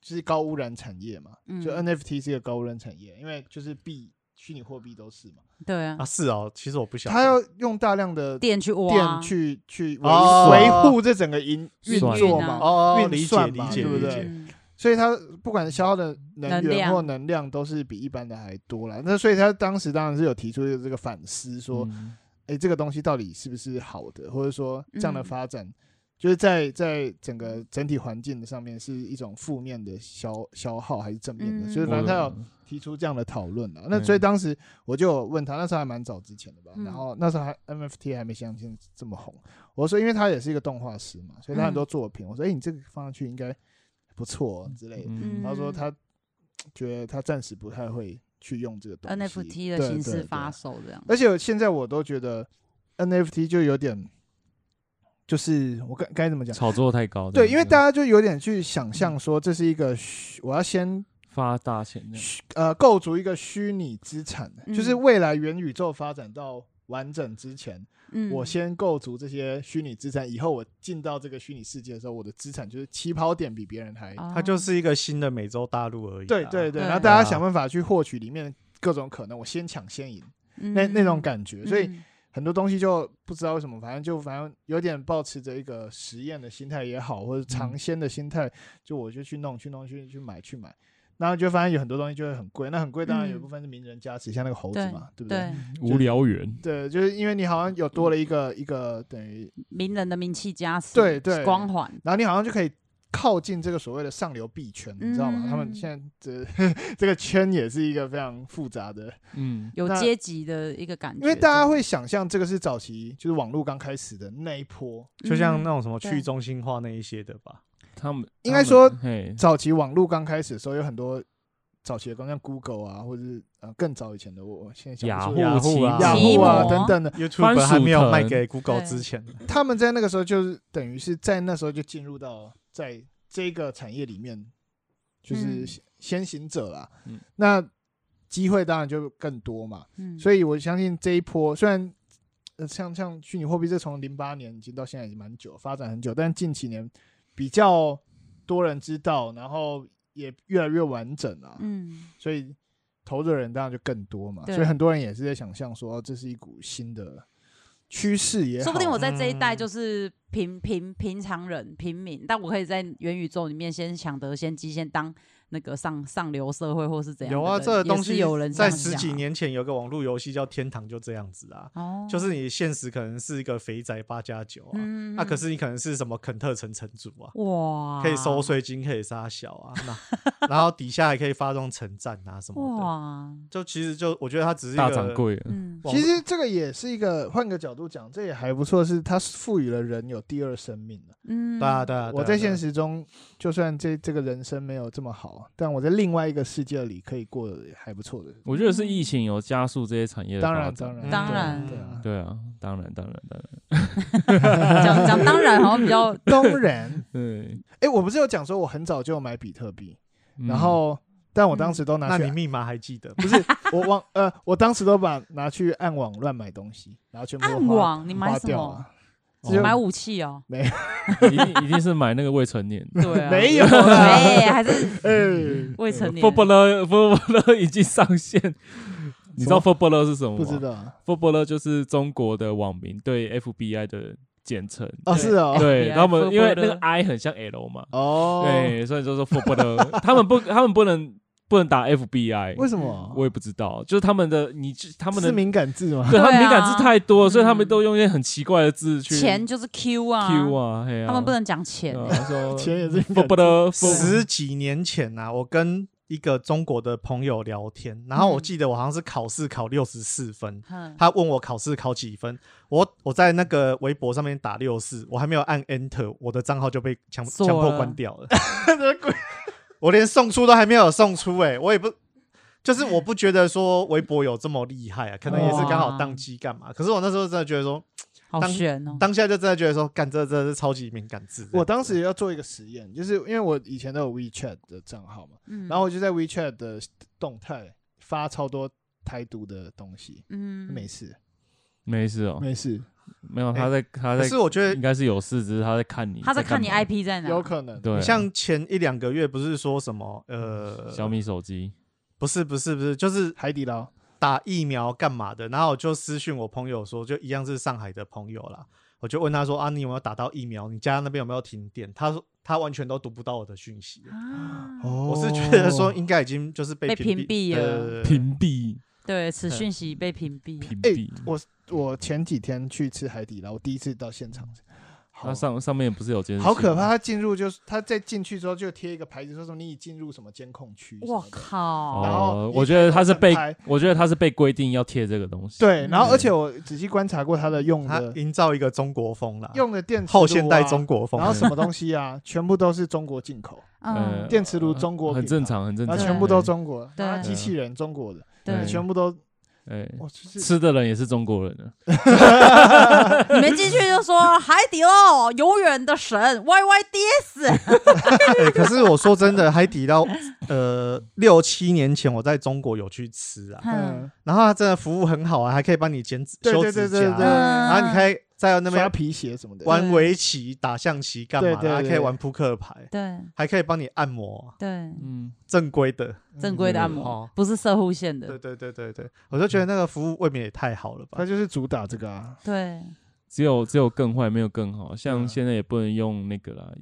Speaker 3: 就是高污染产业嘛，
Speaker 1: 嗯
Speaker 3: 就 NFT 是一个高污染产业，因为就是币虚拟货币都是嘛，
Speaker 1: 对啊
Speaker 2: 啊，，是哦，其实我不晓得。
Speaker 3: 他要用大量的
Speaker 1: 电去挖，
Speaker 3: 电去去维
Speaker 2: 哦
Speaker 3: 维护这整个营运
Speaker 4: 算
Speaker 3: 作
Speaker 1: 运啊
Speaker 3: 嘛，
Speaker 2: 哦，
Speaker 3: 运
Speaker 2: 理解
Speaker 3: 算
Speaker 2: 理
Speaker 3: 嘛
Speaker 2: 解
Speaker 3: 对不
Speaker 2: 理
Speaker 3: 对
Speaker 2: 解。
Speaker 1: 嗯
Speaker 3: 所以它不管消耗的能
Speaker 1: 能
Speaker 3: 源
Speaker 1: 量
Speaker 3: 或能量都是比一般的还多了。那所以他当时当然是有提出这个反思，说，
Speaker 4: 嗯
Speaker 3: 哎、这个东西到底是不是好的，或者说这样的
Speaker 1: 嗯
Speaker 3: 发展，就是在在整个整体环境上面是一种负面的消消耗还是正面的？
Speaker 1: 嗯
Speaker 3: 所以反正他有
Speaker 4: 我
Speaker 3: 提出这样的讨论了。那所以当时我就有问他，那时候还蛮早之前的吧，
Speaker 1: 嗯
Speaker 3: 然后那时候还 NFT 还没像现在这么红。我说，因为他也是一个动画师嘛，所以他
Speaker 1: 嗯
Speaker 3: 很多作品，我说，哎、你这个放上去应该不错、哦、之类的。
Speaker 4: 嗯
Speaker 1: 嗯
Speaker 3: 他说他觉得他暂时不太会去用这个东西
Speaker 1: NFT 的
Speaker 3: 对
Speaker 1: 形式
Speaker 3: 对
Speaker 1: 发
Speaker 3: 对
Speaker 1: 售这样，
Speaker 3: 而且现在我都觉得 NFT 就有点，就是我该该怎么讲？
Speaker 4: 炒作太高，嗯
Speaker 3: 对，因为大
Speaker 4: 家
Speaker 3: 家就有点去想象说这是一个虚，我要先
Speaker 4: 发大钱这样，
Speaker 3: 虚呃构筑一个虚拟资产，
Speaker 1: 嗯
Speaker 3: 就是未来元宇宙发展到完整之前，
Speaker 1: 嗯，
Speaker 3: 我先构筑这些虚拟资产，以后我进到这个虚拟世界的时候，我的资产就是起跑点比别人还
Speaker 1: 哦，
Speaker 2: 它就是一个新的美洲大陆而已、啊。
Speaker 3: 对对对，
Speaker 1: 对
Speaker 3: 然后大家想办法去获取里面各种可能，我先抢先赢，
Speaker 1: 嗯
Speaker 3: 那那种感觉，
Speaker 1: 觉
Speaker 3: 所以。很多东西就不知道为什么，反正就反正有点保持着一个实验的心态也好，
Speaker 2: 嗯
Speaker 3: 或者尝鲜的心态，就我就去弄去弄去去买去买，然后就发现有很多东西就会很贵，那很贵当然有一部分是名人加持，像那个猴子
Speaker 1: 嗯对
Speaker 3: 嘛，对不对？
Speaker 1: 对
Speaker 4: 无聊猿，
Speaker 3: 对，就是因为你好像有多了一个一个等于，
Speaker 1: 名人的名气加持，
Speaker 3: 对对
Speaker 1: 光环，
Speaker 3: 然后你好像就可以靠近这个所谓的上流币圈，你知道吗？他们
Speaker 1: 嗯
Speaker 3: 现在这 这个圈也是一个非常复杂的，
Speaker 4: 嗯，
Speaker 1: 有
Speaker 3: 那
Speaker 1: 阶级的一个感觉，
Speaker 3: 因为大家会想象这个是早期就是网络刚开始的那一波，
Speaker 2: 就像那种什么
Speaker 1: 对
Speaker 2: 去中心化那一些的吧。
Speaker 4: 他们
Speaker 3: 应该说
Speaker 4: 他们嘿，
Speaker 3: 早期网络刚开始的时候，有很多早期的公司，像 Google 啊，或者是呃更早以前的，我我现在想
Speaker 4: 雅
Speaker 3: 不
Speaker 4: 虎、
Speaker 3: 出
Speaker 2: 雅虎啊
Speaker 3: 雅
Speaker 1: 奇
Speaker 3: 虎啊
Speaker 1: 摩
Speaker 3: 等等的，
Speaker 4: 番
Speaker 2: YouTube
Speaker 4: 薯
Speaker 2: 还没有
Speaker 4: 藤
Speaker 2: 卖给 Google
Speaker 1: 对
Speaker 2: 之前的，
Speaker 3: 他们在那个时候就是等于是在那时候就进入到在这个产业里面，就是
Speaker 1: 嗯
Speaker 3: 先先行者啦。
Speaker 4: 嗯
Speaker 3: 那机会当然就更多嘛，
Speaker 1: 嗯，
Speaker 3: 所以我相信这一波虽然。呃，像像虚拟货币，这从零八年已经到现在已经蛮久，发展很久，但近几年比较多人知道，然后也越来越完整啊，
Speaker 1: 嗯，
Speaker 3: 所以投的人当然就更多嘛。
Speaker 1: 对
Speaker 3: 所以很多人也是在想象说，哦这是一股新的趋势也好，
Speaker 1: 说不定我在这一代
Speaker 2: 嗯
Speaker 1: 就是平平平常人平民，但我可以在元宇宙里面先抢得先机，先当那个上上流社会或是怎样的
Speaker 2: 有
Speaker 1: 人。
Speaker 2: 啊，这个
Speaker 1: 也
Speaker 2: 东
Speaker 1: 是
Speaker 2: 西
Speaker 1: 有人这
Speaker 2: 在
Speaker 1: 样
Speaker 2: 十
Speaker 1: 想
Speaker 2: 几
Speaker 1: 啊
Speaker 2: 年前有个网络游戏叫《天堂》，就这样子啊，
Speaker 1: 哦，
Speaker 2: 就是你现实可能是一个肥宅八加九啊，
Speaker 1: 嗯
Speaker 2: 那、可是你可能是什么肯特城城主啊，
Speaker 1: 哇，
Speaker 2: 可以收税金，可以杀小啊，那然后底下还可以发动城战啊什么的，
Speaker 1: 哇，
Speaker 2: 就其实就我觉得它只是一个
Speaker 4: 大掌柜啊了，
Speaker 1: 嗯，
Speaker 2: 网
Speaker 3: 其
Speaker 2: 络
Speaker 3: 实这个也是一个，换个角度讲，这也还不错，是它赋予了人有第二生命的。
Speaker 1: 嗯，
Speaker 2: 对啊对啊，
Speaker 3: 我在现
Speaker 2: 实
Speaker 3: 实中，就算这这个人生没有这么好，但我在另外一个世界里可以过得还不错的。
Speaker 4: 我觉得是疫情有加速这些产业的
Speaker 3: 嗯当
Speaker 4: 发
Speaker 3: 然，
Speaker 4: 展
Speaker 1: 当
Speaker 3: 当。然，对啊
Speaker 1: 然
Speaker 3: 对啊，
Speaker 4: 对啊，当然，当然，当然，
Speaker 1: 讲讲当然好像比较
Speaker 3: 当然。
Speaker 4: 对。
Speaker 3: 哎，我不是有讲说我很早就有买比特币，
Speaker 4: 嗯
Speaker 3: 然后但我
Speaker 1: 嗯
Speaker 3: 当时都拿
Speaker 2: 那
Speaker 3: 去
Speaker 2: 你，密码还记得吗？
Speaker 3: 不是我忘呃，我当时都把拿去暗网乱买东西，然后全部都
Speaker 1: 暗
Speaker 3: 花
Speaker 1: 网，你买
Speaker 3: 花
Speaker 1: 什
Speaker 3: 掉
Speaker 2: 啊
Speaker 3: 啊
Speaker 1: 么？
Speaker 4: 哦
Speaker 3: 了，只有
Speaker 1: 买武器哦，
Speaker 4: 一定一定是买那个未成年。
Speaker 1: 对啊，
Speaker 3: 没 有啦，
Speaker 1: 哎，还是
Speaker 3: 哎，
Speaker 1: 未 成年，
Speaker 4: f o o t b a l l e f o o t b a l l e 已经上线，你知道 f o o t b a l l e 是什么吗？
Speaker 3: 不知道啊
Speaker 4: f o o t b a l l e 就是中国的网民对 FBI 的简称。
Speaker 3: 哦，
Speaker 1: 对
Speaker 3: 是哦，
Speaker 4: 对，
Speaker 1: FBI
Speaker 4: 他们因为那个
Speaker 1: footballer
Speaker 4: I 很像 L 嘛，
Speaker 3: 哦，
Speaker 4: 对，所以就是 f o o t b a l l e 他们不，他们不能不能打 FBI，
Speaker 3: 为什么？
Speaker 4: 我也不知道，就是他们的你去他们的
Speaker 3: 是敏感字吗？
Speaker 4: 对他
Speaker 1: 对
Speaker 4: 们
Speaker 1: 啊
Speaker 4: 敏感字太多了，所以他们
Speaker 1: 嗯
Speaker 4: 都用一些很奇怪的字去
Speaker 1: 钱就是 Q 啊
Speaker 4: Q 啊，嘿啊
Speaker 1: 他们不能讲钱
Speaker 4: 对
Speaker 1: 欸，
Speaker 4: 啊说
Speaker 3: 钱也是敏
Speaker 4: f o o t
Speaker 3: 感
Speaker 4: b a
Speaker 3: 字
Speaker 4: l l e
Speaker 2: 十几年前啊，我跟一个中国的朋友聊天，然后我
Speaker 1: 嗯
Speaker 2: 记得我好像是考试考六十四分，
Speaker 1: 哼
Speaker 2: 他问我考试考几分，我我在那个微博上面打六四，我还没有按 Enter，我的账号就被强
Speaker 1: 锁
Speaker 2: 强迫
Speaker 1: 了
Speaker 2: 关掉 了。我连送出都还没有送出、欸，我也不。就是我不觉得说微博有这么厉害啊，可能也是刚好
Speaker 1: 哇
Speaker 2: 宕机干嘛。可是我那时候真的觉得说，
Speaker 1: 好
Speaker 2: 当
Speaker 1: 悬哦，
Speaker 2: 当下就真的觉得说，干这真的是超级敏感字。
Speaker 3: 我当时也要做一个实验，就是因为我以前都有 WeChat 的账号嘛，
Speaker 1: 嗯
Speaker 3: 然后我就在 WeChat 的动态发超多台独的东西，
Speaker 1: 嗯
Speaker 3: 没事，
Speaker 4: 没事哦，
Speaker 3: 没哎事，
Speaker 4: 没有他在他
Speaker 2: 可
Speaker 4: 在
Speaker 2: 是我觉得
Speaker 4: 应该是有事，只是他在看你，
Speaker 1: 他在看你
Speaker 4: 干嘛
Speaker 1: IP 在哪，
Speaker 3: 有可能。
Speaker 4: 对，啊
Speaker 2: 像前一两个月不是说什么呃，
Speaker 4: 小米手机，
Speaker 2: 不是不是不是，就是
Speaker 3: 海底捞，
Speaker 2: 打疫苗干嘛的，然后我就私讯我朋友说，就一样是上海的朋友啦，我就问他说啊，你有没有打到疫苗？你家那边有没有停电？他说他完全都读不到我的讯息，
Speaker 1: 啊，
Speaker 2: 我是觉得说应该已经就是被
Speaker 1: 被
Speaker 2: 屏
Speaker 1: 屏蔽了
Speaker 2: 呃
Speaker 4: 屏蔽
Speaker 1: 对，此讯息被屏蔽，
Speaker 4: 屏
Speaker 3: 哎
Speaker 4: 蔽，，
Speaker 3: 我我前几天去吃海底捞，我第一次到现场，好
Speaker 4: 它上上面不是有监视器，
Speaker 3: 好可怕！，他进入就是他在进去之后就贴一个牌子，说什么你已进入什么监控区。
Speaker 1: 我！靠，
Speaker 3: 然
Speaker 4: 哦
Speaker 3: 后一，开
Speaker 4: 我觉得他是被
Speaker 3: 头整排，
Speaker 4: 我觉得他是被规定要贴这个东西，，
Speaker 3: 对，然后
Speaker 4: 嗯
Speaker 3: 而且我仔细观察过他的用
Speaker 2: 他
Speaker 3: 的
Speaker 2: 营造一个中国风啦，
Speaker 3: 用的电磁炉啊
Speaker 2: 后现代中国风
Speaker 3: 然，后什么东西啊，全部都是中国进口，
Speaker 4: 呃，
Speaker 1: 嗯，
Speaker 3: 电磁炉中国
Speaker 4: 很
Speaker 3: 品
Speaker 4: 正
Speaker 3: 牌
Speaker 4: 常，很正
Speaker 3: 然
Speaker 4: 常，哎
Speaker 3: 后全部都
Speaker 4: 对，
Speaker 3: 中国，
Speaker 1: 对
Speaker 3: 然后机器人中国的，
Speaker 1: 对，
Speaker 3: 全部都
Speaker 4: 哎，
Speaker 3: 哇，就是
Speaker 4: 吃的人也是中国人啊，呃
Speaker 1: 你们进去 就说海底捞永远的神 Y Y D S，
Speaker 2: 对，哎可是我说真的，海底捞，呃，六七年前我在中国有去吃啊，
Speaker 1: 嗯，
Speaker 3: 嗯，
Speaker 2: 然后它真的服务很好啊，还可以帮你剪指
Speaker 3: 对
Speaker 2: 修
Speaker 3: 对
Speaker 2: 指
Speaker 3: 对对
Speaker 2: 甲嗯
Speaker 3: 对
Speaker 2: 啊，然后你可以在那边
Speaker 3: 刷皮鞋什么的，
Speaker 2: 玩围棋、打象棋干嘛
Speaker 3: 对对
Speaker 2: 的，还可以
Speaker 3: 对
Speaker 2: 玩扑克牌，
Speaker 1: 对
Speaker 2: 还可以帮你按摩，
Speaker 1: 对，
Speaker 4: 嗯，
Speaker 2: 正规的。
Speaker 1: 正规的按
Speaker 2: 嗯
Speaker 1: 摩
Speaker 2: 哦，
Speaker 1: 不是射护线
Speaker 2: 对
Speaker 1: 的，
Speaker 2: 对对对对，我就觉得那个服务未免也太好了吧
Speaker 3: 他？就是主打这个啊，
Speaker 1: 对，
Speaker 4: 只有只有更坏，没有更好，
Speaker 2: 对
Speaker 4: 像
Speaker 2: 啊
Speaker 4: 现在也不能用那个啦，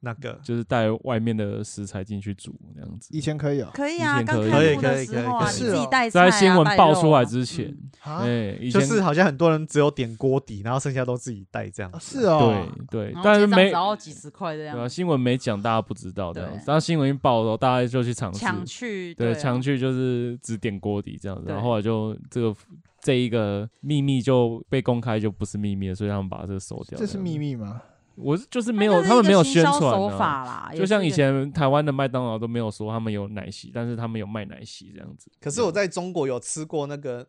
Speaker 2: 那个
Speaker 4: 就是带外面的食材进去煮那样子
Speaker 3: 以，前可以哦，
Speaker 1: 可以
Speaker 4: 以
Speaker 1: 啊，
Speaker 4: 前
Speaker 1: 刚
Speaker 4: 可以哦
Speaker 1: 开幕
Speaker 2: 可
Speaker 1: 的
Speaker 2: 以
Speaker 1: 时候
Speaker 2: 可
Speaker 1: 啊，
Speaker 2: 以
Speaker 1: 你
Speaker 2: 可以
Speaker 1: 自己带菜啊嗯
Speaker 4: 在新闻爆出来
Speaker 1: 带肉
Speaker 4: 之前，
Speaker 3: 啊，
Speaker 4: 哎，以
Speaker 2: 就
Speaker 4: 前
Speaker 2: 是好像很多人只有点锅底，然后剩下都自己带这样
Speaker 3: 啊
Speaker 2: 子。
Speaker 3: 是哦，
Speaker 4: 对对
Speaker 1: 啊，，
Speaker 4: 但是
Speaker 1: 然后结
Speaker 4: 没
Speaker 1: 账只要几十块这
Speaker 4: 对啊，
Speaker 1: 样，
Speaker 4: 新闻没讲，大家不知道这样
Speaker 1: 对
Speaker 4: 子。然后新闻一报的时候，大家就去尝试，
Speaker 1: 抢去
Speaker 4: 对，
Speaker 1: 啊
Speaker 4: 抢去就是只点锅底这样子。
Speaker 1: 对
Speaker 4: 然后后来就这个这一个秘密就被公开，就不是秘密了，所以他们把这个收掉。
Speaker 3: 这是秘
Speaker 4: 密，
Speaker 3: 密吗？
Speaker 4: 我是就是
Speaker 1: 它
Speaker 4: 没有，
Speaker 1: 就是
Speaker 4: 他们
Speaker 1: 一个
Speaker 4: 没有
Speaker 1: 行
Speaker 4: 宣
Speaker 1: 销
Speaker 4: 传
Speaker 1: 手
Speaker 4: 啊。
Speaker 1: 法啦，也
Speaker 4: 就是像
Speaker 1: 一
Speaker 4: 以
Speaker 1: 个
Speaker 4: 前台湾的麦当劳都没有说他们有奶昔，但是他们有卖奶昔这样 子。
Speaker 2: 可是我在中国有吃过那个，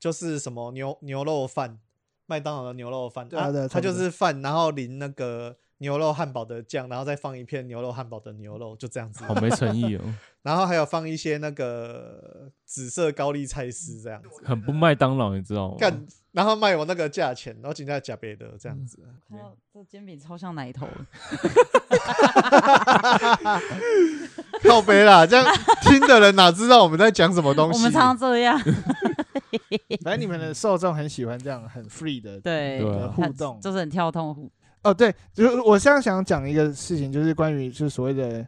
Speaker 2: 就是什么牛牛肉饭，麦当劳的牛肉饭，
Speaker 3: 对啊
Speaker 2: 它
Speaker 3: 对啊
Speaker 2: 它就
Speaker 3: 差不多
Speaker 2: 是饭，然后淋那个牛肉汉堡的酱，然后再放一片牛肉汉堡的牛肉，就这样子。
Speaker 4: 好没诚意哦，
Speaker 2: 然后还有放一些那个紫色高丽菜丝这样子，
Speaker 4: 很不麦当劳，你知道吗？
Speaker 2: 干，然后卖我那个价钱，然后请他假别的这样子。
Speaker 1: 看到这煎饼超像奶头的，
Speaker 2: 靠背啦，这样听的人哪知道我们在讲什么东
Speaker 1: 我
Speaker 2: 西？
Speaker 1: 们常常这样，
Speaker 3: 反正你们的受众很喜欢这样很 free 的
Speaker 1: 对
Speaker 4: 对
Speaker 3: 的
Speaker 4: 啊
Speaker 3: 互动。
Speaker 1: 就是很跳痛互
Speaker 3: 哦，对，就是我现在想讲一个事情，就是关于就是所谓的，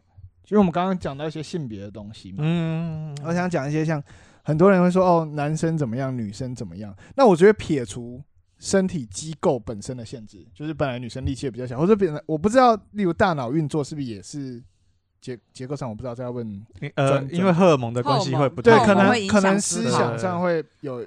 Speaker 3: 因为我们刚刚讲到一些性别的东西嘛，
Speaker 2: 嗯，
Speaker 3: 我想讲一些像很多人会说哦，男生怎么样，女生怎么样。那我觉得撇除身体机构本身的限制，就是本来女生力气也比较小，或者别人我不知道，例如大脑运作是不是也是结结构上，我不知道再问。
Speaker 2: 呃，
Speaker 3: 转
Speaker 2: 因为荷尔蒙的关系会不
Speaker 1: 对
Speaker 3: 对
Speaker 2: 太
Speaker 1: 哦，
Speaker 3: 可
Speaker 1: 会
Speaker 3: 能
Speaker 1: 影
Speaker 3: 可
Speaker 1: 响
Speaker 3: 能
Speaker 1: 思
Speaker 3: 思
Speaker 1: 考
Speaker 3: 想上会有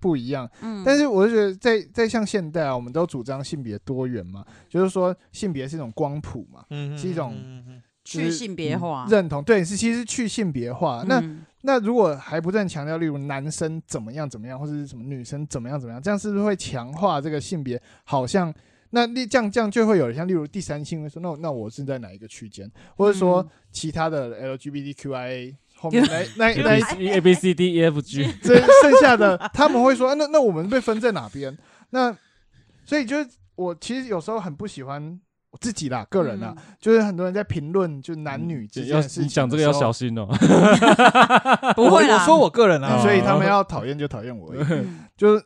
Speaker 3: 不一样。
Speaker 1: 嗯，
Speaker 3: 但是我就觉得在，在像现代啊，我们都主张性别多元嘛，就是说性别是一种光谱嘛，
Speaker 2: 嗯
Speaker 3: 是一种
Speaker 2: 嗯
Speaker 3: 就
Speaker 1: 去
Speaker 3: 是
Speaker 1: 性别化
Speaker 3: 嗯，认同，对，是其实是去性别化。那
Speaker 1: 嗯
Speaker 3: 那如果还不断强调，例如男生怎么样怎么样，或者是什么女生怎么样怎么样，这样是不是会强化这个性别？好像那那这样这样就会有人像例如第三性会说，那那我是在哪一个区间，或者说
Speaker 1: 嗯
Speaker 3: 其他的 LGBTQIA 后面那
Speaker 4: A
Speaker 3: 那那
Speaker 4: B C A B C D E F G，
Speaker 3: 这剩下的他们会说，啊那那我们被分在哪边？那所以就是我其实有时候很不喜欢我自己啦，个人啊啦，，就是很多人在评论就 男女之间
Speaker 4: 要
Speaker 3: 的事情
Speaker 4: 你讲这个
Speaker 3: 的
Speaker 4: 要
Speaker 3: 时候
Speaker 4: 小心哦。
Speaker 1: 嗯 不会啦，
Speaker 2: 我说我个人
Speaker 3: 那
Speaker 2: 啊，
Speaker 3: 所以他们要讨厌就讨厌我而已，
Speaker 1: 嗯
Speaker 3: 就是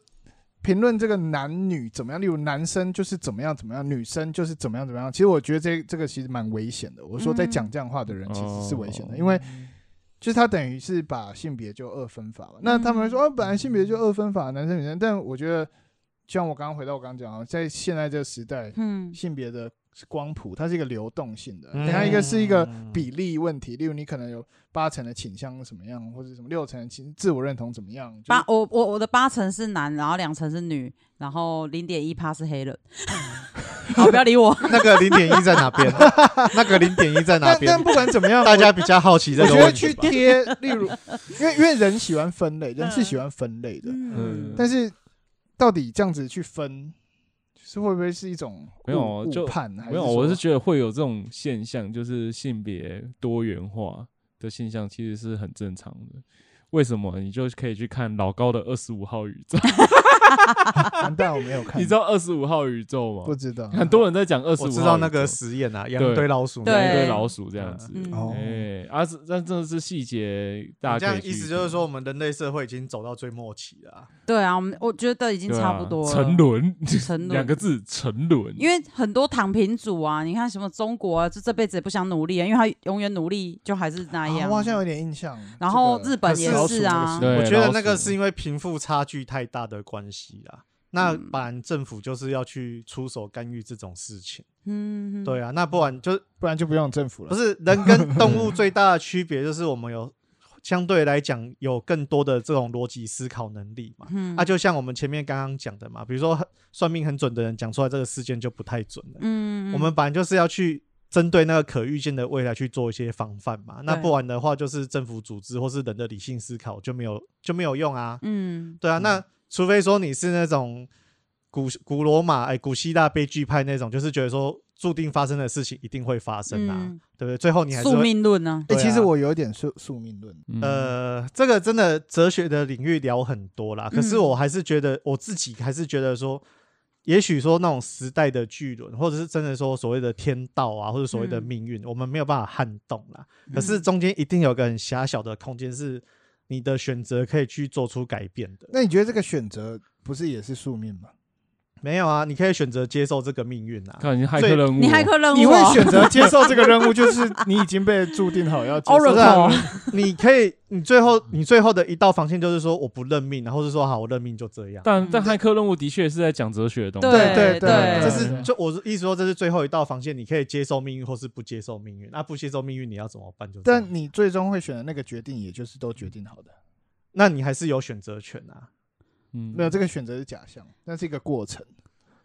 Speaker 3: 评论这个男女怎么样，例如男生就是怎么样怎么样，女生就是怎么样怎么样。其实我觉得这这个其实蛮危险的。我说在讲这样话的人其实是危险的，
Speaker 4: 哦
Speaker 3: 因为就是他等于是把性别就二分法嘛。那他们会说，啊，本来性别就二分法，男生女生。但我觉得，就像我刚刚回到我刚刚讲啊，在现在这个时代，
Speaker 1: 嗯
Speaker 3: 性别的光谱它是一个流动性的，
Speaker 2: 嗯
Speaker 3: 它一个是一个比例问题，例如你可能有八成的倾向怎么样，或者什么六成的倾自我认同怎么样，就是
Speaker 1: 八我我我的八成是男，然后两成是女，然后零点一趴是黑人。 好，不要理我。
Speaker 2: 那个零点一在哪边？那个零点一在哪
Speaker 3: 但
Speaker 2: 边
Speaker 3: 但？不管怎么样，
Speaker 2: 大家比较好奇这
Speaker 3: 我
Speaker 2: 个
Speaker 3: 觉得
Speaker 2: 问题
Speaker 3: 去
Speaker 2: 吧。
Speaker 3: 贴，例如，因为因为人喜欢分类，人是喜欢分类的，
Speaker 1: 嗯，
Speaker 3: 但是到底这样子去分，就是会不会是一种
Speaker 4: 没有
Speaker 3: 误
Speaker 4: 就
Speaker 3: 误判？还
Speaker 4: 没有，
Speaker 3: 说
Speaker 4: 我是觉得会有这种现象，就是性别多元化的现象，其实是很正常的。为什么？你就可以去看老高的二十五号宇宙，
Speaker 3: 完蛋，啊我没有 看，
Speaker 4: 你知道二十五号宇宙吗？
Speaker 3: 不知道？啊
Speaker 4: 很多人在讲二十五，
Speaker 2: 我知道那个实验啊，养一堆老鼠，
Speaker 4: 一
Speaker 1: 对
Speaker 4: 堆老鼠这样子。
Speaker 1: 嗯
Speaker 3: 哦
Speaker 4: 哎，啊，这但真的是细节，大
Speaker 2: 你这
Speaker 4: 家可
Speaker 2: 样
Speaker 4: 以去
Speaker 2: 意思就是说，我们人类社会已经走到最末期了啊。
Speaker 1: 对啊，我们我觉得已经
Speaker 4: 对啊
Speaker 1: 差不多了。
Speaker 4: 沉沦，
Speaker 1: 沉沦
Speaker 4: 两个字，沉沦。
Speaker 1: 因为很多躺平族啊，你看什么中国、啊，就这辈子也不想努力啊，因为他永远努力就还是那
Speaker 3: 啊
Speaker 1: 样。
Speaker 3: 我好像有点印象。
Speaker 1: 然后
Speaker 3: 这个
Speaker 1: 日本也
Speaker 3: 可
Speaker 1: 是啊
Speaker 3: 老鼠这个
Speaker 4: 对
Speaker 2: 我觉得那
Speaker 4: 老
Speaker 2: 个
Speaker 4: 鼠
Speaker 2: 是因为贫富差距太大的关系啦。那
Speaker 1: 嗯
Speaker 2: 不然政府就是要去出手干预这种事情，
Speaker 1: 嗯，
Speaker 2: 对啊，那不然就是
Speaker 3: 不然就不用政府了。
Speaker 2: 不是人跟动物最大的区别就是我们有相对来讲有更多的这种逻辑思考能力嘛。
Speaker 1: 嗯，
Speaker 2: 啊，就像我们前面刚刚讲的嘛，比如说很算命很准的人讲出来这个事件就不太准了。
Speaker 1: 嗯，嗯
Speaker 2: 我们本来就是要去针对那个可预见的未来去做一些防范嘛。那
Speaker 1: 对
Speaker 2: 不然的话，就是政府组织或是人的理性思考就没有就没有用啊。
Speaker 1: 嗯
Speaker 2: 对啊，那除非说你是那种古古罗马哎、古希腊悲剧派那种，就是觉得说注定发生的事情一定会发生啊，
Speaker 1: 嗯
Speaker 2: 对不对？最后你还是
Speaker 1: 宿
Speaker 2: 会
Speaker 1: 命论呢、
Speaker 3: 哎，
Speaker 2: 对啊
Speaker 3: 其实我有点宿宿命论，
Speaker 4: 嗯，
Speaker 2: 呃，这个真的哲学的领域聊很多啦，可是
Speaker 1: 嗯
Speaker 2: 我还是觉得我自己还是觉得说，也许说那种时代的巨轮，或者是真的说所谓的天道啊，或者所谓的
Speaker 1: 嗯
Speaker 2: 命运，我们没有办法撼动啦。可是
Speaker 1: 嗯
Speaker 2: 中间一定有个很狭小的空间，是你的选择可以去做出改变的。
Speaker 3: 那你觉得这个选择不是也是宿命吗？
Speaker 2: 没有啊，你可以选择接受这个命运啊。
Speaker 4: 看你骇客任务，哦
Speaker 1: 你骇客任务、
Speaker 3: 你会选择接受这个任务，就是你已经被注定好要接 受。
Speaker 2: 是啊
Speaker 1: Oracle
Speaker 2: 你可以，你最后你最后的一道防线就是说我不认命，然后是说好我认命就这样。
Speaker 4: 但但骇客任务的确是在讲哲学的东西。
Speaker 1: 嗯对对
Speaker 3: 对
Speaker 2: 这
Speaker 3: 这
Speaker 2: 是
Speaker 3: 是
Speaker 2: 就我是意思说，这是最后一道防线，你可以接受命运或是不接受命运。那啊不接受命运，你要怎么办？就这样
Speaker 3: 但你最终会选的那个决定，也就是都决定好的。
Speaker 2: 那你还是有选择权啊。
Speaker 4: 嗯
Speaker 3: 没有这个选择是假象，那是一个过程。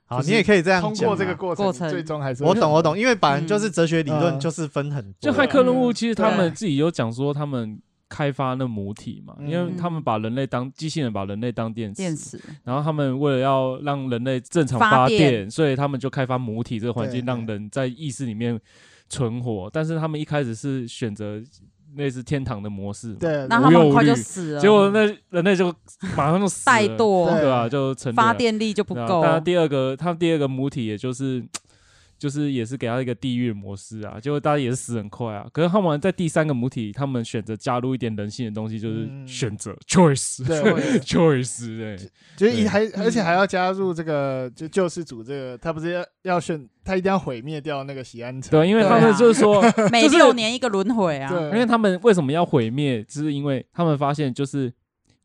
Speaker 2: 好，
Speaker 3: 就是
Speaker 2: 你也可以这样
Speaker 3: 通
Speaker 2: 讲啊
Speaker 3: 过这个过
Speaker 1: 过程
Speaker 3: 最终还是
Speaker 2: 我懂我懂，。因为本来
Speaker 1: 嗯
Speaker 2: 就是哲学理论，
Speaker 3: 嗯
Speaker 2: 就是分很
Speaker 4: 就
Speaker 2: 多啊。
Speaker 4: 骇客任务，
Speaker 3: 嗯
Speaker 4: 其实他们自己有讲说他们开发那母体嘛，
Speaker 3: 嗯
Speaker 4: 因为他们把人类当机器人，把人类当电
Speaker 1: 电
Speaker 4: 池，
Speaker 1: 死，
Speaker 4: 然后他们为了要让人类正常
Speaker 1: 发
Speaker 4: 发
Speaker 1: 电
Speaker 4: 电，所以他们就开发母体这个环境，
Speaker 3: 对
Speaker 4: 让人在意识里面存活。但是他们一开始是选择类似天堂的模式嘛，
Speaker 3: 对，
Speaker 1: 那
Speaker 4: 后
Speaker 1: 他们
Speaker 4: 无忧
Speaker 1: 很
Speaker 4: 无
Speaker 1: 快就
Speaker 4: 虑
Speaker 1: 死了，
Speaker 4: 结果那人类就马上就死了
Speaker 1: 啊怠惰，
Speaker 4: 对啊，就成
Speaker 1: 发电力就不
Speaker 4: 对啊
Speaker 1: 够，哦
Speaker 4: 当然第二个，他第二个母体也就是就是也是给他一个地狱模式啊，结果大家也是死很快啊。可是他们在第三个母体，他们选择加入一点人性的东西，就是
Speaker 3: 嗯
Speaker 4: 选择、choice
Speaker 3: 对
Speaker 4: choice 对、
Speaker 3: 就是
Speaker 4: 对
Speaker 3: 一还而且还要加入这个就救世主这个，他不是要要选他一定要毁灭掉那个西安 城，
Speaker 4: 对，因为
Speaker 1: 对
Speaker 4: 他们
Speaker 1: 啊
Speaker 4: 就是说，
Speaker 1: 每
Speaker 4: 就是
Speaker 1: 六年一个轮回啊。
Speaker 3: 对，
Speaker 4: 因为他们为什么要毁灭，就是因为他们发现就是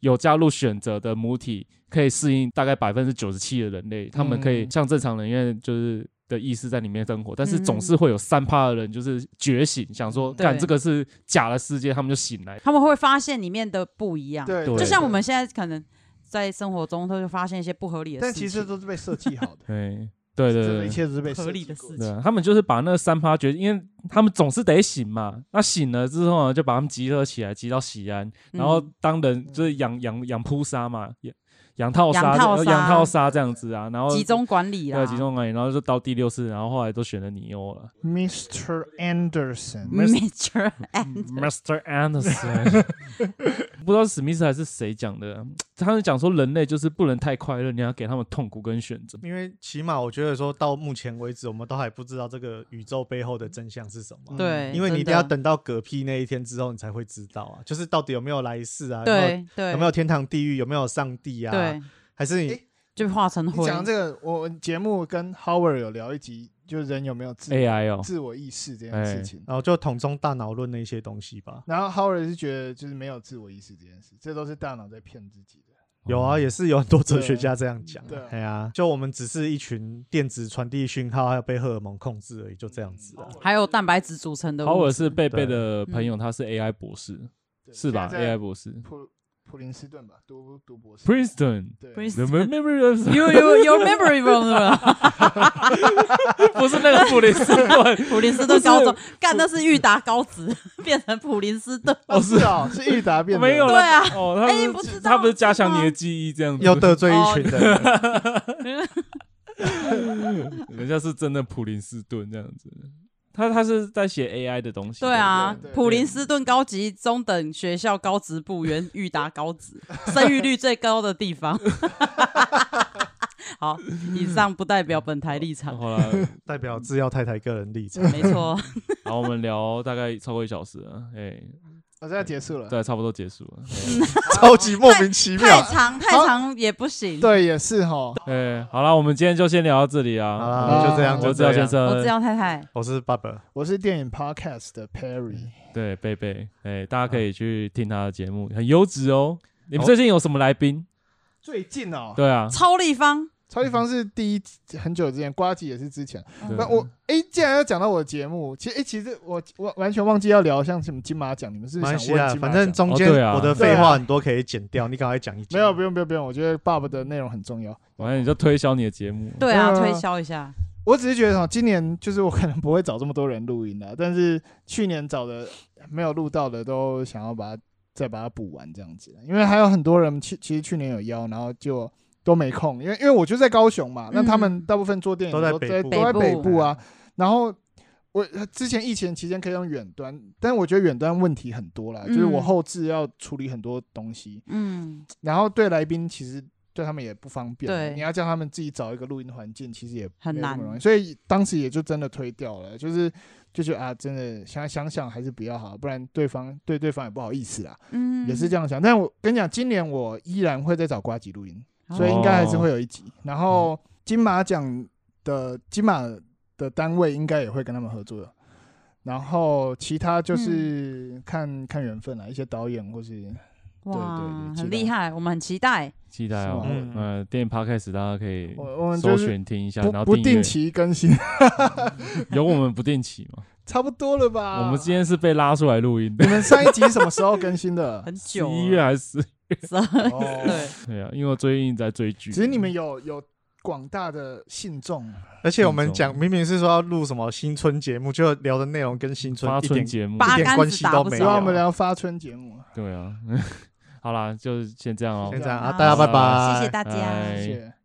Speaker 4: 有加入选择的母体可以适应大概百分之九十七的人类，他们可以
Speaker 3: 嗯
Speaker 4: 像正常人一样就是。的意识在里面生活，但是总
Speaker 1: 嗯
Speaker 4: 是会有三趴的人就是觉醒，想
Speaker 3: 嗯
Speaker 4: 说
Speaker 1: 对
Speaker 4: 干这个是假的世界，他们就醒来。
Speaker 1: 他们会发现里面的不一样，
Speaker 3: 对，
Speaker 4: 就，
Speaker 1: 就
Speaker 3: 对
Speaker 1: 像我们现在可能在生活中，都会发现一些不合理的
Speaker 3: 但
Speaker 1: 事情，
Speaker 3: 其实都是被设计好的
Speaker 4: 对对对
Speaker 3: 这个
Speaker 4: 对
Speaker 3: 一切都是被设计
Speaker 1: 合理的
Speaker 3: 过
Speaker 1: 事
Speaker 4: 对
Speaker 1: 情。
Speaker 4: 啊，他们就是把那三趴觉，因为他们总是得醒嘛，那醒了之后呢，啊就把他们集合起来，集到西安，然后
Speaker 1: 嗯
Speaker 4: 当人就是养养养扑杀嘛，养养套
Speaker 1: 养
Speaker 4: 杀，
Speaker 1: 套
Speaker 4: 呃
Speaker 1: 杀
Speaker 4: 养套杀这样子啊，然后
Speaker 1: 集中啊管理啦，
Speaker 4: 对集 中管理，然后就到第六次，然后后来都选了尼欧了
Speaker 3: Mr. Anderson，
Speaker 1: Major and
Speaker 4: ，Mr. Anderson，不知道是史密斯还是谁讲的，他们讲说人类就是不能太快乐，你要给他们痛苦跟选择。
Speaker 2: 因为起码我觉得说到目前为止，我们都还不知道这个宇宙背后的真相是什么。
Speaker 1: 对，
Speaker 2: 因为你一
Speaker 1: 真的
Speaker 2: 定要等到嗝屁那一天之后，你才会知道啊，就是到底有没有来世啊，有没有
Speaker 1: 对对
Speaker 2: 有没有天堂、地狱，有没有上帝啊？
Speaker 1: 对，
Speaker 2: 还是你
Speaker 3: 诶
Speaker 1: 就化成
Speaker 3: 你
Speaker 1: 灰。
Speaker 3: 讲这个，我我节目跟 Howard 有聊一集，就是人有没有自
Speaker 4: AI 哦，
Speaker 3: 自我意识这件事情。
Speaker 2: 然后就统中大脑论那些东西吧。
Speaker 3: 然后 Howard 是觉得就是没有自我意识这件事，这都是大脑在骗自己的。
Speaker 2: 有
Speaker 4: 哦
Speaker 2: 啊，也是有很多哲学家这样讲
Speaker 3: 对啊。
Speaker 2: 哎呀，就我们只是一群电子传递讯号，还有被荷尔蒙控制而已，就这样子啊。
Speaker 3: 嗯
Speaker 1: 还有蛋白质组成的物质，
Speaker 4: 豪尔是贝贝的朋友，他是 AI 博士，
Speaker 3: 对
Speaker 4: 是吧
Speaker 3: 现在在
Speaker 4: ？AI 博士
Speaker 3: 普普林斯顿吧，读读博士。
Speaker 4: ，Princeton。
Speaker 3: 对
Speaker 4: The
Speaker 1: Princeton
Speaker 4: memory of
Speaker 1: You you your memory wrong
Speaker 4: 不是那个布里斯 顿，
Speaker 1: 普林斯顿高中干那是裕达高职变成普林斯顿，
Speaker 3: 哦是哦，是裕达变的
Speaker 4: 没有了。
Speaker 1: 对啊
Speaker 4: 哦，他
Speaker 1: 哎你
Speaker 4: 不
Speaker 1: 不
Speaker 4: 是
Speaker 1: 知
Speaker 4: 他
Speaker 1: 道
Speaker 4: 不是加强你的记忆这样子，
Speaker 2: 又得罪
Speaker 1: 哦
Speaker 2: 一群人，
Speaker 4: 人家是真的普林斯顿这样子。他他是在写 AI 的东西，
Speaker 1: 对啊
Speaker 3: 对对，对
Speaker 1: 普林斯顿高级中等学校高职部原裕达高职，生育率最高的地方。 好，以上不代表本台立
Speaker 4: 对不对。
Speaker 1: 场，
Speaker 4: 好了，
Speaker 2: 代表制药太太个人立场。
Speaker 1: 没错。
Speaker 4: 然后我们聊大概超过一小时了，哎，
Speaker 3: 我这要哦结束了。
Speaker 4: 对，差不多结束了。
Speaker 2: 超级莫名其
Speaker 1: 太
Speaker 2: 妙。
Speaker 1: 长太长也不行。
Speaker 3: 对，也是哈。
Speaker 4: 哎，好了，我们今天就先聊到这里
Speaker 2: 好
Speaker 4: 啊。
Speaker 2: 啦，就这样，
Speaker 4: 我
Speaker 2: 就是
Speaker 4: 制药
Speaker 2: 这
Speaker 4: 先
Speaker 2: 样。
Speaker 4: 生，
Speaker 1: 我知道太太，
Speaker 2: 我是爸爸，
Speaker 3: 我是电影 Podcast
Speaker 4: 嗯
Speaker 3: 的 Perry，
Speaker 4: 对贝贝，哎，大家可以去听他的节目，很优质哦。你们最近有什么来宾？
Speaker 3: 最近哦，
Speaker 4: 对啊，
Speaker 1: 超立方
Speaker 3: 超级方是第一集很久之前，瓜吉也是之前。
Speaker 4: 对嗯
Speaker 3: 那我哎，既然要讲到我的节目，其实哎，其实我我完全忘记要聊像什么金马奖，你们是不
Speaker 2: 马
Speaker 3: 是
Speaker 2: 来
Speaker 3: 想
Speaker 2: 西亚，
Speaker 3: 问金马
Speaker 2: 啊反
Speaker 3: 奖？
Speaker 2: 正中间
Speaker 4: 哦对啊
Speaker 2: 我的废话很多可以剪掉，你赶快讲一讲。
Speaker 3: 没有，不用不用不用，我觉得爸爸的内容很重要。
Speaker 4: 反正你就推销你的节目。
Speaker 1: 对啊，
Speaker 3: 对啊
Speaker 1: 推销一下。
Speaker 3: 我只是觉得哦，今年就是我可能不会找这么多人录音了，但是去年找的没有录到的，都想要把它再把它补完这样子。因为还有很多人去，其实去年有邀，然后就都没空，因为因为我就在高雄嘛，那他们大部分做电影
Speaker 2: 都在北
Speaker 3: 在
Speaker 2: 部
Speaker 3: 都在
Speaker 1: 北
Speaker 3: 北
Speaker 1: 部
Speaker 3: 部啊，然后。我之前疫情期间可以用远端，但我觉得远端问题很多啦，就是我
Speaker 1: 嗯
Speaker 3: 后置要处理很多东西，
Speaker 1: 嗯，
Speaker 3: 然后对来宾其实对他们也不方便，
Speaker 1: 对
Speaker 3: 你要叫他们自己找一个录音环境，其实也
Speaker 1: 很
Speaker 3: 没有那么
Speaker 1: 难
Speaker 3: 容易所以当时也就真的推掉了，就是就觉得啊，真的想想想还是不要好，不然对方对对方也不好意思啦，
Speaker 1: 嗯
Speaker 3: 也是这样想。但我跟你讲，今年我依然会再找瓜吉录音，
Speaker 1: 哦嗯
Speaker 3: 所以应该还是会有一集。然后金马奖的金马的单位应该也会跟他们合作的。然后其他
Speaker 1: 嗯
Speaker 3: 就是看、看缘分啦，一些导演或是
Speaker 1: 嗯哇
Speaker 3: 对对，对
Speaker 1: 很
Speaker 3: 知道
Speaker 1: 厉害，我们很期待。
Speaker 4: 期待哦，
Speaker 3: 是
Speaker 2: 吗
Speaker 4: 呃，电影 podcast 大家可以
Speaker 3: 我我们
Speaker 4: 搜
Speaker 3: 就是
Speaker 4: 寻听一下，
Speaker 3: 不
Speaker 4: 啊然后
Speaker 3: 不
Speaker 4: 订阅
Speaker 3: 定期更新，
Speaker 4: 有我们不定期 嘛？
Speaker 3: 差不多了吧？
Speaker 1: 啊
Speaker 4: 我们今天是被拉出来录音的
Speaker 3: 你，们上一集什么时候更新的？
Speaker 1: 很
Speaker 4: 十
Speaker 1: 久了
Speaker 4: 一月还是
Speaker 1: 是啊
Speaker 3: 哦，
Speaker 1: 对，
Speaker 4: 对啊，因为我最近在追剧，
Speaker 3: 只是你们有有广大的信
Speaker 4: 哎
Speaker 3: 众，
Speaker 2: 而且我们讲明明是说要录什么新春节目，就聊的内容跟新春
Speaker 4: 发
Speaker 2: 一
Speaker 4: 春
Speaker 2: 点
Speaker 4: 节目，
Speaker 1: 八
Speaker 2: 一点
Speaker 1: 竿
Speaker 2: 关
Speaker 1: 子
Speaker 2: 系
Speaker 1: 打
Speaker 2: 都
Speaker 1: 不
Speaker 2: 没
Speaker 3: 希望我
Speaker 2: 有。
Speaker 3: 们聊发春节目，
Speaker 4: 对啊，好啦，就先这样哦
Speaker 2: 先，这样啊，大
Speaker 3: 好
Speaker 2: 家拜
Speaker 4: 好
Speaker 2: 拜，
Speaker 1: 谢谢大家，
Speaker 4: 拜
Speaker 3: 谢谢。